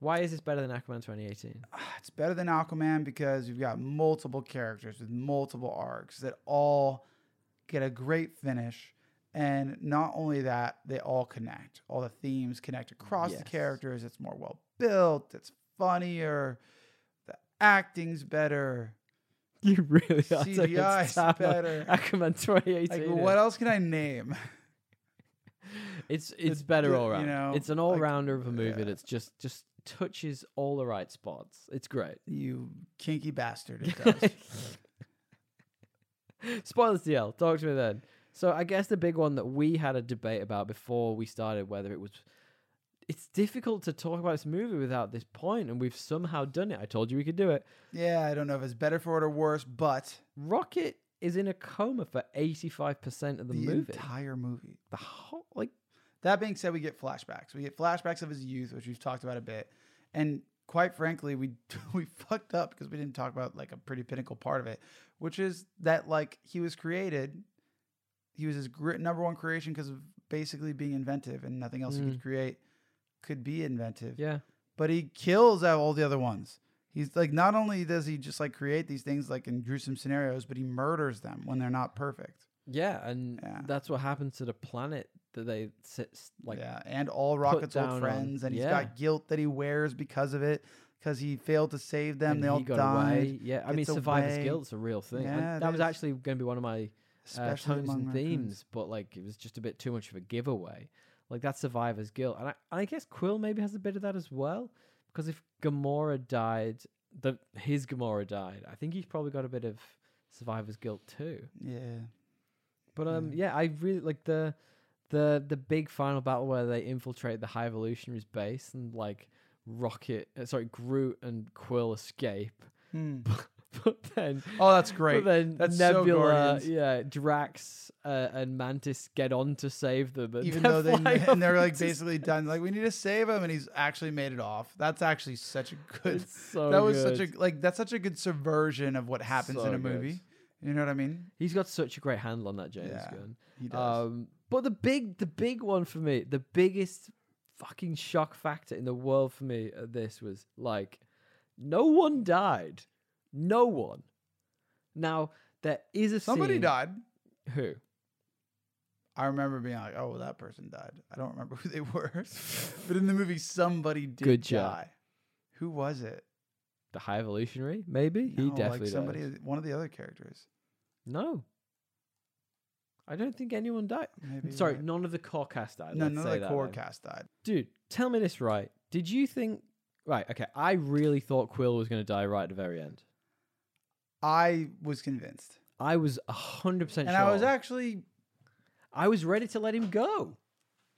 S1: Why is this better than Aquaman 2018?
S2: it's better than Aquaman because you've got multiple characters with multiple arcs that all get a great finish. And not only that, they all connect. All the themes connect across
S1: Yes.
S2: the characters. It's more well built. It's funnier. The acting's better.
S1: You really are taking
S2: CGI is
S1: time on
S2: better.
S1: Aquaman 2018.
S2: Like,
S1: is.
S2: what else can I name?
S1: It's it's
S2: the-
S1: better
S2: the-
S1: all
S2: you
S1: round.
S2: know,
S1: it's an
S2: like,
S1: all rounder of a movie
S2: yeah.
S1: that's just just touches all the right spots. It's great.
S2: You kinky bastard. It does.
S1: Spoilers DL. Talk to me then. So I guess the big one that we had a debate about before we started whether it was it's difficult to talk about this movie without this point, and we've somehow done it. I told you we could do it.
S2: Yeah, I don't know if it's better for it or worse, but
S1: Rocket is in a coma for eighty five percent of the,
S2: the
S1: movie.
S2: entire movie.
S1: the whole like
S2: That being said, we get flashbacks. We get flashbacks of his youth, which we've talked about a bit. And quite frankly, we we fucked up because we didn't talk about like a pretty pinnacle part of it, which is that like he was created, he was his gr- number one creation because of basically being inventive and nothing else he could create could be inventive.
S1: yeah.
S2: But he kills out all the other ones. He's like not only does he just like create these things like in gruesome scenarios, but he murders them when they're not perfect.
S1: Yeah, and
S2: Yeah.
S1: that's what happened to the planet that they sit, s- like.
S2: yeah, and all Rocket's
S1: down
S2: old
S1: on-
S2: friends, and he's
S1: yeah.
S2: got guilt that he wears because of it, because he failed to save them.
S1: and
S2: they all
S1: he got
S2: died,
S1: away. uh, Yeah, I mean,
S2: gets
S1: survivor's
S2: away.
S1: guilt's a real thing. and
S2: Yeah, it
S1: that was
S2: is.
S1: actually going to be one of my uh,
S2: especially
S1: tones
S2: among
S1: and
S2: raccoons.
S1: themes, but like it was just a bit too much of a giveaway. Like that's survivor's guilt, and I, I guess Quill maybe has a bit of that as well, because if Gamora died, the his Gamora died. I think he's probably got a bit of survivor's guilt too.
S2: Yeah,
S1: But um, yeah, I really like the the the big final battle where they infiltrate the High Evolutionaries base and like Rocket, uh, sorry, Groot and Quill escape.
S2: Hmm.
S1: But then,
S2: Oh, that's great.
S1: but then
S2: That's so
S1: Nebula,
S2: Guardians.
S1: yeah, Drax uh, and Mantis get on to save them, and
S2: Even
S1: they're
S2: though they
S1: flying
S2: and they're
S1: off
S2: like
S1: into space.
S2: basically done, like we need to save him, and he's actually made it off. That's actually such a good.
S1: It's so
S2: that was
S1: good.
S2: such a like that's such a good subversion of what happens
S1: So
S2: in a
S1: good.
S2: movie. You know what I mean?
S1: He's got such a great handle on that James
S2: Yeah,
S1: gun.
S2: He does.
S1: Um, but the big, the big one for me, the biggest fucking shock factor in the world for me at this was like, no one died, no one. Now there is a
S2: Somebody
S1: scene-
S2: died.
S1: Who?
S2: I remember being like, "Oh, well, that person died." I don't remember who they were, but in the movie, somebody did
S1: Good job.
S2: die. Who was it?
S1: The High Evolutionary? Maybe he
S2: No,
S1: definitely
S2: like somebody,
S1: died.
S2: one of the other characters.
S1: No. I don't think anyone died.
S2: Maybe
S1: Sorry,
S2: right?
S1: none of the core cast died.
S2: no,
S1: let's
S2: none
S1: say
S2: of the
S1: that
S2: core
S1: then.
S2: cast died.
S1: Dude, tell me this right. Did you think right, okay, I really thought Quill was gonna die right at the very end.
S2: I was convinced,
S1: I was hundred percent
S2: and
S1: sure.
S2: I was actually.
S1: I was ready to let him go.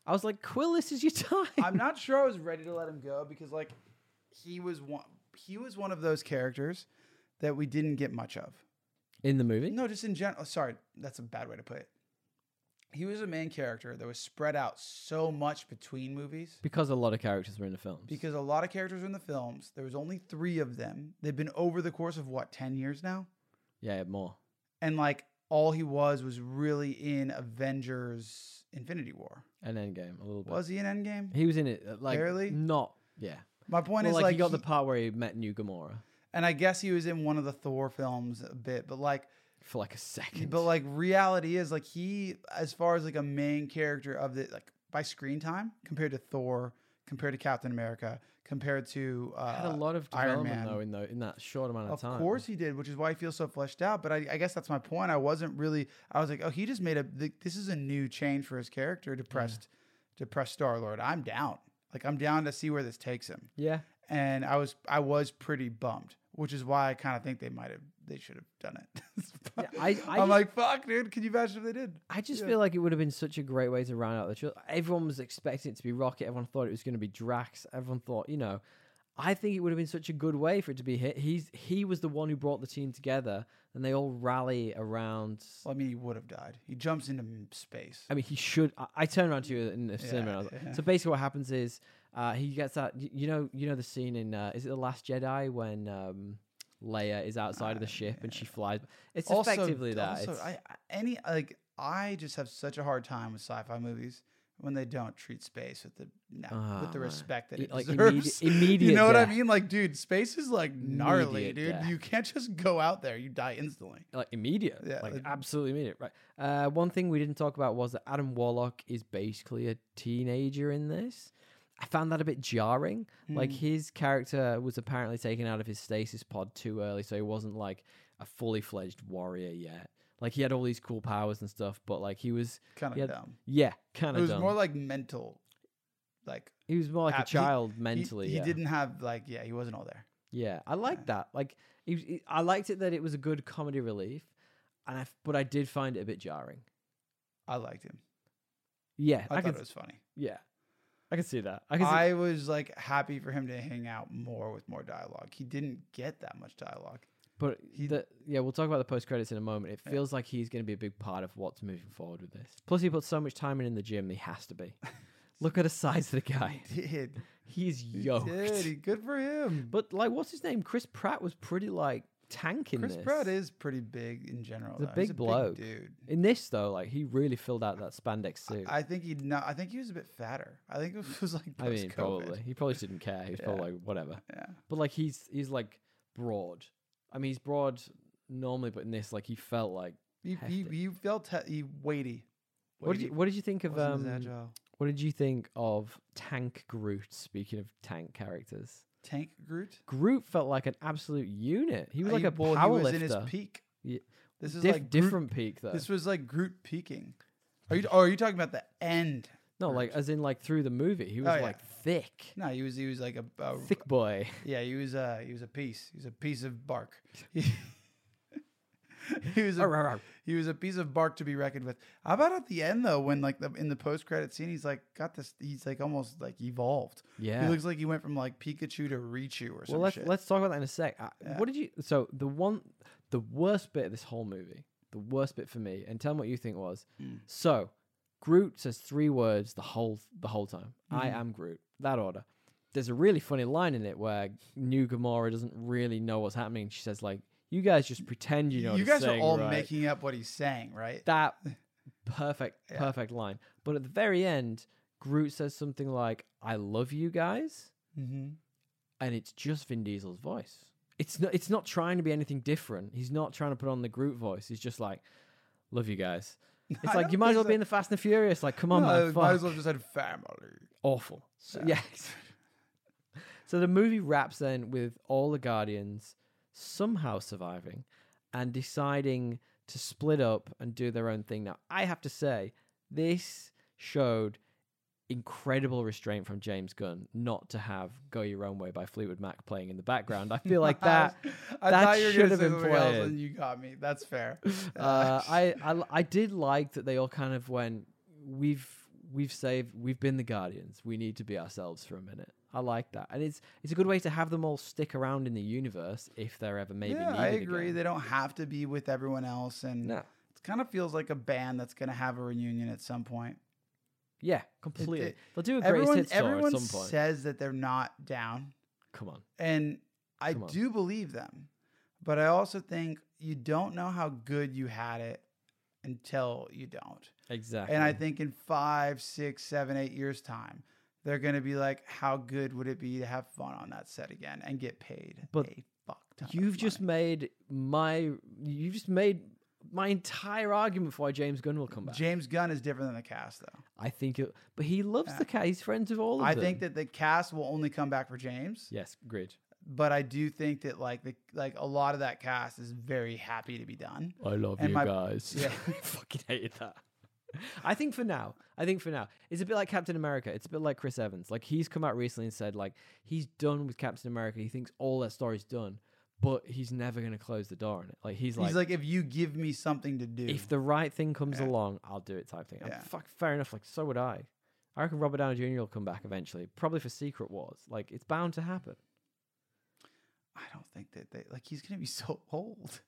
S1: I was like, Quill, this is your time.
S2: I'm not sure I was ready to let him go because, like, he was one. He was one of those characters that we didn't get much of.
S1: In the movie?
S2: No, just in general. Sorry, that's a bad way to put it. He was a main character that was spread out so much between movies.
S1: Because a lot of characters were in the films.
S2: because a lot of characters were in the films. There was only three of them. They've been over the course of what ten years now,
S1: yeah, more.
S2: and like all he was was really in Avengers: Infinity War.
S1: And Endgame a little bit.
S2: Was he in Endgame?
S1: he was in it uh, like
S2: Barely?
S1: not yeah.
S2: My point
S1: Well,
S2: is
S1: like,
S2: like,
S1: he got
S2: he-
S1: the part where he met New Gamora
S2: and I guess he was in one of the Thor films a bit, but like,
S1: for like a second.
S2: but like reality is like he, as far as like a main character of the like by screen time compared to Thor, compared to Captain America, compared to uh,
S1: had a lot of
S2: Iron
S1: development
S2: Man.
S1: though in, the, in that short amount of,
S2: Of
S1: time.
S2: course he did, which is why he feels so fleshed out. But I, I guess that's my point. I wasn't really. I was like, oh, he just made a. th- This is a new change for his character. Depressed, depressed Star Lord. I'm down. Like I'm down to see where this takes him.
S1: Yeah,
S2: And I was, I was pretty bummed, which is why I kind of think they might have, they should have done it.
S1: Yeah, I- I
S2: am
S1: just-
S2: like, fuck, dude. Can you imagine if they did?
S1: I just
S2: Yeah.
S1: feel like it would have been such a great way to round out the trilogy. Everyone was expecting it to be Rocket. Everyone thought it was going to be Drax. Everyone thought, you know, I think it would have been such a good way for it to be hit. He's he was the one who brought the team together, and they all rally around.
S2: Well, I mean, he would have died. He jumps into m- space.
S1: I mean, he should. I, I turned around to you in the cinema. And I was like,
S2: yeah.
S1: So basically, what happens is uh, he gets that. y- You know, you know the scene in uh, is it the Last Jedi when um, Leia is outside of the ship and she flies. It's effectively that.
S2: Also,
S1: It's-
S2: I, I- any like I just have such a hard time with sci-fi movies when they don't treat space with the no,
S1: Oh,
S2: with the
S1: man.
S2: respect that
S1: I-
S2: it
S1: like, immedi-
S2: deserves. you
S1: immediate
S2: know what I
S1: death.
S2: mean? Like, dude, space is like gnarly,
S1: Immediate
S2: dude.
S1: death.
S2: You can't just go out there; you die instantly.
S1: like immediate,
S2: Yeah,
S1: like
S2: like-
S1: absolutely immediate, right? Uh, one thing we didn't talk about was that Adam Warlock is basically a teenager in this. I found that a bit jarring. Like
S2: Hmm.
S1: his character was apparently taken out of his stasis pod too early, so he wasn't like a fully fledged warrior yet. Like he had all these cool powers and stuff, but like he was,
S2: Kind of
S1: Yeah,
S2: dumb.
S1: yeah, kind of
S2: It was
S1: dumb.
S2: more like mental, like
S1: he was more like a
S2: ab- he-
S1: child
S2: he-
S1: mentally.
S2: He,
S1: yeah.
S2: didn't have like yeah, he wasn't all there.
S1: Yeah, I like that. Like, it, was- it- I liked it that it was a good comedy relief, and I f- but I did find it a bit jarring.
S2: I liked him.
S1: Yeah, I,
S2: I, thought
S1: can.
S2: it was funny.
S1: Yeah, I can see that. I can. See,
S2: I was like happy for him to hang out more with more dialogue. He didn't get that much dialogue.
S1: but
S2: he-
S1: the, yeah, we'll talk about the post credits in a moment. It
S2: Yeah.
S1: feels like he's going to be a big part of what's moving forward with this. Plus, he put so much time in in the gym. He has to be. Look at the size of the guy.
S2: He did.
S1: He's
S2: He
S1: yoked.
S2: did. He- Good for him.
S1: But like, what's his name? Chris Pratt was pretty like tanking
S2: Chris
S1: this.
S2: Pratt is pretty big in general.
S1: He's a
S2: though.
S1: big bloke.
S2: dude.
S1: in this though. Like, he really filled out that spandex suit.
S2: I think he no, I think he was a bit fatter. I think it was like
S1: I mean,
S2: post-COVID.
S1: probably he probably didn't care. He was probably like, whatever.
S2: Yeah.
S1: But like, he's he's like broad. I mean, he's broad normally, but in this, like, he felt like.
S2: He, he,
S1: Hefty.
S2: he felt he, he weighty.
S1: What did
S2: Weighty.
S1: you What did you think of
S2: Wasn't as
S1: um,
S2: agile.
S1: What did you think of Tank Groot? Speaking of tank characters,
S2: Tank Groot.
S1: Groot felt like an absolute unit. He was like
S2: He-
S1: a
S2: well,
S1: power
S2: He was in
S1: lifter.
S2: his peak.
S1: Yeah.
S2: This is
S1: Dif-
S2: like Groot-
S1: different peak though.
S2: This was like Groot peaking. Are you? Oh, are you talking about the end?
S1: no, like as in like through the movie, he was
S2: Oh, yeah.
S1: like thick,
S2: No, he was. He was like a. a-
S1: thick boy.
S2: Yeah, he was. Uh, he was a piece. He was a piece of bark. He, he was.
S1: Arr,
S2: A,
S1: arr, arr.
S2: he was a piece of bark to be reckoned with. How about at the end though, when like the, in the post credit scene, he's like got this. He's like almost like evolved.
S1: Yeah.
S2: He looks like he went from like Pikachu to Raichu or
S1: Well,
S2: some
S1: let's
S2: shit.
S1: let's talk about that in a sec. Uh,
S2: Yeah.
S1: What did you? So the one, the worst bit of this whole movie, the worst bit for me, and tell me what you think was.
S2: Mm.
S1: So, Groot says three words the whole the whole time. I
S2: Mm-hmm.
S1: am Groot. That order. There's a really funny line in it where New Gamora doesn't really know what's happening. She says like, "You guys just pretend you know."
S2: you
S1: what he's
S2: guys are
S1: saying,
S2: all
S1: right?"
S2: making up what he's saying, right?
S1: that perfect
S2: Yeah.
S1: perfect line. But at the very end, Groot says something like, "I love you guys."
S2: mm-hmm.
S1: and it's just Vin Diesel's voice. It's not. It's not trying to be anything different. He's not trying to put on the Groot voice. He's just like, "Love you guys." It's like you might as well be in the Fast and the Furious. Like, come on, man,
S2: might as
S1: fuck.
S2: well just had family.
S1: Awful. So, yes. so the movie wraps then with all the Guardians somehow surviving and deciding to split up and do their own thing. Now, I have to say, this showed incredible restraint from James Gunn not to have "Go Your Own Way" by Fleetwood Mac playing in the background. I feel like that.
S2: I
S1: that
S2: thought you were
S1: should
S2: going to
S1: have
S2: say
S1: been
S2: something else,
S1: played.
S2: and you got me. That's fair.
S1: uh, I, I I did like that they all kind of went. We've we've saved. We've been the guardians. We need to be ourselves for a minute. I like that, and it's it's a good way to have them all stick around in the universe if they're ever maybe.
S2: yeah,
S1: needed
S2: I agree.
S1: Again.
S2: They don't have to be with everyone else, and
S1: No.
S2: it kind of feels like a band that's going to have a reunion at some point.
S1: Yeah, completely.
S2: it-
S1: They'll do a greatest
S2: Everyone,
S1: hits tour at
S2: everyone
S1: some point.
S2: says that they're not down,
S1: Come on,
S2: and I
S1: Come on.
S2: do believe them, but I also think you don't know how good you had it until you don't.
S1: exactly.
S2: And I think in five, six, seven, eight years' time, they're going to be like, how good would it be to have fun on that set again and get paid?
S1: But
S2: a fuck ton of
S1: you've just
S2: money?
S1: made my you've just made my entire argument for why James Gunn will come back.
S2: James Gunn is different than the cast, though.
S1: I think, it, but he loves
S2: Yeah.
S1: the cat. He's friends with all of
S2: I
S1: them.
S2: think that the cast will only come back for James,
S1: yes, great.
S2: but I do think that like the like a lot of that cast is very happy to be done.
S1: I love
S2: And
S1: you
S2: my-
S1: guys.
S2: Yeah.
S1: I fucking hated that. I think for now, I think for now, it's a bit like Captain America. It's a bit like Chris Evans. Like he's come out recently and said like he's done with Captain America. He thinks all that story's done, but he's never gonna close the door on it. Like he's like,
S2: He's like, if you give me something to do,
S1: if the right thing comes
S2: Yeah.
S1: along, I'll do it type thing. And
S2: Yeah.
S1: Fuck, fair enough. Like so would I. I reckon Robert Downey Jr. will come back eventually, probably for Secret Wars. Like it's bound to happen.
S2: I don't think that they like he's gonna be so old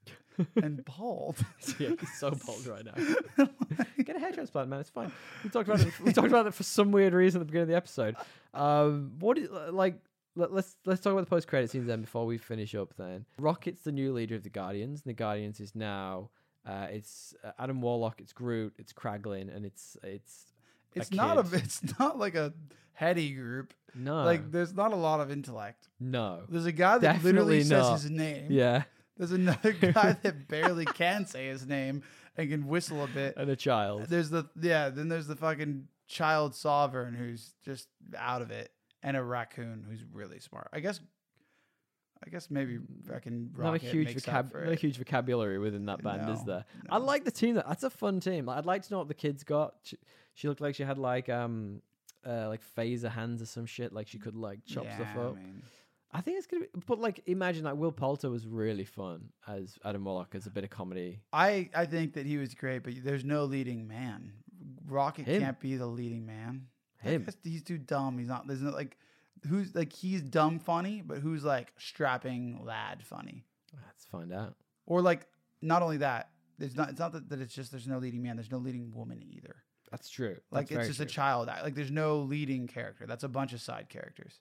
S2: and bald.
S1: yeah, he's so bold right now. Get a hair transplant, man. It's fine. We talked about it. We talked about it for some weird reason at the beginning of the episode. Um, what is like? Let, let's let's talk about the post credit scenes then before we finish up. Then Rocket's the new leader of the Guardians, and the Guardians is now. Uh, it's uh, Adam Warlock, it's Groot, it's Kraglin, and it's it's
S2: it's not a.
S1: kid.
S2: It's not like a heady group.
S1: no,
S2: Like there's not a lot of intellect.
S1: no,
S2: There's a guy that
S1: Definitely
S2: literally
S1: not.
S2: says his name.
S1: yeah,
S2: There's another guy that barely can say his name and can whistle a bit.
S1: and a child.
S2: There's the yeah, then there's the fucking child sovereign who's just out of it and a raccoon who's really smart. I guess I guess maybe fucking
S1: Mm. Not a
S2: Rocket
S1: huge
S2: makes
S1: vocab-
S2: up for
S1: not a
S2: it.
S1: huge vocabulary within that band, is
S2: No,
S1: there? I
S2: no.
S1: like the team. though. That's a fun team. Like, I'd like to know what the kids got. She, she looked like she had like um uh like phaser hands or some shit. Like she could like chop stuff
S2: Yeah, I
S1: up.
S2: mean,
S1: I think it's gonna be. But like, imagine like Will Poulter was really fun as Adam Warlock as a bit of comedy.
S2: I I think that he was great, but there's no leading man Rocket
S1: Him.
S2: can't be the leading man. That
S1: Him.
S2: guy's- he's too dumb. He's not. There's no like. Who's like he's dumb funny, but who's like strapping lad funny?
S1: Let's find out.
S2: Or like not only that, there's not. It's not that, that it's just there's no leading man. There's no leading woman either.
S1: That's true.
S2: Like
S1: That's very
S2: it's just a
S1: true.
S2: child act. Like there's no leading character. That's a bunch of side characters.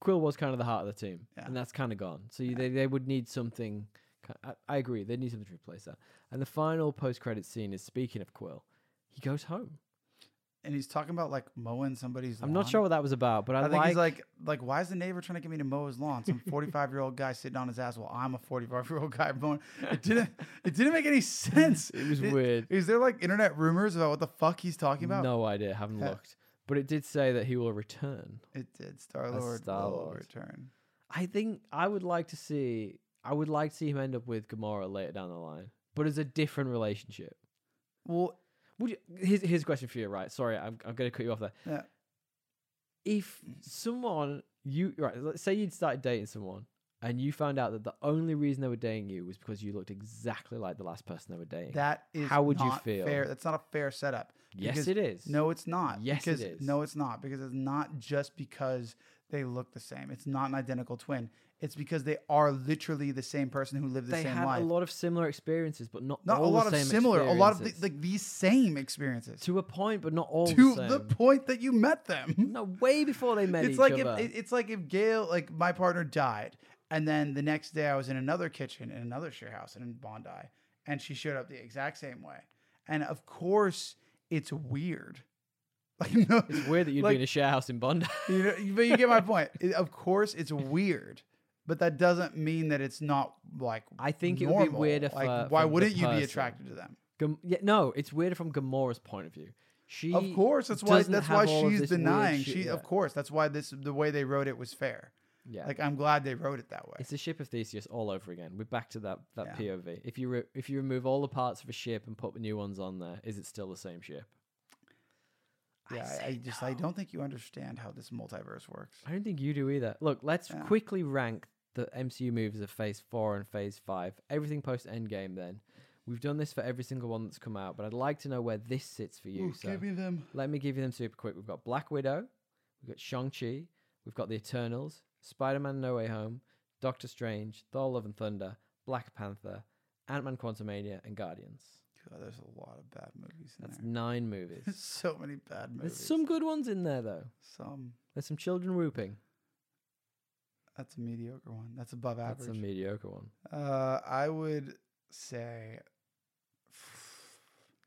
S1: Quill was kind of the heart of the team,
S2: Yeah.
S1: and that's kind of gone. So you, they, they would need something. ki- I, I agree. They need something to replace that. And the final post credit scene is speaking of Quill, he goes home.
S2: And he's talking about like mowing somebody's.
S1: I'm not sure
S2: lawn.
S1: what that was about, but I,
S2: I, think
S1: like,
S2: he's like, like, why is the neighbor trying to get me to mow his lawn? Some 45 year old guy sitting on his ass while I'm a 45 year old guy mowing. It didn't. It didn't make any sense.
S1: it was weird.
S2: Is there like internet rumors about what the fuck he's talking about?
S1: No idea. Haven't
S2: Yeah.
S1: looked. But it did say that he will return.
S2: It did. Star Lord will
S1: Star-Lord.
S2: return.
S1: I think I would like to see. I would like to see him end up with Gamora later down the line, but as a different relationship.
S2: Well,
S1: Would you, here's here's a question for you, right? Sorry, I'm I'm going to cut you off there.
S2: Yeah.
S1: If someone you right, let's say you'd started dating someone and you found out that the only reason they were dating you was because you looked exactly like the last person they were dating.
S2: that is
S1: How would you
S2: not
S1: feel?
S2: Fair. That's not a fair setup.
S1: yes,
S2: because
S1: it is.
S2: No, it's not.
S1: Yes, it
S2: because,
S1: is.
S2: No, it's not because it's not just because they look the same. It's not an identical twin. It's because they are literally the same person who lived the
S1: they
S2: same
S1: had
S2: life.
S1: a lot of similar experiences, but not
S2: not a
S1: all
S2: lot
S1: the
S2: of
S1: same
S2: similar. A lot of the,
S1: experiences.
S2: like these same experiences
S1: to a point, but not all
S2: to
S1: the
S2: the,
S1: same.
S2: point that you met them.
S1: no, way before they met
S2: It's
S1: each
S2: like
S1: other.
S2: if it- it's like if Gail, like my partner, died, and then the next day I was in another kitchen in another share house in Bondi, and she showed up the exact same way. And of course, it's weird. Like no,
S1: it's weird that you'd
S2: like-
S1: be in a share house in Bondi.
S2: You know, but you get my point. It- of course, it's weird, but that doesn't mean that it's not like.
S1: I think it would be
S2: normal.
S1: weirder
S2: Like,
S1: for-
S2: why
S1: from the
S2: wouldn't you be
S1: person.
S2: attracted to them?
S1: Gam- yeah, no, it's weirder from Gamora's point of view. She,
S2: Of course, that's why.
S1: doesn't
S2: That's why
S1: have all of
S2: she's
S1: this weird
S2: denying.
S1: shit
S2: She,
S1: yet.
S2: of course, that's why this the way they wrote it was fair.
S1: yeah.
S2: Like, I'm glad they wrote it that way.
S1: It's the ship of Theseus all over again. We're back to that that
S2: Yeah.
S1: POV. If you re- if you remove all the parts of a ship and put the new ones on there, is it still the same ship?
S2: Yeah, I, I just I don't think you understand how this multiverse works.
S1: I don't think you do either. Look, let's
S2: Yeah.
S1: quickly rank the MCU movies of Phase Four and Phase Five. Everything post Endgame. Then we've done this for every single one that's come out, but I'd like to know where this sits for you. so
S2: give me them.
S1: let me give you them super quick. We've got Black Widow, we've got Shang Chi, we've got The Eternals, Spider Man No Way Home, Doctor Strange, Thor: Love and Thunder, Black Panther, Ant Man: Quantumania, and Guardians.
S2: God, there's a lot of bad movies in
S1: That's
S2: there.
S1: nine movies.
S2: There's so many bad movies.
S1: There's some good ones in there though.
S2: Some.
S1: There's some children whooping.
S2: That's a mediocre one. That's above average.
S1: That's a mediocre one.
S2: Uh, I would say,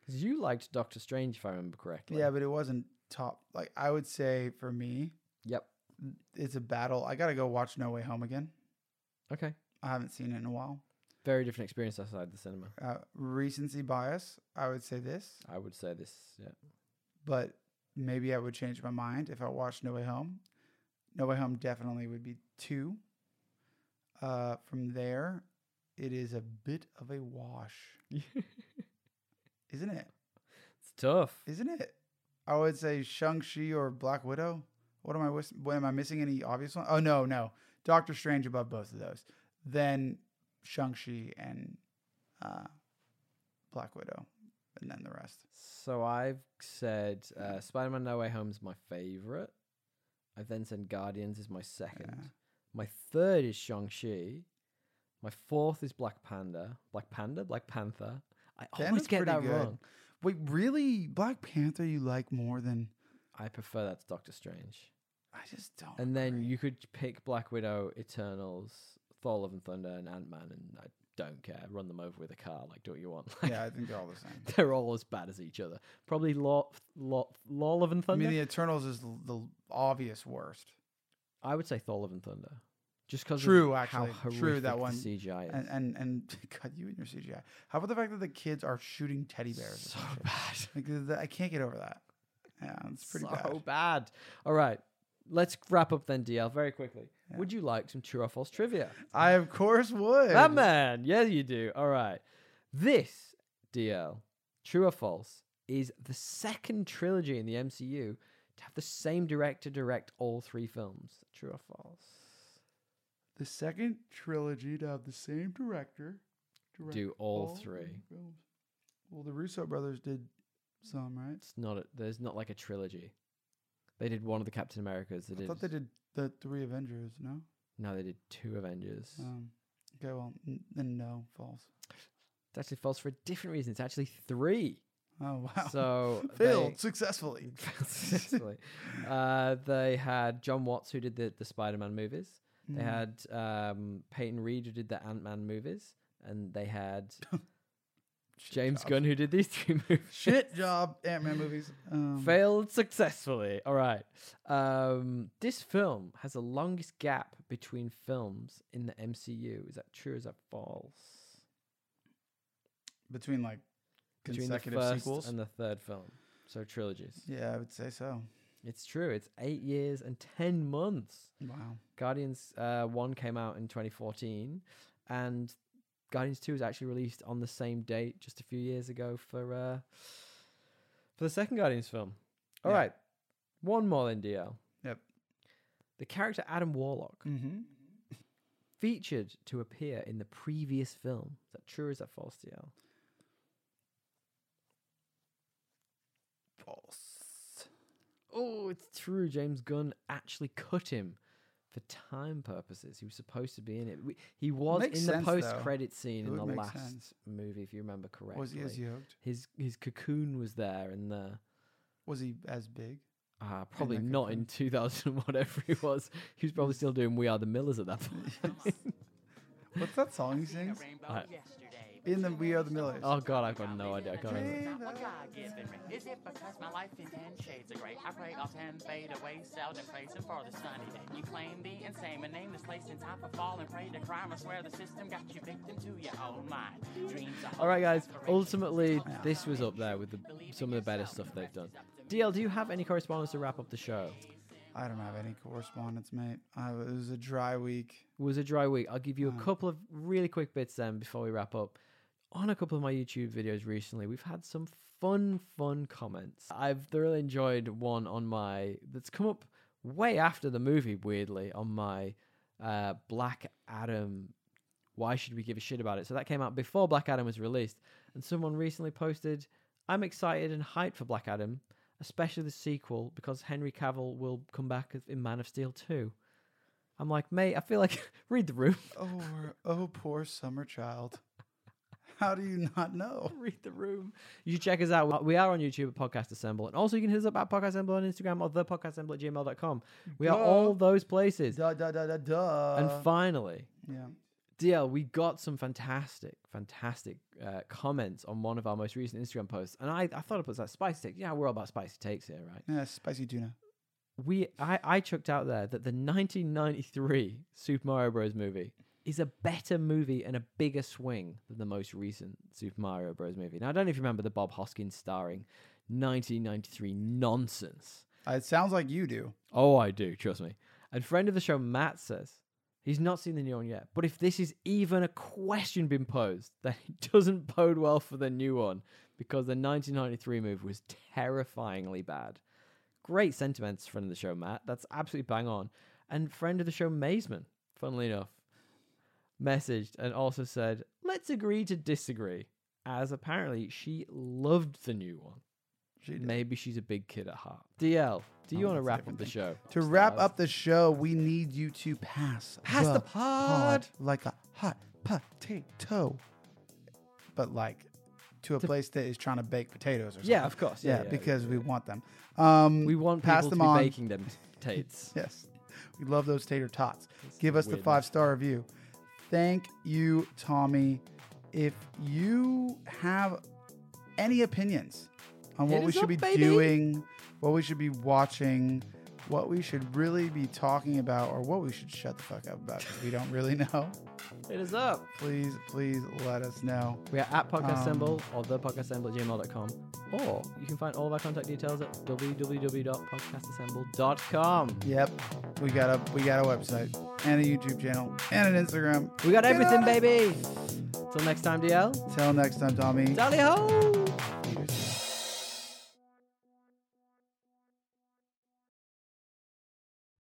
S1: Because you liked Doctor Strange, if I remember correctly.
S2: yeah, but it wasn't top. Like I would say for me,
S1: Yep.
S2: it's a battle. I gotta go watch No Way Home again.
S1: Okay.
S2: I haven't seen it in a while.
S1: Very different experience outside the cinema.
S2: Uh, recency bias. I would say this,
S1: I would say this. Yeah.
S2: but maybe I would change my mind if I watched No Way Home. No Way Home definitely would be two. Uh, from there, it is a bit of a wash, isn't it?
S1: it's tough.
S2: Isn't it? I would say Shang-Chi or Black Widow. What am I wis- what am I missing any obvious one? Oh no, no. Doctor Strange above both of those. Then Shang-Chi and uh, Black Widow and then the rest.
S1: So I've said uh, Spider Man No Way Home is my favorite. I've then said Guardians is my second.
S2: Yeah.
S1: My third is Shang-Chi. My fourth is Black Panda. Black Panda? Black Panther. I always
S2: Panda's
S1: get
S2: pretty
S1: that
S2: good.
S1: wrong.
S2: Wait, really Black Panther you like more than
S1: I prefer that to Doctor Strange.
S2: I just don't.
S1: And then
S2: agree.
S1: you could pick Black Widow, Eternals, Thor, Love and Thunder, and Ant Man, and I don't care. Run them over with a car. Like, do what you want. Like,
S2: Yeah, I think they're all the same.
S1: They're all as bad as each other. Probably Law, Law, Law Love and
S2: I
S1: Thunder.
S2: mean, the Eternals is the, the obvious worst,
S1: I would say Thor: Love and Thunder, just because
S2: True,
S1: how
S2: actually. True,
S1: horrific
S2: that
S1: the
S2: one.
S1: CGI is
S2: and and and God, you and your CGI. How about the fact that the kids are shooting teddy bears? or
S1: so
S2: some shit?
S1: bad,
S2: Like th- th- I can't get over that. Yeah, it's pretty
S1: so
S2: bad.
S1: bad. All right, let's wrap up then, DL, very quickly.
S2: Yeah.
S1: Would you like some true or false trivia?
S2: I of course would.
S1: That man, yeah, you do. All right, this DL, true or false, is the second trilogy in the MCU to have the same director direct all three films. True or false?
S2: The second trilogy to have the same director. direct
S1: Do all
S2: three
S1: three.
S2: films. Well, the Russo brothers did some, right?
S1: It's not. A, there's not like a trilogy. They did one of the Captain Americas. They
S2: I
S1: did.
S2: thought they did the three Avengers, no?
S1: No, they did two Avengers.
S2: Um, okay, well, n- then no, false.
S1: It's actually false for a different reason. It's actually three.
S2: Oh, wow.
S1: So
S2: Failed
S1: they-
S2: successfully.
S1: failed successfully. uh, they had John Watts who did the the Spider Man movies. They
S2: Mm.
S1: had um, Peyton Reed who did the Ant Man movies, and they had
S2: Shit
S1: James
S2: job.
S1: Gunn who did these three movies.
S2: Shit job, Ant Man movies. Um,
S1: Failed successfully. All right. Um, this film has the longest gap between films in the MCU. Is that true? Is that false?
S2: Between like
S1: Between
S2: consecutive
S1: the first
S2: sequels.
S1: and the third film, so trilogies.
S2: yeah, I would say so.
S1: It's true. It's eight years and ten months.
S2: Wow.
S1: Guardians uh, One came out in 2014, and Guardians Two was actually released on the same date just a few years ago for uh, for the second Guardians film. All
S2: Yeah.
S1: right, one more then, DL.
S2: Yep.
S1: The character Adam Warlock
S2: Mm-hmm.
S1: featured to appear in the previous film. Is that true? Or is that false, DL?
S2: False.
S1: Oh, it's true. James Gunn actually cut him for time purposes. He was supposed to be in it. We, he was
S2: Makes
S1: in
S2: sense,
S1: the
S2: though.
S1: post-credit scene
S2: It
S1: in
S2: would
S1: the
S2: make
S1: last
S2: sense.
S1: movie, if you remember correctly.
S2: Was he as yoked?
S1: his his cocoon was there in the
S2: Was he as big?
S1: uh, probably
S2: the
S1: not
S2: cocoon.
S1: in 2000 and whatever it was. He was probably still doing We Are the Millers at that point.
S2: What's that song he sings?
S3: rainbow
S1: Alright.
S3: yesterday.
S2: In the We Are the Millers.
S1: oh god, I've got no idea. I can't remember.
S3: Not what God given me. Is it because my life in ten shades of grey? I pray off and fade away, seldom praising for the sunny day. You claim the insane and nameless place in time for fall and prey to crime. I swear the system got you victim to your own mind. Dreams are
S1: All right, guys.
S3: aspirations.
S1: Ultimately, this was up there with the, some of the better stuff they've done. DL, do you have any correspondence to wrap up the show?
S2: I don't have any correspondence, mate. I, it was a dry week.
S1: was a dry week. I'll give you a couple of really quick bits then before we wrap up. On a couple of my YouTube videos recently, we've had some fun, fun comments. I've thoroughly enjoyed one on my that's come up way after the movie, weirdly, on my uh, Black Adam. Why should we give a shit about it? So that came out before Black Adam was released, and someone recently posted, "I'm excited and hyped for Black Adam, especially the sequel because Henry Cavill will come back in Man of Steel 2." I'm like, mate, I feel like read the room.
S2: Oh, oh, poor summer child. How do you not know?
S1: read the room. You should check us out. We are on YouTube at Podcast Assemble. And also you can hit us up at Podcast Assemble on Instagram or the podcastassemble at gmail.com. We are
S2: Duh.
S1: all those places.
S2: Duh, duh, duh, duh, duh.
S1: And finally,
S2: yeah.
S1: DL, we got some fantastic, fantastic uh, comments on one of our most recent Instagram posts. And I, I thought I put that spicy take. Yeah, we're all about spicy takes here, right?
S2: Yeah, spicy tuna.
S1: We I, I chucked out there that the 1993 Super Mario Bros. movie is a better movie and a bigger swing than the most recent Super Mario Bros. movie. Now, I don't know if you remember the Bob Hoskins starring 1993 nonsense.
S2: Uh, It sounds like you do.
S1: Oh, I do, trust me. And friend of the show, Matt, says he's not seen the new one yet, but if this is even a question been posed, then it doesn't bode well for the new one because the 1993 movie was terrifyingly bad. Great sentiments, friend of the show, Matt. That's absolutely bang on. And friend of the show, Mazeman, funnily enough, messaged and also said, let's agree to disagree, as apparently she loved the new one.
S2: She did.
S1: Maybe she's a big kid at heart. DL, do you want to wrap up the show?
S2: To wrap up the show, we need you to pass
S1: Pass the pod.
S2: like a hot potato, but like to a place that is trying to bake potatoes or something.
S1: Yeah, of course.
S2: yeah, because we want them. Um,
S1: we want
S2: pass
S1: people
S2: them
S1: to be
S2: on.
S1: baking them tates.
S2: Yes, we love those tater tots. Give
S1: a
S2: us the
S1: weird
S2: five star review. Thank you, Tommy. If you have any opinions on
S1: Hit
S2: what we
S1: us
S2: should
S1: up,
S2: be
S1: baby.
S2: doing, what we should be watching, what we should really be talking about, or what we should shut the fuck up about, 'cause we don't really know.
S1: It is up.
S2: Please, please let us know.
S1: We are at Podcast
S2: Um,
S1: Assemble or thepodcastassemble at gmail.com. Or you can find all of our contact details at www.podcastassemble.com.
S2: Yep, we got a we got a website and a YouTube channel and an Instagram.
S1: We got
S2: Get on
S1: everything,
S2: it.
S1: baby. Till next time, DL.
S2: Till next time, Tommy.
S1: Tally ho!